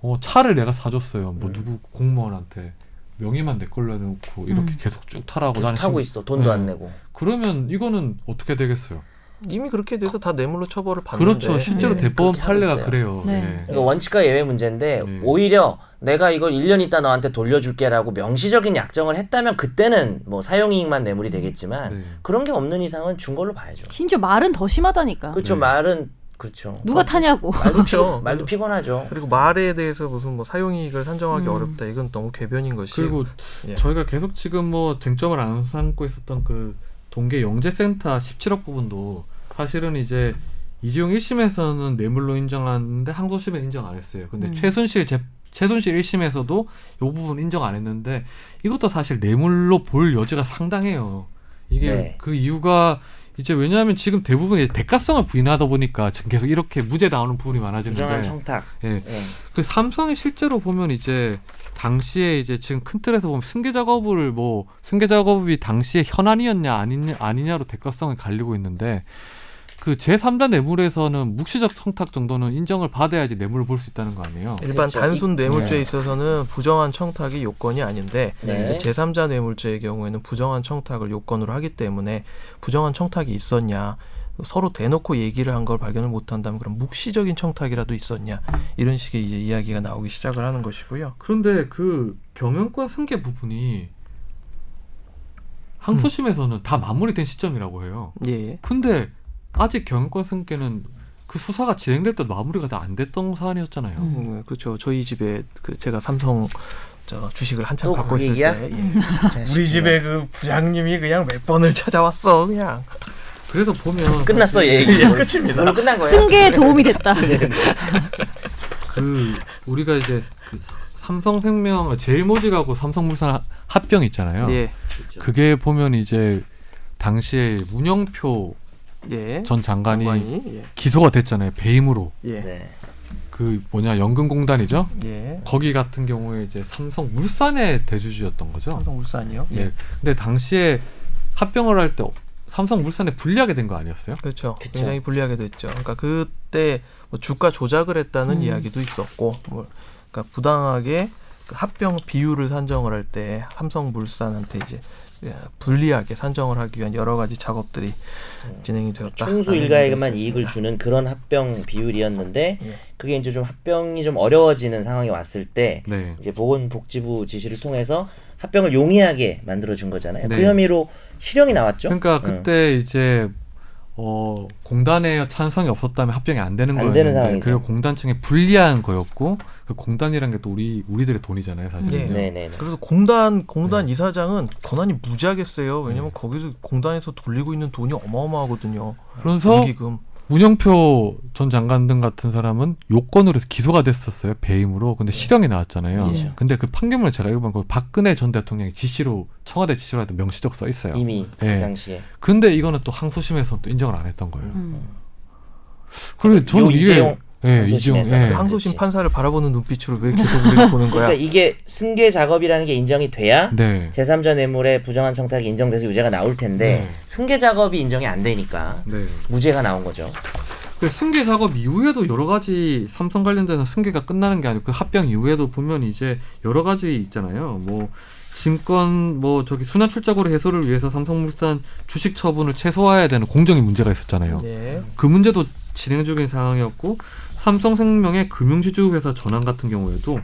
Speaker 1: 어, 차를 내가 사줬어요.
Speaker 2: 네.
Speaker 1: 뭐 누구 공무원한테 명의만 내 걸로 해놓고 이렇게
Speaker 3: 음.
Speaker 1: 계속 쭉 타라고
Speaker 2: 계속 타고
Speaker 1: 신-
Speaker 2: 있어. 돈도
Speaker 1: 네.
Speaker 2: 안 내고.
Speaker 1: 그러면 이거는 어떻게 되겠어요?
Speaker 4: 이미 그렇게 돼서 다 뇌물로 처벌을 받는데 예,
Speaker 1: 그렇죠. 실제로
Speaker 3: 네.
Speaker 1: 대법원
Speaker 2: 그렇게 하고
Speaker 1: 판례가
Speaker 2: 있어요.
Speaker 1: 그래요.
Speaker 3: 네.
Speaker 1: 예.
Speaker 2: 그러니까 원칙과 예외 문제인데
Speaker 1: 네.
Speaker 2: 오히려 내가 이걸 1년 있다 너한테 돌려줄게라고 명시적인 약정을 했다면 그때는 뭐 사용이익만 뇌물이 되겠지만
Speaker 1: 네.
Speaker 2: 그런 게 없는 이상은 준 걸로 봐야죠.
Speaker 3: 심지어 말은 더 심하다니까.
Speaker 2: 그렇죠.
Speaker 1: 네.
Speaker 2: 말은 그렇죠.
Speaker 3: 그렇죠. 누가 타냐고.
Speaker 4: 그렇죠.
Speaker 2: 말도 피곤하죠.
Speaker 4: 그리고 말에 대해서 무슨 뭐 사용이익을
Speaker 2: 음.
Speaker 4: 산정하기 어렵다. 이건 너무 궤변인 것이.
Speaker 1: 그리고
Speaker 4: 예.
Speaker 1: 저희가 계속 지금 뭐 쟁점을 안 삼고 있었던 그 동계 영재센터 17억 부분도 사실은 이제 이재용 1심에서는 뇌물로 인정하는데 항소심에 인정 안 했어요. 근데
Speaker 3: 음.
Speaker 1: 최순실 재, 최순실 1심에서도 요 부분 인정 안 했는데 이것도 사실 뇌물로 볼 여지가 상당해요. 이게
Speaker 2: 네.
Speaker 1: 그 이유가 이제 왜냐하면 지금 대부분 이제 대가성을 부인하다 보니까 지금 계속 이렇게 무죄 나오는 부분이 많아지는데
Speaker 2: 부정한 청탁.
Speaker 1: 예.
Speaker 2: 예.
Speaker 1: 그 삼성이 실제로 보면 이제 당시에 이제 지금 큰 틀에서 보면 승계 작업을 뭐 승계 작업이 당시에 현안이었냐 아니냐 아니냐로 대가성이 갈리고 있는데 그 제3자 뇌물에서는 묵시적 청탁 정도는 인정을 받아야지 뇌물을 볼 수 있다는 거 아니에요.
Speaker 4: 일반
Speaker 2: 그렇죠.
Speaker 4: 단순 뇌물죄에
Speaker 1: 네.
Speaker 4: 있어서는 부정한 청탁이 요건이 아닌데
Speaker 2: 네.
Speaker 4: 이제 제3자 뇌물죄의 경우에는 부정한 청탁을 요건으로 하기 때문에 부정한 청탁이 있었냐 서로 대놓고 얘기를 한 걸 발견을 못한다면 그럼 묵시적인 청탁이라도 있었냐 이런 식의 이제 이야기가 나오기 시작을 하는 것이고요.
Speaker 1: 그런데 그 경영권 승계 부분이 항소심에서는 다 마무리된 시점이라고 해요.
Speaker 4: 예, 예.
Speaker 1: 근데 아직 경영권 승계는 그 수사가 진행될 때 마무리가 다 안 됐던 사안이었잖아요.
Speaker 4: 음, 그렇죠. 저희 집에 그 제가 삼성 저 주식을 한참
Speaker 2: 또
Speaker 4: 갖고
Speaker 2: 그
Speaker 4: 있을
Speaker 2: 얘기야?
Speaker 4: 때 예.
Speaker 1: 아,
Speaker 4: 우리 집에 그 부장님이 그냥 몇 번을 찾아왔어 그냥
Speaker 1: 그래서 보면
Speaker 2: 끝났어 예. 얘기.
Speaker 4: 그냥 끝입니다.
Speaker 2: 물론 끝난 거예요.
Speaker 3: 승계에 도움이 됐다.
Speaker 1: 그 우리가 이제 그 삼성생명 제일모직하고 삼성물산 합병 있잖아요.
Speaker 4: 예,
Speaker 2: 그렇죠.
Speaker 1: 그게 보면 이제 당시에 문영표
Speaker 4: 예.
Speaker 1: 전 네? 장관이
Speaker 4: 관이, 예,
Speaker 1: 기소가 됐잖아요. 배임으로
Speaker 4: 예,
Speaker 2: 네.
Speaker 1: 그 뭐냐 연금공단이죠.
Speaker 4: 예.
Speaker 1: 거기 같은 경우에 이제 삼성물산의 대주주였던 거죠.
Speaker 4: 삼성 울산이요.
Speaker 1: 예. 근데 당시에 합병을 할 때 삼성물산에 불리하게 된 거 아니었어요?
Speaker 4: 그렇죠.
Speaker 2: 그쵸.
Speaker 4: 굉장히 불리하게 됐죠. 그러니까 그때 뭐 주가 조작을
Speaker 2: 음.
Speaker 4: 했다는 이야기도 있었고, 뭐 그러니까 부당하게 그 합병 비율을 산정을 할 때 삼성물산한테 이제 예, 불리하게 산정을 하기 위한 여러 가지 작업들이 진행이 되었다.
Speaker 2: 음.
Speaker 1: 아,
Speaker 2: 총수
Speaker 4: 라는
Speaker 2: 일가에게만
Speaker 1: 네,
Speaker 4: 얘기가
Speaker 2: 이익을
Speaker 4: 있습니다.
Speaker 2: 주는 그런 합병 비율이었는데
Speaker 4: 예.
Speaker 2: 그게 이제 좀 합병이 좀 어려워지는 상황이 왔을 때
Speaker 1: 네.
Speaker 2: 이제 보건복지부 지시를 통해서 합병을 용이하게 만들어 준 거잖아요.
Speaker 1: 네.
Speaker 2: 그 혐의로 실형이 나왔죠. 네.
Speaker 1: 그러니까
Speaker 2: 응.
Speaker 1: 그때 이제 어 공단의 찬성이 없었다면 합병이 안 되는
Speaker 2: 안
Speaker 1: 거였는데
Speaker 2: 되는 상황이죠.
Speaker 1: 그리고 공단 층에 불리한 거였고 그 공단이란 게 또 우리 우리들의 돈이잖아요 사실은.
Speaker 2: 네, 네, 네.
Speaker 4: 그래서 공단 공단 이사장은 권한이 무지하게 세요.
Speaker 2: 네.
Speaker 4: 왜냐면 거기서 공단에서 돌리고 있는 돈이 어마어마하거든요.
Speaker 1: 아, 그래서
Speaker 4: 기금
Speaker 1: 문영표 전 장관 등 같은 사람은 요건으로 해서 기소가 됐었어요 배임으로. 근데 실형이 나왔잖아요.
Speaker 2: 네. 그렇죠.
Speaker 1: 근데 그 판결문을 제가 읽어본 거 박근혜 전 대통령이 지시로 청와대 지시로 할 때 명시적 써 있어요.
Speaker 2: 이미
Speaker 1: 예.
Speaker 2: 그 당시에
Speaker 1: 근데 이거는 또 항소심에서 또 인정을 안 했던 거예요. 그리고 저는
Speaker 2: 음. 요
Speaker 1: 이게
Speaker 2: 이재용
Speaker 1: 예, 이재용
Speaker 2: 항소심에서
Speaker 1: 예.
Speaker 2: 그
Speaker 4: 항소심
Speaker 2: 그렇지.
Speaker 4: 판사를 바라보는 눈빛으로 왜 계속 우리를 보는 거야?
Speaker 2: 그러니까 이게 승계 작업이라는 게 인정이 돼야
Speaker 1: 네.
Speaker 2: 제3자 뇌물의 부정한 청탁이 인정돼서 유죄가 나올 텐데
Speaker 1: 네.
Speaker 2: 승계 작업이 인정이 안 되니까
Speaker 1: 네.
Speaker 2: 무죄가 나온 거죠.
Speaker 1: 그 승계 작업 이후에도 여러 가지 삼성 관련돼서 승계가 끝나는 게 아니고 그 합병 이후에도 보면 이제 여러 가지 있잖아요. 뭐 증권 뭐 저기 순환 출자고를 해소를 위해서 삼성물산 주식 처분을 최소화해야 되는 공정의 문제가
Speaker 2: 그러니까
Speaker 1: 있었잖아요.
Speaker 2: 네.
Speaker 4: 예.
Speaker 1: 그 문제도 진행 중인 상황이었고 삼성생명의 금융지주회사 전환 같은 경우에도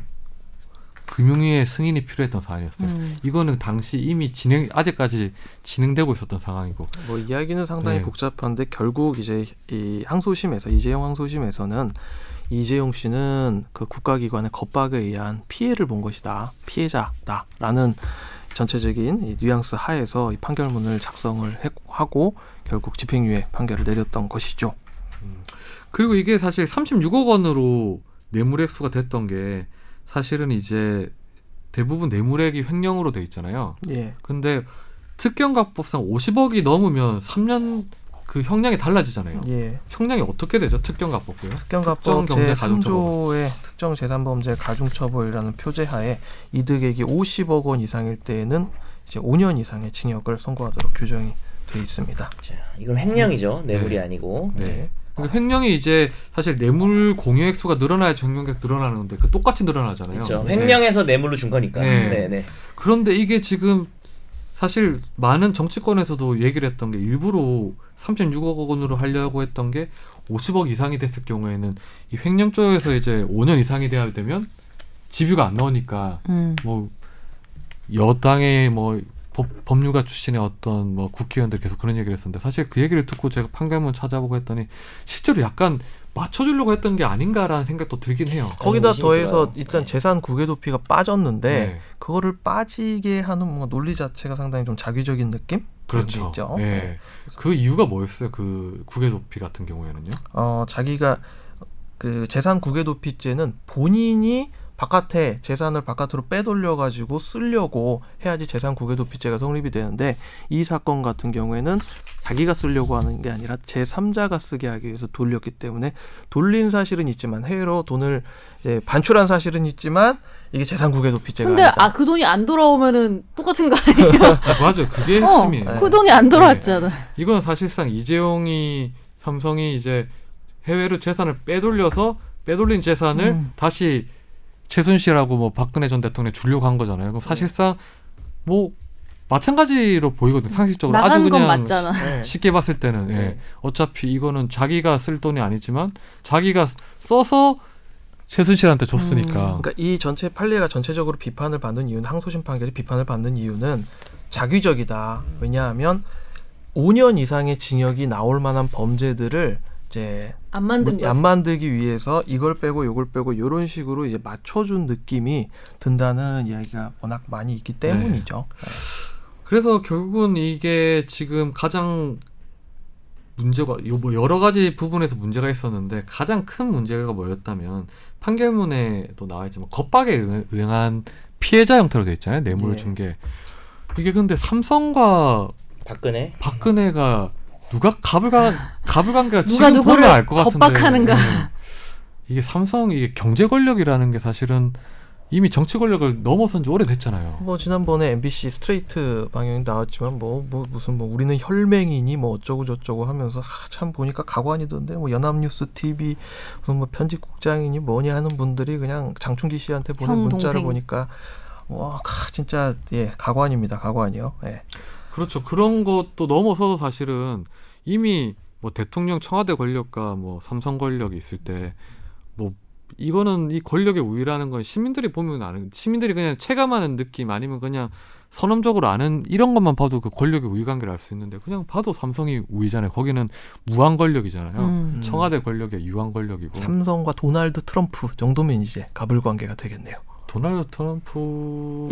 Speaker 1: 금융위의 승인이 필요했던 사안이었어요.
Speaker 3: 음.
Speaker 1: 이거는 당시 이미 진행 아직까지 진행되고 있었던 상황이고
Speaker 4: 뭐 이야기는 상당히
Speaker 1: 네.
Speaker 4: 복잡한데 결국 이제 이 항소심에서 이재용 항소심에서는 이재용 씨는 그 국가기관의 겁박에 의한 피해를 본 것이다 피해자다라는 전체적인 이 뉘앙스 하에서 이 판결문을 작성을 했- 하고 결국 집행유예 판결을 내렸던 것이죠.
Speaker 1: 그리고 이게 사실 36억 원으로 뇌물액수가 됐던 게 사실은 이제 대부분 뇌물액이 횡령으로 돼 있잖아요.
Speaker 4: 예.
Speaker 1: 근데 특경가법상 50억이 넘으면 3년 그 형량이 달라지잖아요.
Speaker 4: 예.
Speaker 1: 형량이 어떻게 되죠? 특경가법고요. 특정
Speaker 4: 특경가법
Speaker 1: 경제 가중처벌.
Speaker 4: 제3조의 특정 재산범죄 가중처벌이라는 표제하에 이득액이 50억 원 이상일 때에는 이제 5년 이상의 징역을 선고하도록 규정이 돼 있습니다.
Speaker 2: 자, 이건 횡령이죠. 뇌물이
Speaker 1: 네.
Speaker 2: 아니고.
Speaker 1: 네. 그 횡령이 이제 사실 뇌물 공여액수가 늘어나야지 횡령액 늘어나는데 그 똑같이 늘어나잖아요.
Speaker 2: 그렇죠.
Speaker 1: 네.
Speaker 2: 횡령해서 뇌물로 준 거니까.
Speaker 1: 네.
Speaker 2: 네, 네.
Speaker 1: 그런데 이게 지금 사실 많은 정치권에서도 얘기를 했던 게 일부러 3.6억 원으로 하려고 했던 게 50억 이상이 됐을 경우에는 이 횡령죄에서 이제 5년 이상이 돼야 되면 집유가 안 나오니까
Speaker 3: 음.
Speaker 1: 뭐 여당의 뭐 법, 법률가 출신의 어떤 뭐 국회의원들 계속 그런 얘기를 했었는데 사실 그 얘기를 듣고 제가 판결문 찾아보고 했더니 실제로 약간 맞춰주려고 했던 게 아닌가라는 생각도 들긴 해요.
Speaker 4: 거기다
Speaker 2: 의심이
Speaker 4: 더해서
Speaker 2: 들어요. 네.
Speaker 4: 일단 재산 구개 도피가 빠졌는데
Speaker 1: 네.
Speaker 4: 그거를 빠지게 하는 뭔가 논리 자체가 상당히 좀 자기적인 느낌 그런 게
Speaker 1: 그렇죠.
Speaker 4: 있죠.
Speaker 2: 네.
Speaker 4: 네.
Speaker 1: 예. 그 이유가 뭐였어요? 그 국외 도피 같은
Speaker 4: <laughs>
Speaker 1: 경우에는요.
Speaker 4: 어, 자기가 그 재산 국외 도피죄는 본인이 바깥에 재산을 바깥으로 빼돌려 가지고 쓰려고 해야지 재산 국외 도피죄가 성립이 되는데 이 사건 같은 경우에는 자기가 쓰려고 하는 게 아니라 제3자가 쓰게 하기 위해서 돌렸기 때문에 돌린 사실은 있지만 해외로 돈을 이제 반출한 사실은 있지만 이게 재산 국외 도피죄가
Speaker 3: 근데
Speaker 4: 아니다.
Speaker 3: 아 그 돈이 안 돌아오면은 똑같은 거 아니에요?
Speaker 1: 맞아요. 그게
Speaker 3: 어,
Speaker 1: 핵심이에요.
Speaker 4: 네.
Speaker 1: 네.
Speaker 3: 그 돈이 안 돌아왔잖아.
Speaker 1: 이건 사실상 이재용이 삼성이 이제 해외로 재산을 빼돌려서 빼돌린 재산을
Speaker 4: 음.
Speaker 1: 다시 최순실하고 뭐 박근혜 전 대통령에 주려고 한 거잖아요.
Speaker 4: 네.
Speaker 1: 그럼 사실상 뭐 마찬가지로 보이거든요. 상식적으로 아주
Speaker 3: 나간 건
Speaker 1: 그냥
Speaker 3: 맞잖아.
Speaker 4: 네.
Speaker 1: 쉽게 봤을 때는 예.
Speaker 4: 네.
Speaker 1: 어차피 이거는 자기가 쓸 돈이 아니지만 자기가 써서 최순실한테 줬으니까
Speaker 4: 그러니까 이 전체 판례가 전체적으로 비판을 받는 이유는 항소심 판결이 비판을 받는 이유는 자규적이다. 왜냐하면 5년 이상의 징역이 나올 만한 범죄들을 이제
Speaker 3: 안 만든 거지.
Speaker 4: 뭐, 안 만들기 위해서 이걸 빼고 요걸 빼고 요런 식으로 이제 맞춰준 느낌이 든다는 이야기가 워낙 많이 있기 때문이죠.
Speaker 1: 그래서 결국은 이게 지금 가장 문제가 요- 뭐 여러 가지 부분에서 문제가 있었는데 가장 큰 문제가 뭐였다면 판결문에도 나와 있지만 겁박에 응- 응한 피해자 형태로 돼 있잖아요 뇌물
Speaker 3: 네.
Speaker 2: 예.
Speaker 1: 중개 이게 근데 삼성과
Speaker 2: 박근혜
Speaker 1: 박근혜가 누가 가불관 가불관계가
Speaker 3: <laughs> 누가
Speaker 1: 지금
Speaker 3: 누구를
Speaker 1: 보면 알것 같은데
Speaker 3: 겁박하는가.
Speaker 1: 음. 이게 삼성 이게 경제 권력이라는 게 사실은 이미 정치 권력을 넘어선 지 오래됐잖아요.
Speaker 4: 뭐 지난번에 MBC 스트레이트 방영이 나왔지만 뭐, 뭐 무슨 뭐 우리는 혈맹이니 뭐 어쩌고 저쩌고 하면서 아, 참 보니까 가관이던데 뭐 연합뉴스 TV 무슨 뭐 편집국장이니 뭐니 하는 분들이 그냥 장충기 씨한테 보낸
Speaker 3: 형
Speaker 4: 문자를
Speaker 3: 동생.
Speaker 4: 보니까 와 아, 진짜 예 가관입니다 가관이요 예
Speaker 1: 그렇죠. 그런 것도 넘어서서 사실은 이미 뭐 대통령 청와대 권력과 뭐 삼성 권력이 있을 때 뭐 이거는 이 권력의 우위라는 건 시민들이 보면 아는 시민들이 그냥 체감하는 느낌 아니면 그냥 선언적으로 아는 이런 것만 봐도 그 권력의 우위 관계를 알 수 있는데 그냥 봐도 삼성이 우위잖아요. 거기는 무한 권력이잖아요.
Speaker 3: 음.
Speaker 1: 청와대 권력의 유한 권력이고
Speaker 4: 삼성과 도널드 트럼프 정도면 이제 가불 관계가 되겠네요
Speaker 1: 도널드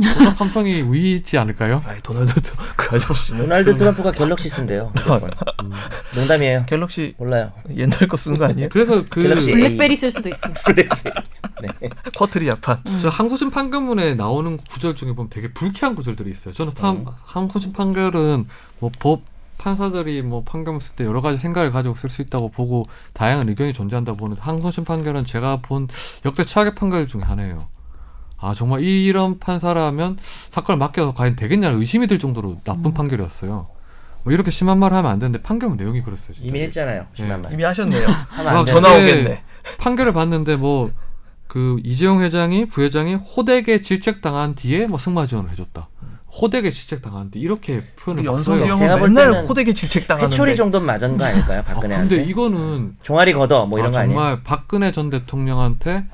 Speaker 1: 트럼프보다 삼성이 우위지 않을까요?
Speaker 4: 아이 도널드 트럼프 <laughs> 그 아저씨는
Speaker 2: 도널드 트럼프가 갤럭시
Speaker 1: <laughs>
Speaker 2: 쓴대요. 무조건.
Speaker 1: 네.
Speaker 2: 농담이에요.
Speaker 4: 갤럭시
Speaker 2: 몰라요. <laughs>
Speaker 4: 옛날 거 쓴 거 아니에요
Speaker 1: <laughs> 그래서 그
Speaker 2: 갤럭시
Speaker 3: 블랙베리 쓸 수도 있어.
Speaker 2: 예. 네.
Speaker 4: <laughs> 커트리 야판
Speaker 3: 음.
Speaker 1: 저 항소심 판결문에 나오는 구절 중에 보면 되게 불쾌한 구절들이 있어요. 저는 참 항소심 판결은 뭐 법 판사들이 뭐 판결문 쓸 때 여러 가지 생각을 가지고 쓸 수 있다고 보고 다양한 의견이 존재한다 보는데 항소심 판결은 제가 본 역대 최악의 판결 중에 하나예요. 아 정말 이런 판사라면 사건을 맡겨서 과연 되겠냐 의심이 들 정도로 나쁜
Speaker 2: 음.
Speaker 1: 판결이었어요. 뭐 이렇게 심한 말을 하면 안 되는데 판결문 내용이 그랬어요. 진짜.
Speaker 2: 이미 했잖아요. 심한 말.
Speaker 4: 이미 하셨네요
Speaker 2: 하면
Speaker 1: 음. 아,
Speaker 2: 안
Speaker 1: 저는-
Speaker 2: 되는
Speaker 4: 전화 오겠네
Speaker 1: 판결을 봤는데 뭐 그 이재용 회장이 부회장이 호되게 질책당한 뒤에 뭐 승마 지원을 해줬다. 호되게 질책당한 뒤 이렇게 표현을
Speaker 4: 그
Speaker 2: 그
Speaker 1: 봤어요.
Speaker 4: 연석이
Speaker 2: 형.
Speaker 4: 형은
Speaker 2: 제가 볼
Speaker 4: 맨날
Speaker 2: 때는
Speaker 4: 호되게 질책당하는데
Speaker 2: 해초리 정도는 맞은 거 아닐까요,
Speaker 1: 아,
Speaker 2: 박근혜한테?
Speaker 1: 근데 이거는
Speaker 2: 종아리 걷어 뭐 이런
Speaker 1: 아,
Speaker 2: 거 아니에요?
Speaker 1: 정말 박근혜 전 대통령한테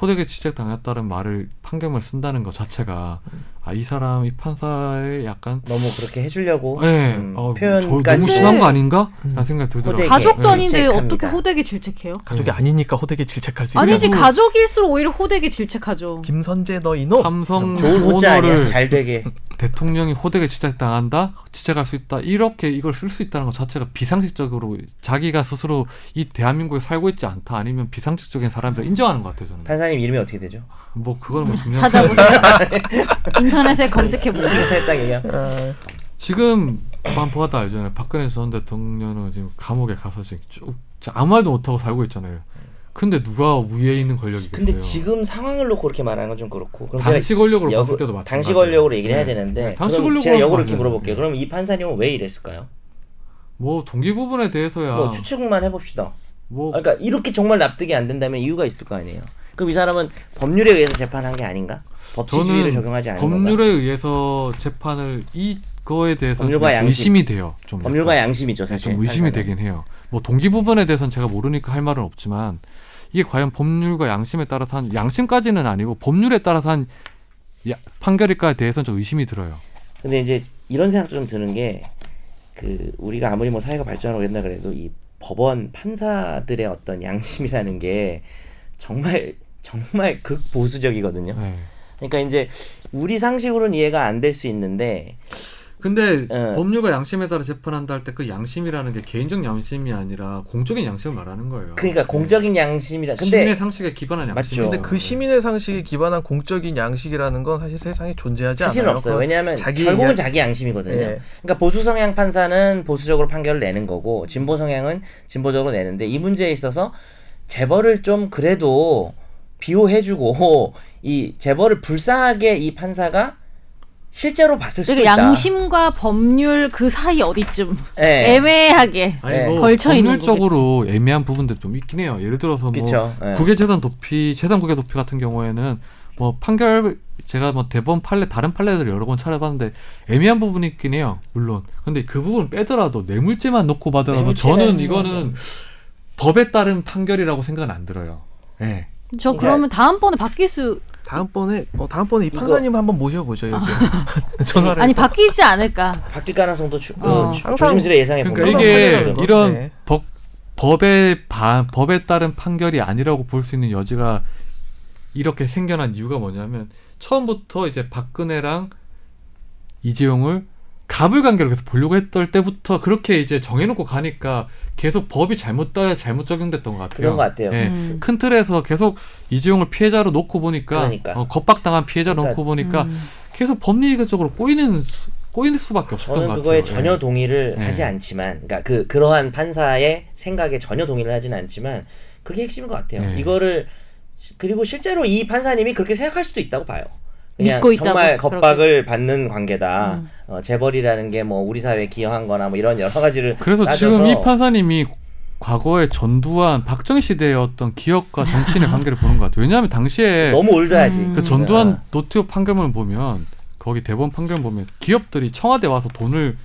Speaker 1: 호되게 질책당했다는 말을 판결을 쓴다는 것 자체가 아 이 사람 이 판사의 약간
Speaker 2: 너무 그렇게 해주려고
Speaker 1: 예,
Speaker 2: 음,
Speaker 1: 어, 저
Speaker 2: 표현까지 음.
Speaker 1: 너무 심한 거 아닌가? 라는 생각이 들더라고요.
Speaker 2: 호되게.
Speaker 3: 가족도
Speaker 1: 예.
Speaker 3: 아닌데
Speaker 2: 질책합니다.
Speaker 3: 어떻게 호되게 질책해요?
Speaker 1: 음.
Speaker 4: 가족이 아니니까 호되게 질책할 수 있는
Speaker 3: 아니지 가족일수록 오히려 호되게 질책하죠.
Speaker 4: 김선재 너 이놈
Speaker 1: 삼성
Speaker 2: 좋은 호자 아니야?
Speaker 1: 오너를
Speaker 2: 잘 되게
Speaker 1: 대통령이 호되게 지적당한다, 지적할 수 있다, 이렇게 이걸 쓸 수 있다는 것 자체가 비상식적으로 자기가 스스로 이 대한민국에 살고 있지 않다, 아니면 비상식적인 사람이라 인정하는 것 같아요, 저는.
Speaker 2: 판사님 이름이 어떻게 되죠?
Speaker 1: 뭐, 그건 뭐 중요한 거
Speaker 3: 찾아보세요. <laughs> 인터넷에 검색해
Speaker 2: <laughs>
Speaker 3: 보세요.
Speaker 2: 네, 딱 얘기야.
Speaker 1: 네, 지금, 만 보다 알잖아요. 박근혜 전 대통령은 지금 감옥에 가서 지금 쭉, 자, 아무 말도 못하고 살고 있잖아요. 근데 누가 위에 있는 권력이겠어요?
Speaker 2: 근데 지금 상황을 놓고 그렇게 말하는 건 좀 그렇고. 그럼
Speaker 1: 당시
Speaker 2: 제가
Speaker 1: 권력으로
Speaker 2: 여구-
Speaker 1: 봤을 때도 마찬가지.
Speaker 2: 당시 권력으로 얘기를 해야 되는데.
Speaker 1: 당시
Speaker 2: 그럼
Speaker 1: 권력으로
Speaker 2: 제가 역으로 이렇게
Speaker 1: 봤는데. 네.
Speaker 2: 물어볼게요. 그럼 이 판사님은 왜 이랬을까요?
Speaker 1: 뭐, 동기 부분에 대해서야.
Speaker 2: 뭐 추측만 해봅시다.
Speaker 1: 아. 뭐,
Speaker 2: 그러니까 이렇게 정말 납득이 안 된다면 이유가 있을 거 아니에요. 그럼 이 사람은 법률에 의해서 재판한 게 아닌가? 법치주의를 적용하지 않은
Speaker 1: 법률에
Speaker 2: 건가?
Speaker 1: 의해서 재판을 이 그거에 대해서
Speaker 2: 법률과 양심.
Speaker 1: 의심이 돼요. 좀
Speaker 2: 법률과
Speaker 1: 약간.
Speaker 2: 양심이죠 사실.
Speaker 1: 좀 의심이
Speaker 2: 판사는.
Speaker 1: 되긴 해요. 뭐 동기 부분에 대해서는 제가 모르니까 할 말은 없지만 이게 과연 법률과 양심에 따라서 한 양심까지는 아니고 법률에 따라서 한 야- 판결일까에 대해서는 좀 의심이 들어요.
Speaker 2: 근데 이제 이런 생각도 좀 드는 게 그 우리가 아무리 뭐 사회가 발전하고 옛날 그래도 이 법원 판사들의 어떤 양심이라는 게 정말 정말 극보수적이거든요.
Speaker 1: 네.
Speaker 2: 그러니까 이제 우리 상식으로는 이해가 안 될 수 있는데
Speaker 1: 근데
Speaker 2: 네.
Speaker 1: 법률과 양심에 따라 재판한다 할 때 그 양심이라는 게 개인적 양심이 아니라 공적인 양심을 말하는 거예요.
Speaker 2: 그러니까 공적인 양심이라 근데
Speaker 1: 시민의 상식에 기반한
Speaker 2: 맞죠.
Speaker 1: 양심인데
Speaker 4: 근데 그 시민의 상식에 기반한 공적인 양식이라는 건 사실 세상에 존재하지
Speaker 2: 사실은
Speaker 4: 않아요.
Speaker 2: 없어요.
Speaker 4: 그건
Speaker 2: 왜냐하면
Speaker 4: 자기
Speaker 2: 결국은
Speaker 4: 이야-
Speaker 2: 자기 양심이거든요.
Speaker 4: 예.
Speaker 2: 그러니까 보수 성향 판사는 보수적으로 판결을 내는 거고 진보 성향은 진보적으로 내는데 이 문제에 있어서 재벌을 좀 그래도 비호해주고 <laughs> 이 재벌을 불쌍하게 이 판사가 실제로 봤을 수도
Speaker 3: 그러니까
Speaker 2: 있다.
Speaker 3: 양심과 법률 그 사이 어디쯤
Speaker 2: 예.
Speaker 3: 애매하게
Speaker 1: 아니
Speaker 2: 네.
Speaker 1: 뭐
Speaker 3: 걸쳐 있는
Speaker 1: 법률적으로 애매한 부분들이 좀 있긴 해요. 예를 들어서 뭐
Speaker 2: 그쵸. 예.
Speaker 1: 국외재산 도피, 재산 국외 도피 같은 경우에는 뭐 판결 제가 뭐 대법원 판례 다른 판례들 여러 번 찾아봤는데 애매한 부분이 있긴 해요. 물론. 근데 그 부분 빼더라도 뇌물죄만 놓고 받더라도
Speaker 2: 뇌물죄는
Speaker 1: 저는
Speaker 2: 뭐-
Speaker 1: 이거는 법에 따른 판결이라고 생각은 안 들어요. 예.
Speaker 3: 저 그러면 다음번에 바뀔 수
Speaker 4: 다음번에 어, 다음번에 이 판사님 한번 모셔보죠
Speaker 2: <laughs>
Speaker 4: 여기 전화를
Speaker 3: 아니
Speaker 4: 해서.
Speaker 3: 바뀌지 않을까?
Speaker 2: 바뀔 가능성도 추,
Speaker 3: 어.
Speaker 2: 어. 조- 조심스레 예상해 보는
Speaker 1: 그러니까
Speaker 4: 판례라는
Speaker 1: 이게
Speaker 4: 거.
Speaker 1: 이런
Speaker 4: 네.
Speaker 1: 법 법에 바, 법에 따른 판결이 아니라고 볼 수 있는 여지가 이렇게 생겨난 이유가 뭐냐면 처음부터 이제 박근혜랑 이재용을 가불관계로 계속 보려고 했던 때부터 그렇게 이제 정해놓고 가니까 계속 법이 잘못 따 잘못 적용됐던 것 같아요.
Speaker 2: 그런 것 같아요.
Speaker 1: 예.
Speaker 3: 음.
Speaker 1: 큰 틀에서 계속 이재용을 피해자로 놓고 보니까
Speaker 2: 그러니까.
Speaker 1: 어, 겁박당한 피해자로
Speaker 2: 그러니까.
Speaker 1: 놓고 보니까
Speaker 3: 음.
Speaker 1: 계속 법리적으로 꼬이는 수- 꼬이는 수밖에 없었던
Speaker 2: 저는
Speaker 1: 것
Speaker 2: 그거에
Speaker 1: 같아요.
Speaker 2: 전혀
Speaker 1: 예.
Speaker 2: 동의를
Speaker 1: 예.
Speaker 2: 하지 않지만, 그러니까 그 그러한 판사의 생각에 전혀 동의를 하진 않지만 그게 핵심인 것 같아요.
Speaker 1: 예.
Speaker 2: 이거를 시- 그리고 실제로 이 판사님이 그렇게 생각할 수도 있다고 봐요. 그냥
Speaker 3: 믿고 있다고?
Speaker 2: 정말
Speaker 3: 그렇게.
Speaker 2: 겁박을 받는 관계다.
Speaker 3: 음.
Speaker 2: 어, 재벌이라는 게 뭐 우리 사회에 기여한거나 뭐 이런 여러 가지를
Speaker 1: 그래서
Speaker 2: 따져서
Speaker 1: 지금 이 판사님이 과거에 전두환, 박정희 시대의 어떤 기억과
Speaker 4: <laughs>
Speaker 1: 정치인의 관계를 보는 것 같아요. 왜냐하면 당시에
Speaker 2: 너무 올드하지.
Speaker 4: 음,
Speaker 2: 어.
Speaker 1: 그
Speaker 4: 네.
Speaker 1: 전두환 노태우 판결문을 보면 거기 대법원 판결문 보면 기업들이 청와대 와서 돈을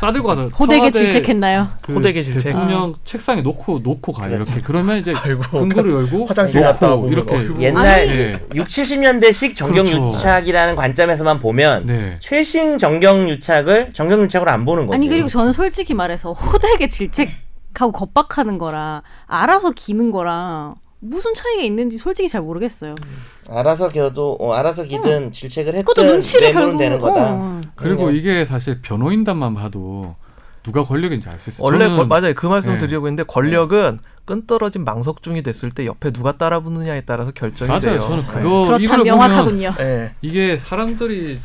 Speaker 1: 싸들고 가서
Speaker 3: <laughs> 호되게
Speaker 1: 청와대
Speaker 3: 질책했나요?
Speaker 1: 그
Speaker 4: 호되게 질책. 그렇죠.
Speaker 1: 대통령 책상에 놓고 놓고 가요. 이렇게 그러면 이제
Speaker 4: <laughs> 아이고. 그
Speaker 1: 금고를 열고
Speaker 4: 화장실
Speaker 1: 놓고
Speaker 4: 갔다 오고 뭐
Speaker 1: 이렇게
Speaker 4: 그러고.
Speaker 2: 옛날
Speaker 1: 아니. 예.
Speaker 2: 6, 70년대식 정경
Speaker 1: 그렇죠.
Speaker 2: 유착이라는 관점에서만 보면
Speaker 1: 네.
Speaker 2: 최신 정경 유착을 정경 유착으로 안 보는 거지.
Speaker 3: 아니 그리고 저는 솔직히 말해서 호되게 질책하고 겁박하는 거랑 알아서 기는 거랑 무슨 차이가 있는지 솔직히 잘 모르겠어요.
Speaker 2: 알아서 기어도 어, 알아서 기든 질책을 했든
Speaker 3: 그것도 눈치를
Speaker 2: 내보는
Speaker 3: 결국
Speaker 2: 되는 거다. 네.
Speaker 3: 어.
Speaker 1: 그리고
Speaker 2: 왜냐면-
Speaker 1: 이게 사실 변호인단만 봐도 누가 권력인지 알 수 있어요.
Speaker 4: 원래
Speaker 1: 저는
Speaker 4: 거- 맞아요 그 말씀
Speaker 1: 예.
Speaker 4: 드리려고 했는데 권력은 끈떨어진 망석중이 됐을 때 옆에 누가 따라 붙느냐에 따라서 결정이
Speaker 1: 맞아요.
Speaker 4: 돼요.
Speaker 1: 저는
Speaker 4: 예.
Speaker 1: 그거 이걸
Speaker 3: 그렇다면
Speaker 1: 보면
Speaker 3: 명확하군요.
Speaker 4: 예.
Speaker 1: 이게 사람들이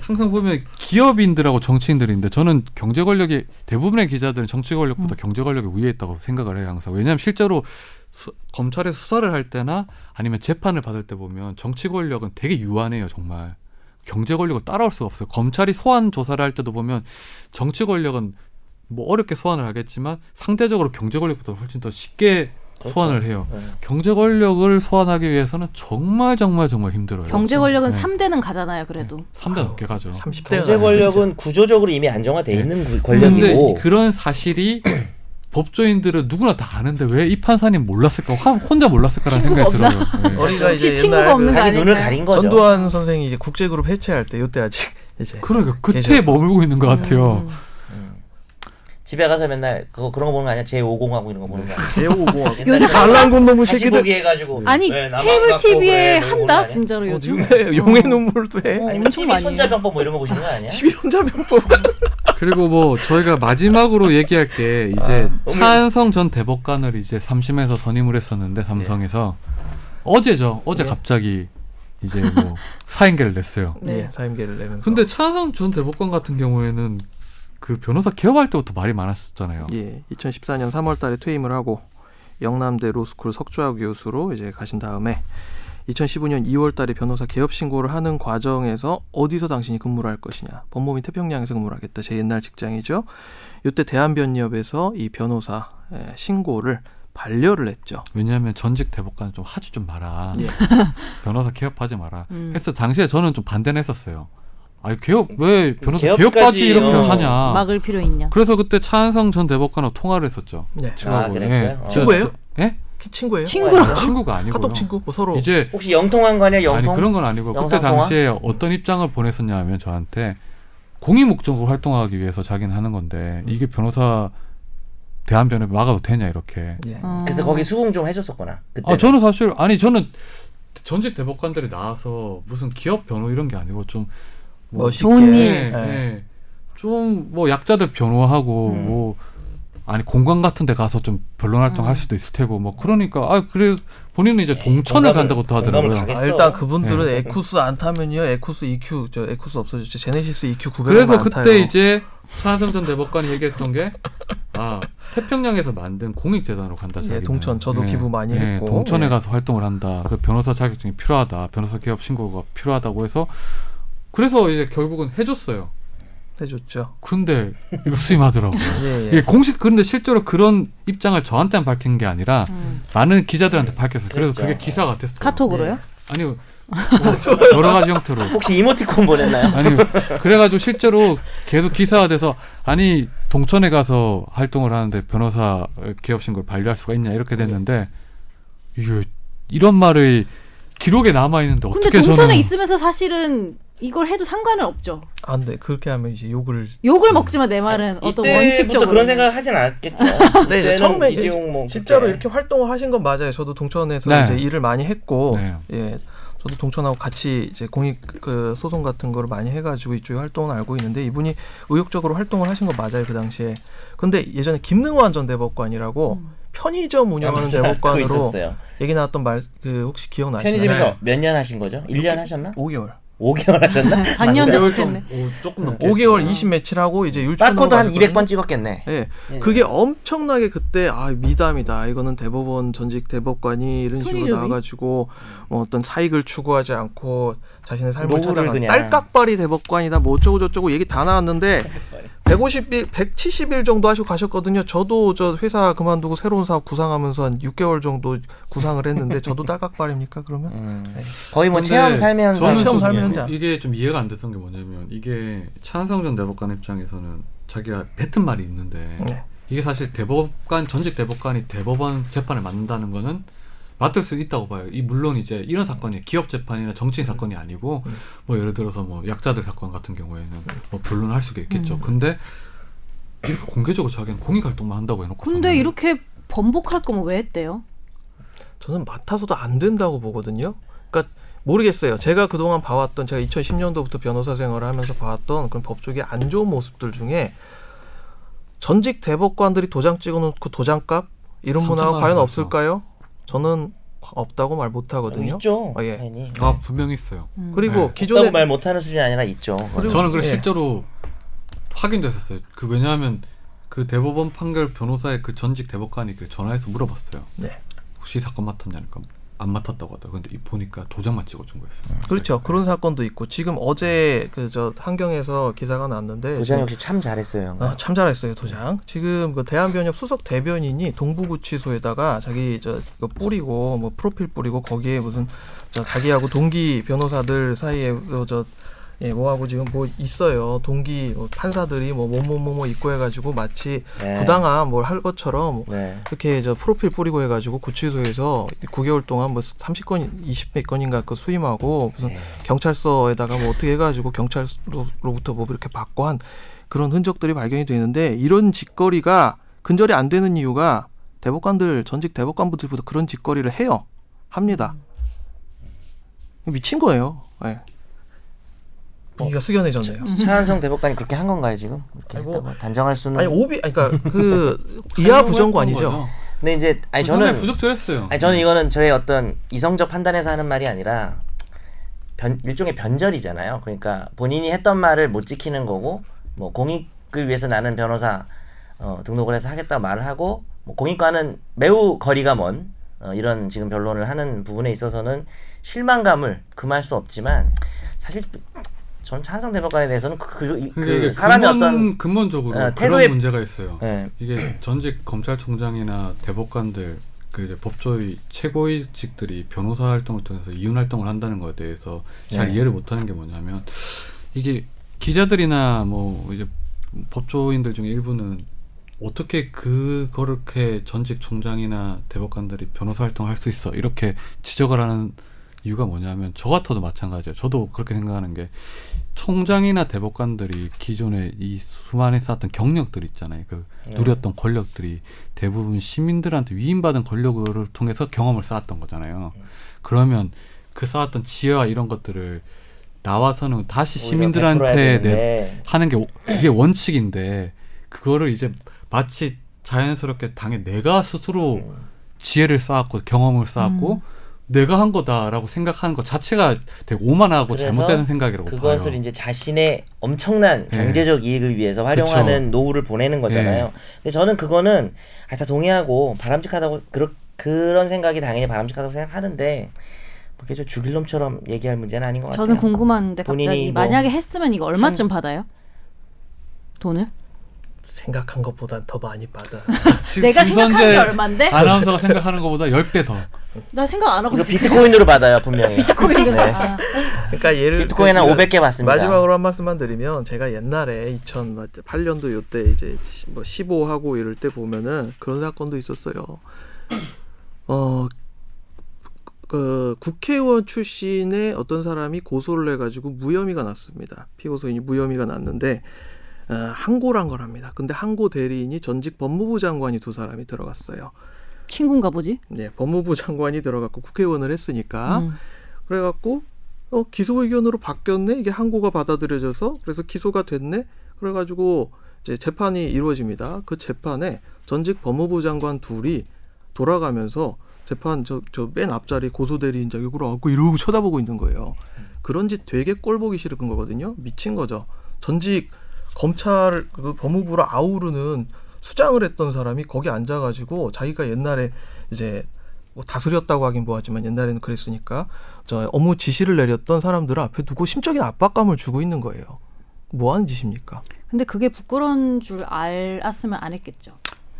Speaker 1: 항상 보면 기업인들하고 정치인들인데 저는 경제 권력이 대부분의 기자들은 정치
Speaker 3: 음.
Speaker 1: 권력보다 경제 권력이 우위에 있다고 생각을 해요 항상 왜냐하면 실제로 수- 검찰에서 수사를 할 때나 아니면 재판을 받을 때 보면 정치 권력은 되게 유한해요 정말 경제 권력을 따라올 수가 없어요 검찰이 소환 조사를 할 때도 보면 정치 권력은 뭐 어렵게 소환을 하겠지만 상대적으로 경제 권력보다 훨씬 더 쉽게
Speaker 3: 그렇죠.
Speaker 1: 소환을 해요
Speaker 2: 네.
Speaker 1: 경제 권력을 소환하기 위해서는 정말 정말 정말 힘들어요
Speaker 3: 경제 권력은
Speaker 1: 네.
Speaker 3: 삼 3대는 가잖아요, 그래도.
Speaker 1: 3대 넘게 가죠.
Speaker 4: 30대
Speaker 2: 경제 권력은 구조적으로 이미 안정화돼 있는 구-
Speaker 1: 근데
Speaker 2: 권력이고
Speaker 1: 그런 <clears throat> 사실이 법조인들은 누구나 다 아는데 왜 이 판사님 몰랐을까? 화- 혼자 몰랐을까라는
Speaker 3: 친구가
Speaker 1: 생각이 들어요. 예.
Speaker 4: 우리가
Speaker 3: 혹시
Speaker 4: 이제
Speaker 3: 친구가
Speaker 4: 옛날
Speaker 3: 없는
Speaker 4: 그
Speaker 3: 거
Speaker 2: 자기
Speaker 3: 아닌가요?
Speaker 2: 눈을 가린 거죠.
Speaker 4: 전두환 선생이 이제 국제그룹 해체할 때 이때 아직 <laughs> 이제
Speaker 1: 그러니까 그때
Speaker 4: 계셔서.
Speaker 1: 머물고 있는 것 같아요.
Speaker 3: 음.
Speaker 2: 집에 가서 맨날 그거 그런 거 보는 거 아니야? 제5공하고 이런 거 보는 거 아니야?
Speaker 4: <laughs> 제5고
Speaker 2: 요새
Speaker 4: 반란군
Speaker 2: 다시
Speaker 4: 놈의
Speaker 2: 뭐
Speaker 4: 새끼들
Speaker 2: 보기 해가지고
Speaker 3: 아니
Speaker 2: 왜 네, 나만
Speaker 3: 케이블
Speaker 2: 갖고 그래,
Speaker 3: TV에
Speaker 2: 뭐 이런 거
Speaker 3: 한다
Speaker 2: 아니야?
Speaker 3: 진짜로
Speaker 4: 어,
Speaker 3: 요즘.
Speaker 4: 용의, 용의 눈물도 해.
Speaker 3: 어,
Speaker 2: 아니
Speaker 3: 엄청
Speaker 2: TV
Speaker 3: 많이. 해요.
Speaker 2: 손자병법 뭐 이런 거 보시는 거 아니야?
Speaker 4: TV 손자병법.
Speaker 1: 그리고 뭐 저희가 마지막으로 얘기할 게 이제
Speaker 2: 너무
Speaker 1: 차은성 전 대법관을 이제 3심에서 선임을 했었는데 삼성에서 네. 어제죠. 어제 갑자기 이제 <laughs> 뭐 사인계를 냈어요.
Speaker 4: 네, 사임계를 내면서.
Speaker 1: 근데 차은성 전 대법관 같은 경우에는 그 변호사 개업할 때부터 말이 많았었잖아요.
Speaker 4: 예, 2014년 3월달에 퇴임을 하고 영남대 로스쿨 석좌 교수로 이제 가신 다음에 2015년 2월달에 변호사 개업 신고를 하는 과정에서 어디서 당신이 근무를 할 것이냐 법무부인 태평양에서 근무를 하겠다 제 옛날 직장이죠. 이때 대한변협에서 이 변호사 예, 신고를 반려를 했죠.
Speaker 1: 왜냐하면 전직 대법관 좀 하지 좀 마라.
Speaker 4: 예.
Speaker 1: <laughs> 변호사 개업하지 마라.
Speaker 3: 음.
Speaker 1: 했어 당시에 저는 좀 반대는 했었어요. 아니 개업 왜 변호사
Speaker 2: 개업까지,
Speaker 1: 개업까지 이렇게
Speaker 2: 어.
Speaker 1: 하냐.
Speaker 3: 막을 필요 있냐?
Speaker 1: 그래서 그때 차한성 전 대법관하고 통화를 했었죠.
Speaker 4: 네.
Speaker 1: 친구하고.
Speaker 2: 아, 그랬어요? 어.
Speaker 1: 예.
Speaker 4: 친구예요?
Speaker 1: 예?
Speaker 4: 키- 친구예요?
Speaker 2: 네.
Speaker 3: 친구라고?
Speaker 1: 친구가 아니고요.
Speaker 4: 카톡 친구? 뭐 서로
Speaker 1: 이제
Speaker 2: 혹시 영통한 거 아니야? 영통?
Speaker 1: 아니 그런 건 아니고 그때
Speaker 2: 영상 통화?
Speaker 1: 당시에 어떤 입장을 보냈었냐면 저한테 공익 목적으로 활동하기 위해서 자기는 하는 건데 이게 변호사 대한 변협 막아도 되냐 이렇게.
Speaker 4: 예.
Speaker 3: 어.
Speaker 2: 그래서 거기 수긍 좀 해줬었구나. 그때.
Speaker 1: 아 저는 사실 아니 저는 전직 대법관들이 나와서 무슨 기업 변호 이런 게 아니고 좀 뭐
Speaker 4: 멋있게
Speaker 2: 네.
Speaker 3: 좋은 일.
Speaker 1: 예, 예. 좀 뭐 약자들 변호하고
Speaker 2: 음.
Speaker 1: 뭐 아니 공관 같은 데 가서 좀 변론 활동 할 수도 있을 테고 뭐 그러니까 아 그래 본인은 이제 동천을
Speaker 2: 공감을-
Speaker 1: 간다고 또
Speaker 2: 공감을
Speaker 1: 하더라고요.
Speaker 2: 가겠-
Speaker 4: 아,
Speaker 2: 했어.
Speaker 4: 일단
Speaker 1: 음.
Speaker 4: 그분들은 에쿠스 안 타면요 에쿠스 EQ 저 에쿠스 없어졌죠 제네시스 EQ 900만
Speaker 1: 그래서
Speaker 4: 안 타요.
Speaker 1: 그때 이제 차한성 전 대법관이 얘기했던 게 아 태평양에서 만든 공익재단으로 간다.
Speaker 4: 예,
Speaker 1: 자기는.
Speaker 4: 동천. 저도 기부 많이 했고.
Speaker 1: 동천에
Speaker 4: 예.
Speaker 1: 가서 활동을 한다. 그 변호사 자격증이 필요하다. 변호사 개업 신고가 필요하다고 해서 그래서 이제 결국은 해줬어요.
Speaker 4: 해줬죠
Speaker 1: 근데 이거 수임하더라고요.
Speaker 4: 예예
Speaker 1: 예, 공식 그런데 실제로 그런 입장을 저한테만 밝힌 게 아니라
Speaker 3: 음.
Speaker 1: 많은 기자들한테 밝혔어요. 그래서
Speaker 2: 그랬죠.
Speaker 1: 그게 기사 같았어요.
Speaker 3: 카톡으로요?
Speaker 1: 네.
Speaker 4: <laughs>
Speaker 1: 아니요. 뭐 여러 가지 형태로.
Speaker 2: 혹시 이모티콘 보냈나요?
Speaker 1: 아니 그래가지고 실제로 계속 기사화돼서 아니 동천에 가서 활동을 하는데 변호사 기업 신고를 반려할 수가 있냐 이렇게 됐는데 이게 이런 말의 기록에 남아 있는데
Speaker 3: 근데
Speaker 1: 어떻게
Speaker 3: 동천에
Speaker 1: 저는
Speaker 3: 있으면서 사실은 이걸 해도 상관은 없죠.
Speaker 4: 안돼 아, 그렇게 하면 이제 욕을
Speaker 3: 욕을 먹지만 내 말은 네, 어떤
Speaker 2: 이때부터
Speaker 3: 원칙적으로
Speaker 2: 그런 생각을 하진 않았겠죠.
Speaker 4: 네,
Speaker 2: 그때는
Speaker 4: 이제 처음에 이제
Speaker 2: 이재용 뭐
Speaker 4: 진짜로
Speaker 2: 그때
Speaker 4: 이렇게 활동을 하신 건 맞아요. 저도 동천에서
Speaker 1: 네.
Speaker 4: 이제 일을 많이 했고,
Speaker 1: 네.
Speaker 4: 예, 저도 동천하고 같이 이제 공익 그 소송 같은 거를 많이 해가지고 이쪽에 활동을 알고 있는데 이분이 의욕적으로 활동을 하신 건 맞아요 그 당시에. 근데 예전에 김능환 전 대법관이라고 편의점 운영하는
Speaker 2: 음. 맞아, 그거
Speaker 4: 대법관으로
Speaker 2: 있었어요.
Speaker 4: 얘기 나왔던 말 그 혹시 기억나시나요?
Speaker 2: 편의점에서
Speaker 1: 네.
Speaker 2: 몇 년 하신 거죠? 1년 하셨나?
Speaker 4: 5개월.
Speaker 2: 5개월
Speaker 4: <laughs>
Speaker 2: 하셨나? <laughs>
Speaker 3: 반년
Speaker 1: 개월 좀
Speaker 3: 됐네.
Speaker 1: 오, 조금 넘게
Speaker 4: 5개월 20 매치라고 이제 율촌으로
Speaker 2: 바코드 한
Speaker 4: 가셨거든요.
Speaker 2: 200번 찍었겠네.
Speaker 4: 예.
Speaker 2: 예.
Speaker 4: 그게 엄청나게 그때 아 미담이다. 이거는 대법원 전직 대법관이 이런 식으로
Speaker 3: 편의점이?
Speaker 4: 나와가지고 뭐 어떤 사익을 추구하지 않고 자신의 삶을
Speaker 2: 노후를
Speaker 4: 찾아가는
Speaker 2: 그냥.
Speaker 4: 딸깍발이 대법관이다. 뭐 어쩌고 저쩌고 얘기 다 나왔는데 150일, 170일 정도 하시고 가셨거든요. 저도 저 회사 그만두고 새로운 사업 구상하면서 한 6개월 정도 구상을 했는데 저도 딸깍발입니까 그러면?
Speaker 2: 음, 거의 뭐
Speaker 1: 근데
Speaker 2: 체험 살면
Speaker 1: 저는
Speaker 2: 사는 어,
Speaker 4: 체험
Speaker 1: 좀
Speaker 4: 살면
Speaker 1: 그-
Speaker 4: 살자.
Speaker 1: 이게 좀 이해가 안 됐던 게 뭐냐면 이게 차한성 전 대법관 입장에서는 자기가 뱉은 말이 있는데
Speaker 4: 네.
Speaker 1: 이게 사실 대법관 전직 대법관이 대법원 재판을 맡는다는 거는 맡을 수 있다고 봐요. 이 물론 이제 이런 사건이 기업 재판이나 정치인 사건이 아니고
Speaker 2: 음.
Speaker 1: 뭐 예를 들어서 뭐 약자들 사건 같은 경우에는 뭐 변론할 수가 있겠죠.
Speaker 2: 음.
Speaker 1: 근데 이렇게 공개적으로 자기는 공익 활동만 한다고 해놓고
Speaker 3: 근데 이렇게 번복할 거면 왜 했대요?
Speaker 4: 저는 맡아서도 안 된다고 보거든요. 그러니까 모르겠어요. 제가 그동안 봐왔던 제가 2010년도부터 변호사 생활을 하면서 봐왔던 그런 법 쪽의 안 좋은 모습들 중에 전직 대법관들이 도장 찍어놓고 도장값 이런 문화가
Speaker 1: 삼천만
Speaker 4: 과연
Speaker 1: 원
Speaker 4: 없을까요? 저는 없다고 말 못하거든요.
Speaker 2: 음, 있죠.
Speaker 4: 아, 예.
Speaker 2: 당연히.
Speaker 1: 아 분명히 있어요.
Speaker 4: 그리고
Speaker 1: 네.
Speaker 2: 기존에
Speaker 4: 기존에
Speaker 2: 말 못하는 수준이 아니라 있죠.
Speaker 4: 그리고-
Speaker 1: 어, 저는 그래
Speaker 4: 예.
Speaker 1: 실제로 확인됐었어요. 그 왜냐하면 그 대법원 판결 변호사의 그 전직 대법관이 그 전화해서 물어봤어요.
Speaker 4: 네.
Speaker 1: 혹시 사건 맡았냐니까 안 맡았다고 하더라고요. 근데 이- 보니까 도장만 찍어준 거였어요.
Speaker 4: 그렇죠. 그런 사건도 있고 지금 어제 그 저 한경에서 기사가 났는데
Speaker 2: 도장 역시 참 잘했어요, 형.
Speaker 4: 네, 아, 참 잘했어요 도장. 지금 그 대한변협 수석 대변인이 동부구치소에다가 자기 저 이거 뿌리고 뭐 프로필 뿌리고 거기에 무슨 저 자기하고 동기 변호사들 사이에 어, 저 예, 뭐하고 지금 뭐 있어요. 동기 뭐 판사들이 뭐 뭐뭐뭐 있고 해가지고 마치
Speaker 2: 네.
Speaker 4: 부당한 뭘 할 것처럼
Speaker 2: 네.
Speaker 4: 이렇게 저 프로필 뿌리고 해가지고 구치소에서 9개월 동안 뭐 30건, 20몇 건인가 그 수임하고 무슨
Speaker 2: 네.
Speaker 4: 경찰서에다가 뭐 어떻게 해가지고 경찰로부터 뭐 이렇게 받고 한 그런 흔적들이 발견이 되는데 이런 짓거리가 근절이 안 되는 이유가 대법관들 전직 대법관분들보다 그런 짓거리를 해요 합니다 미친 거예요 예 분위기가 숙연해졌네요
Speaker 2: 차한성 대법관이 그렇게 한 건가요 지금? 이렇게
Speaker 4: 아이고.
Speaker 2: 했다고 단정할 수는.
Speaker 4: 아니 오비 아니 그러니까 <laughs> 그
Speaker 1: 네.
Speaker 4: 이하 부정고 아니죠
Speaker 2: 근데 이제
Speaker 4: 그
Speaker 2: 아니
Speaker 1: 저는
Speaker 2: 저는
Speaker 1: 부적절했어요.
Speaker 2: 아니 저는 이거는 저의 어떤 이성적 판단에서 하는 말이 아니라 변, 일종의 변절이잖아요. 그러니까 본인이 했던 말을 못 지키는 거고 뭐 공익을 위해서 나는 변호사 어, 등록을 해서 하겠다고 말을 하고 뭐 공익과는 매우 거리가 먼 어, 이런 지금 변론을 하는 부분에 있어서는 실망감을 금할 수 없지만 사실 전 찬성 대법관에 대해서는 그, 그, 그
Speaker 1: 그러니까 이게
Speaker 2: 사람의
Speaker 1: 근본,
Speaker 2: 어떤
Speaker 1: 근본적으로
Speaker 2: 어, 태도의-
Speaker 1: 그런 문제가 있어요.
Speaker 2: 예,
Speaker 1: 이게 전직 검찰총장이나 대법관들 그 이제 법조의 최고위직들이 변호사 활동을 통해서 이윤 활동을 한다는 거에 대해서 잘
Speaker 2: 네.
Speaker 1: 이해를 못하는 게 뭐냐면 이게 기자들이나 뭐 이제 법조인들 중에 일부는 어떻게 그거렇게 전직 총장이나 대법관들이 변호사 활동할 수 있어 이렇게 지적을 하는 이유가 뭐냐면 저 같아도 마찬가지예요. 저도 그렇게 생각하는 게 총장이나 대법관들이 기존에 이 수많이 쌓았던 경력들 있잖아요. 그
Speaker 2: 네.
Speaker 1: 누렸던 권력들이 대부분 시민들한테 위임받은 권력을 통해서 경험을 쌓았던 거잖아요.
Speaker 2: 네.
Speaker 1: 그러면 그 쌓았던 지혜와 이런 것들을 나와서는 다시 시민들한테 내,
Speaker 2: 내
Speaker 1: 하는 게 오- 이게 원칙인데 그거를 이제 마치 자연스럽게 당에 내가 스스로
Speaker 2: 음.
Speaker 1: 지혜를 쌓았고 경험을 쌓았고 내가 한 거다라고 생각하는 것 자체가 되게 오만하고
Speaker 2: 그래서
Speaker 1: 잘못된 생각이라고
Speaker 2: 그것을
Speaker 1: 봐요.
Speaker 2: 이제 자신의 엄청난
Speaker 1: 네.
Speaker 2: 경제적 이익을 위해서 활용하는 노후를 보내는 거잖아요. 근데 저는 그거는 아, 다 동의하고 바람직하다고 그런 생각이 당연히 바람직하다고 생각하는데 뭐 그게 저 죽일 놈처럼 얘기할 문제는 아닌 것 같아요.
Speaker 3: 저는 궁금한데 갑자기
Speaker 2: 본인이 뭐
Speaker 3: 만약에 했으면 이거 얼마쯤 받아요? 돈을?
Speaker 4: 생각한 것보단 더 많이 받아.
Speaker 1: 지금
Speaker 3: 내가
Speaker 1: 김선재
Speaker 3: 생각한 게 얼만데?
Speaker 1: 아나운서가 생각하는 것보다 10배 더.
Speaker 3: 나 생각 안 하고
Speaker 2: 이거
Speaker 3: 있어.
Speaker 2: 비트코인으로 받아요 분명히.
Speaker 3: <laughs> 비트코인으로.
Speaker 2: 네.
Speaker 3: 아,
Speaker 4: 그러니까 예를
Speaker 2: 비트코인 한
Speaker 4: 그러니까
Speaker 2: 500개 봤습니다.
Speaker 4: 마지막으로 한 말씀만 드리면 제가 옛날에 뭐 2008년도 요때 이제 뭐 15하고 이럴 때 보면은 그런 사건도 있었어요. <clears throat> 어, 그 국회의원 출신의 어떤 사람이 고소를 해가지고 무혐의가 났습니다. 피고소인이 무혐의가 났는데 어, 항고란 걸 합니다. 근데 항고 대리인이 전직 법무부 장관이 두 사람이 들어갔어요.
Speaker 3: 친구인가 보지?
Speaker 4: 네, 법무부 <laughs> 장관이 들어갔고 국회의원을
Speaker 2: 아?
Speaker 4: 했으니까
Speaker 3: 음.
Speaker 4: 그래갖고 어, 기소 의견으로 바뀌었네 이게 항고가 받아들여져서 그래서 기소가 됐네 그래가지고 이제 재판이 이루어집니다 그 재판에 전직 법무부 장관 둘이 돌아가면서 재판 저 저 맨 앞자리 고소대리인 자격으로 갖고 이러고 쳐다보고 있는 거예요 그런 짓 되게 꼴보기 싫은 거거든요 미친 거죠 전직 검찰 그 법무부를 아우르는 수장을 했던 사람이 거기 앉아가지고 자기가 옛날에 이제 뭐 다스렸다고 하긴 뭐하지만 옛날에는 그랬으니까 저 업무 지시를 내렸던 사람들을 앞에 두고 심적인 압박감을 주고 있는 거예요. 뭐 하는 짓입니까?
Speaker 3: 근데 그게 부끄러운 줄 알았으면 안 했겠죠.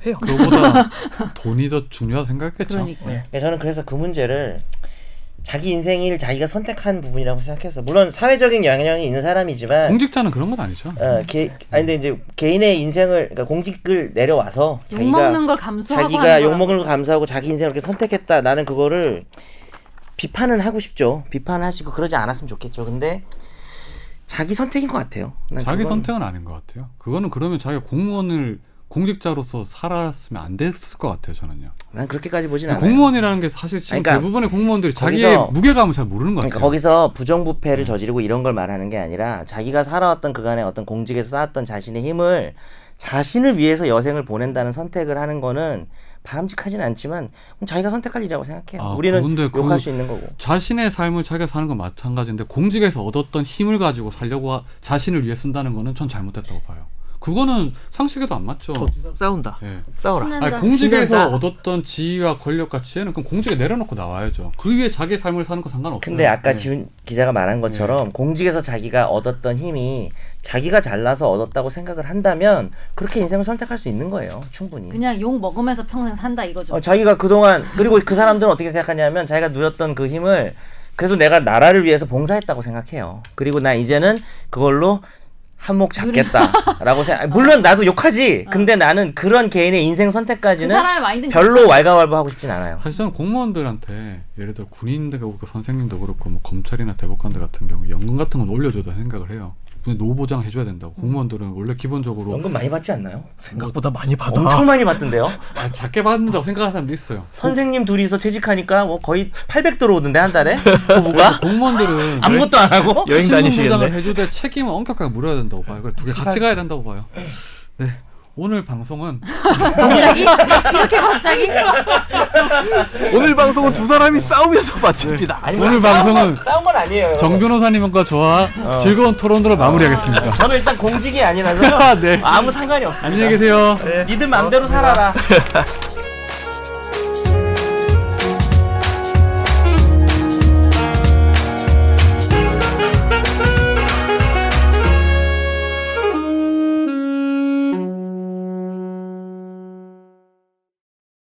Speaker 4: 해요.
Speaker 1: 그거보다 돈이 더 중요하다 생각했겠죠.
Speaker 3: 그러니까.
Speaker 2: 네, 저는 그래서 그 문제를 자기 인생을 자기가 선택한 부분이라고 생각했어. 물론 사회적인 영향이 있는 사람이지만
Speaker 1: 공직자는 그런 건 아니죠.
Speaker 2: 어, 개, 아니 근데 이제 개인의 인생을 그러니까 공직을 내려와서
Speaker 3: 욕 먹는
Speaker 2: 자기가
Speaker 3: 걸 감수하고
Speaker 2: 자기가
Speaker 3: 하는
Speaker 2: 욕
Speaker 3: 거라고.
Speaker 2: 먹는 걸 감수하고 자기 인생을 이렇게 선택했다. 나는 그거를 비판은 하고 싶죠. 비판을 하시고 그러지 않았으면 좋겠죠. 근데 자기 선택인 것 같아요. 난
Speaker 1: 자기
Speaker 2: 그건-
Speaker 1: 선택은 아닌 것 같아요. 그거는 그러면 자기가 공무원을 공직자로서 살았으면 안 됐을 것 같아요, 저는요.
Speaker 2: 난 그렇게까지 보진 않아요.
Speaker 1: 공무원이라는 게 사실 지금
Speaker 2: 그러니까
Speaker 1: 대부분의 공무원들이 자기의
Speaker 2: 거기서-
Speaker 1: 무게감을 잘 모르는 것 같아요.
Speaker 2: 그러니까 거기서 부정부패를 저지르고 이런 걸 말하는 게 아니라 자기가 살아왔던 그간의 어떤 공직에서 쌓았던 자신의 힘을 자신을 위해서 여생을 보낸다는 선택을 하는 거는 바람직하진 않지만 그건 자기가 선택할 일이라고 생각해요.
Speaker 1: 아,
Speaker 2: 우리는
Speaker 1: 근데 그-
Speaker 2: 욕할 수 있는 거고.
Speaker 1: 자신의 삶을 자기가 사는 건 마찬가지인데 공직에서 얻었던 힘을 가지고 살려고 하- 자신을 위해 쓴다는 거는 전 잘못됐다고 봐요. 그거는 상식에도 안 맞죠.
Speaker 4: 더 어, 싸운다.
Speaker 1: 예.
Speaker 4: 싸워라.
Speaker 3: 친한-
Speaker 1: 아니,
Speaker 3: 신난다.
Speaker 1: 공직에서
Speaker 4: 신난다.
Speaker 1: 얻었던 지위와 권력과 지혜는 그럼 공직에 내려놓고 나와야죠. 그 위에 자기 삶을 사는 거 상관없어요.
Speaker 2: 근데 아까
Speaker 1: 예.
Speaker 2: 지훈 기자가 말한 것처럼 공직에서 자기가 얻었던 힘이 자기가 잘나서 얻었다고 생각을 한다면 그렇게 인생을 선택할 수 있는 거예요. 충분히.
Speaker 3: 그냥 욕 먹으면서 평생 산다 이거죠.
Speaker 2: 어, 자기가 그동안 그리고 그 사람들은 어떻게 생각하냐면 자기가 누렸던 그 힘을 그래서 내가 나라를 위해서 봉사했다고 생각해요. 그리고 나 이제는 그걸로 한몫 잡겠다라고
Speaker 3: <laughs>
Speaker 2: 생각. 아니, 물론 나도 욕하지. 근데 나는 그런 개인의 인생
Speaker 3: 어. 그
Speaker 2: 선택까지는
Speaker 3: 사람의 마인드는
Speaker 2: 별로 왈가왈부하고 싶진 않아요.
Speaker 1: 사실 저는 공무원들한테 예를 들어 군인도 그렇고 선생님도 그렇고 뭐 검찰이나 대법관들 같은 경우 연금 같은 건 올려줘도 생각을 해요. 근데 노보장 해줘야 된다고. 공무원들은 원래 기본적으로
Speaker 2: 연금 많이 받지 않나요?
Speaker 4: 생각보다 많이 받아.
Speaker 2: 엄청 많이 받던데요.
Speaker 1: 아, 작게 받는다고 생각하는 사람도 있어요.
Speaker 2: 선생님 둘이서 퇴직하니까 뭐 거의 800 들어오던데 한 달에 부부가
Speaker 1: 공무원들은
Speaker 2: 아무것도 안
Speaker 1: 어?
Speaker 2: 하고.
Speaker 4: 여행
Speaker 1: 신분보장을
Speaker 4: 다니시겠네.
Speaker 1: 해줄 때 책임을 엄격하게 물어야 된다고 봐요. 그래 두개 같이 가야 된다고 봐요. 네. 오늘 방송은
Speaker 3: 갑자기 이렇게 갑자기
Speaker 2: <laughs>
Speaker 4: 오늘 방송은 두 사람이 싸우면서 마칩니다.
Speaker 2: 아니,
Speaker 1: 오늘
Speaker 2: 싸운
Speaker 1: 방송은
Speaker 2: 건- 싸운 건 아니에요.
Speaker 1: 정 변호사님과 저와 즐거운 토론으로 마무리하겠습니다.
Speaker 2: 저는 일단
Speaker 1: <laughs>
Speaker 2: 공직이 아니라서
Speaker 1: 네.
Speaker 2: 아무 상관이 없습니다. 네.
Speaker 1: 안녕히 계세요.
Speaker 2: 니들 맘대로 살아라.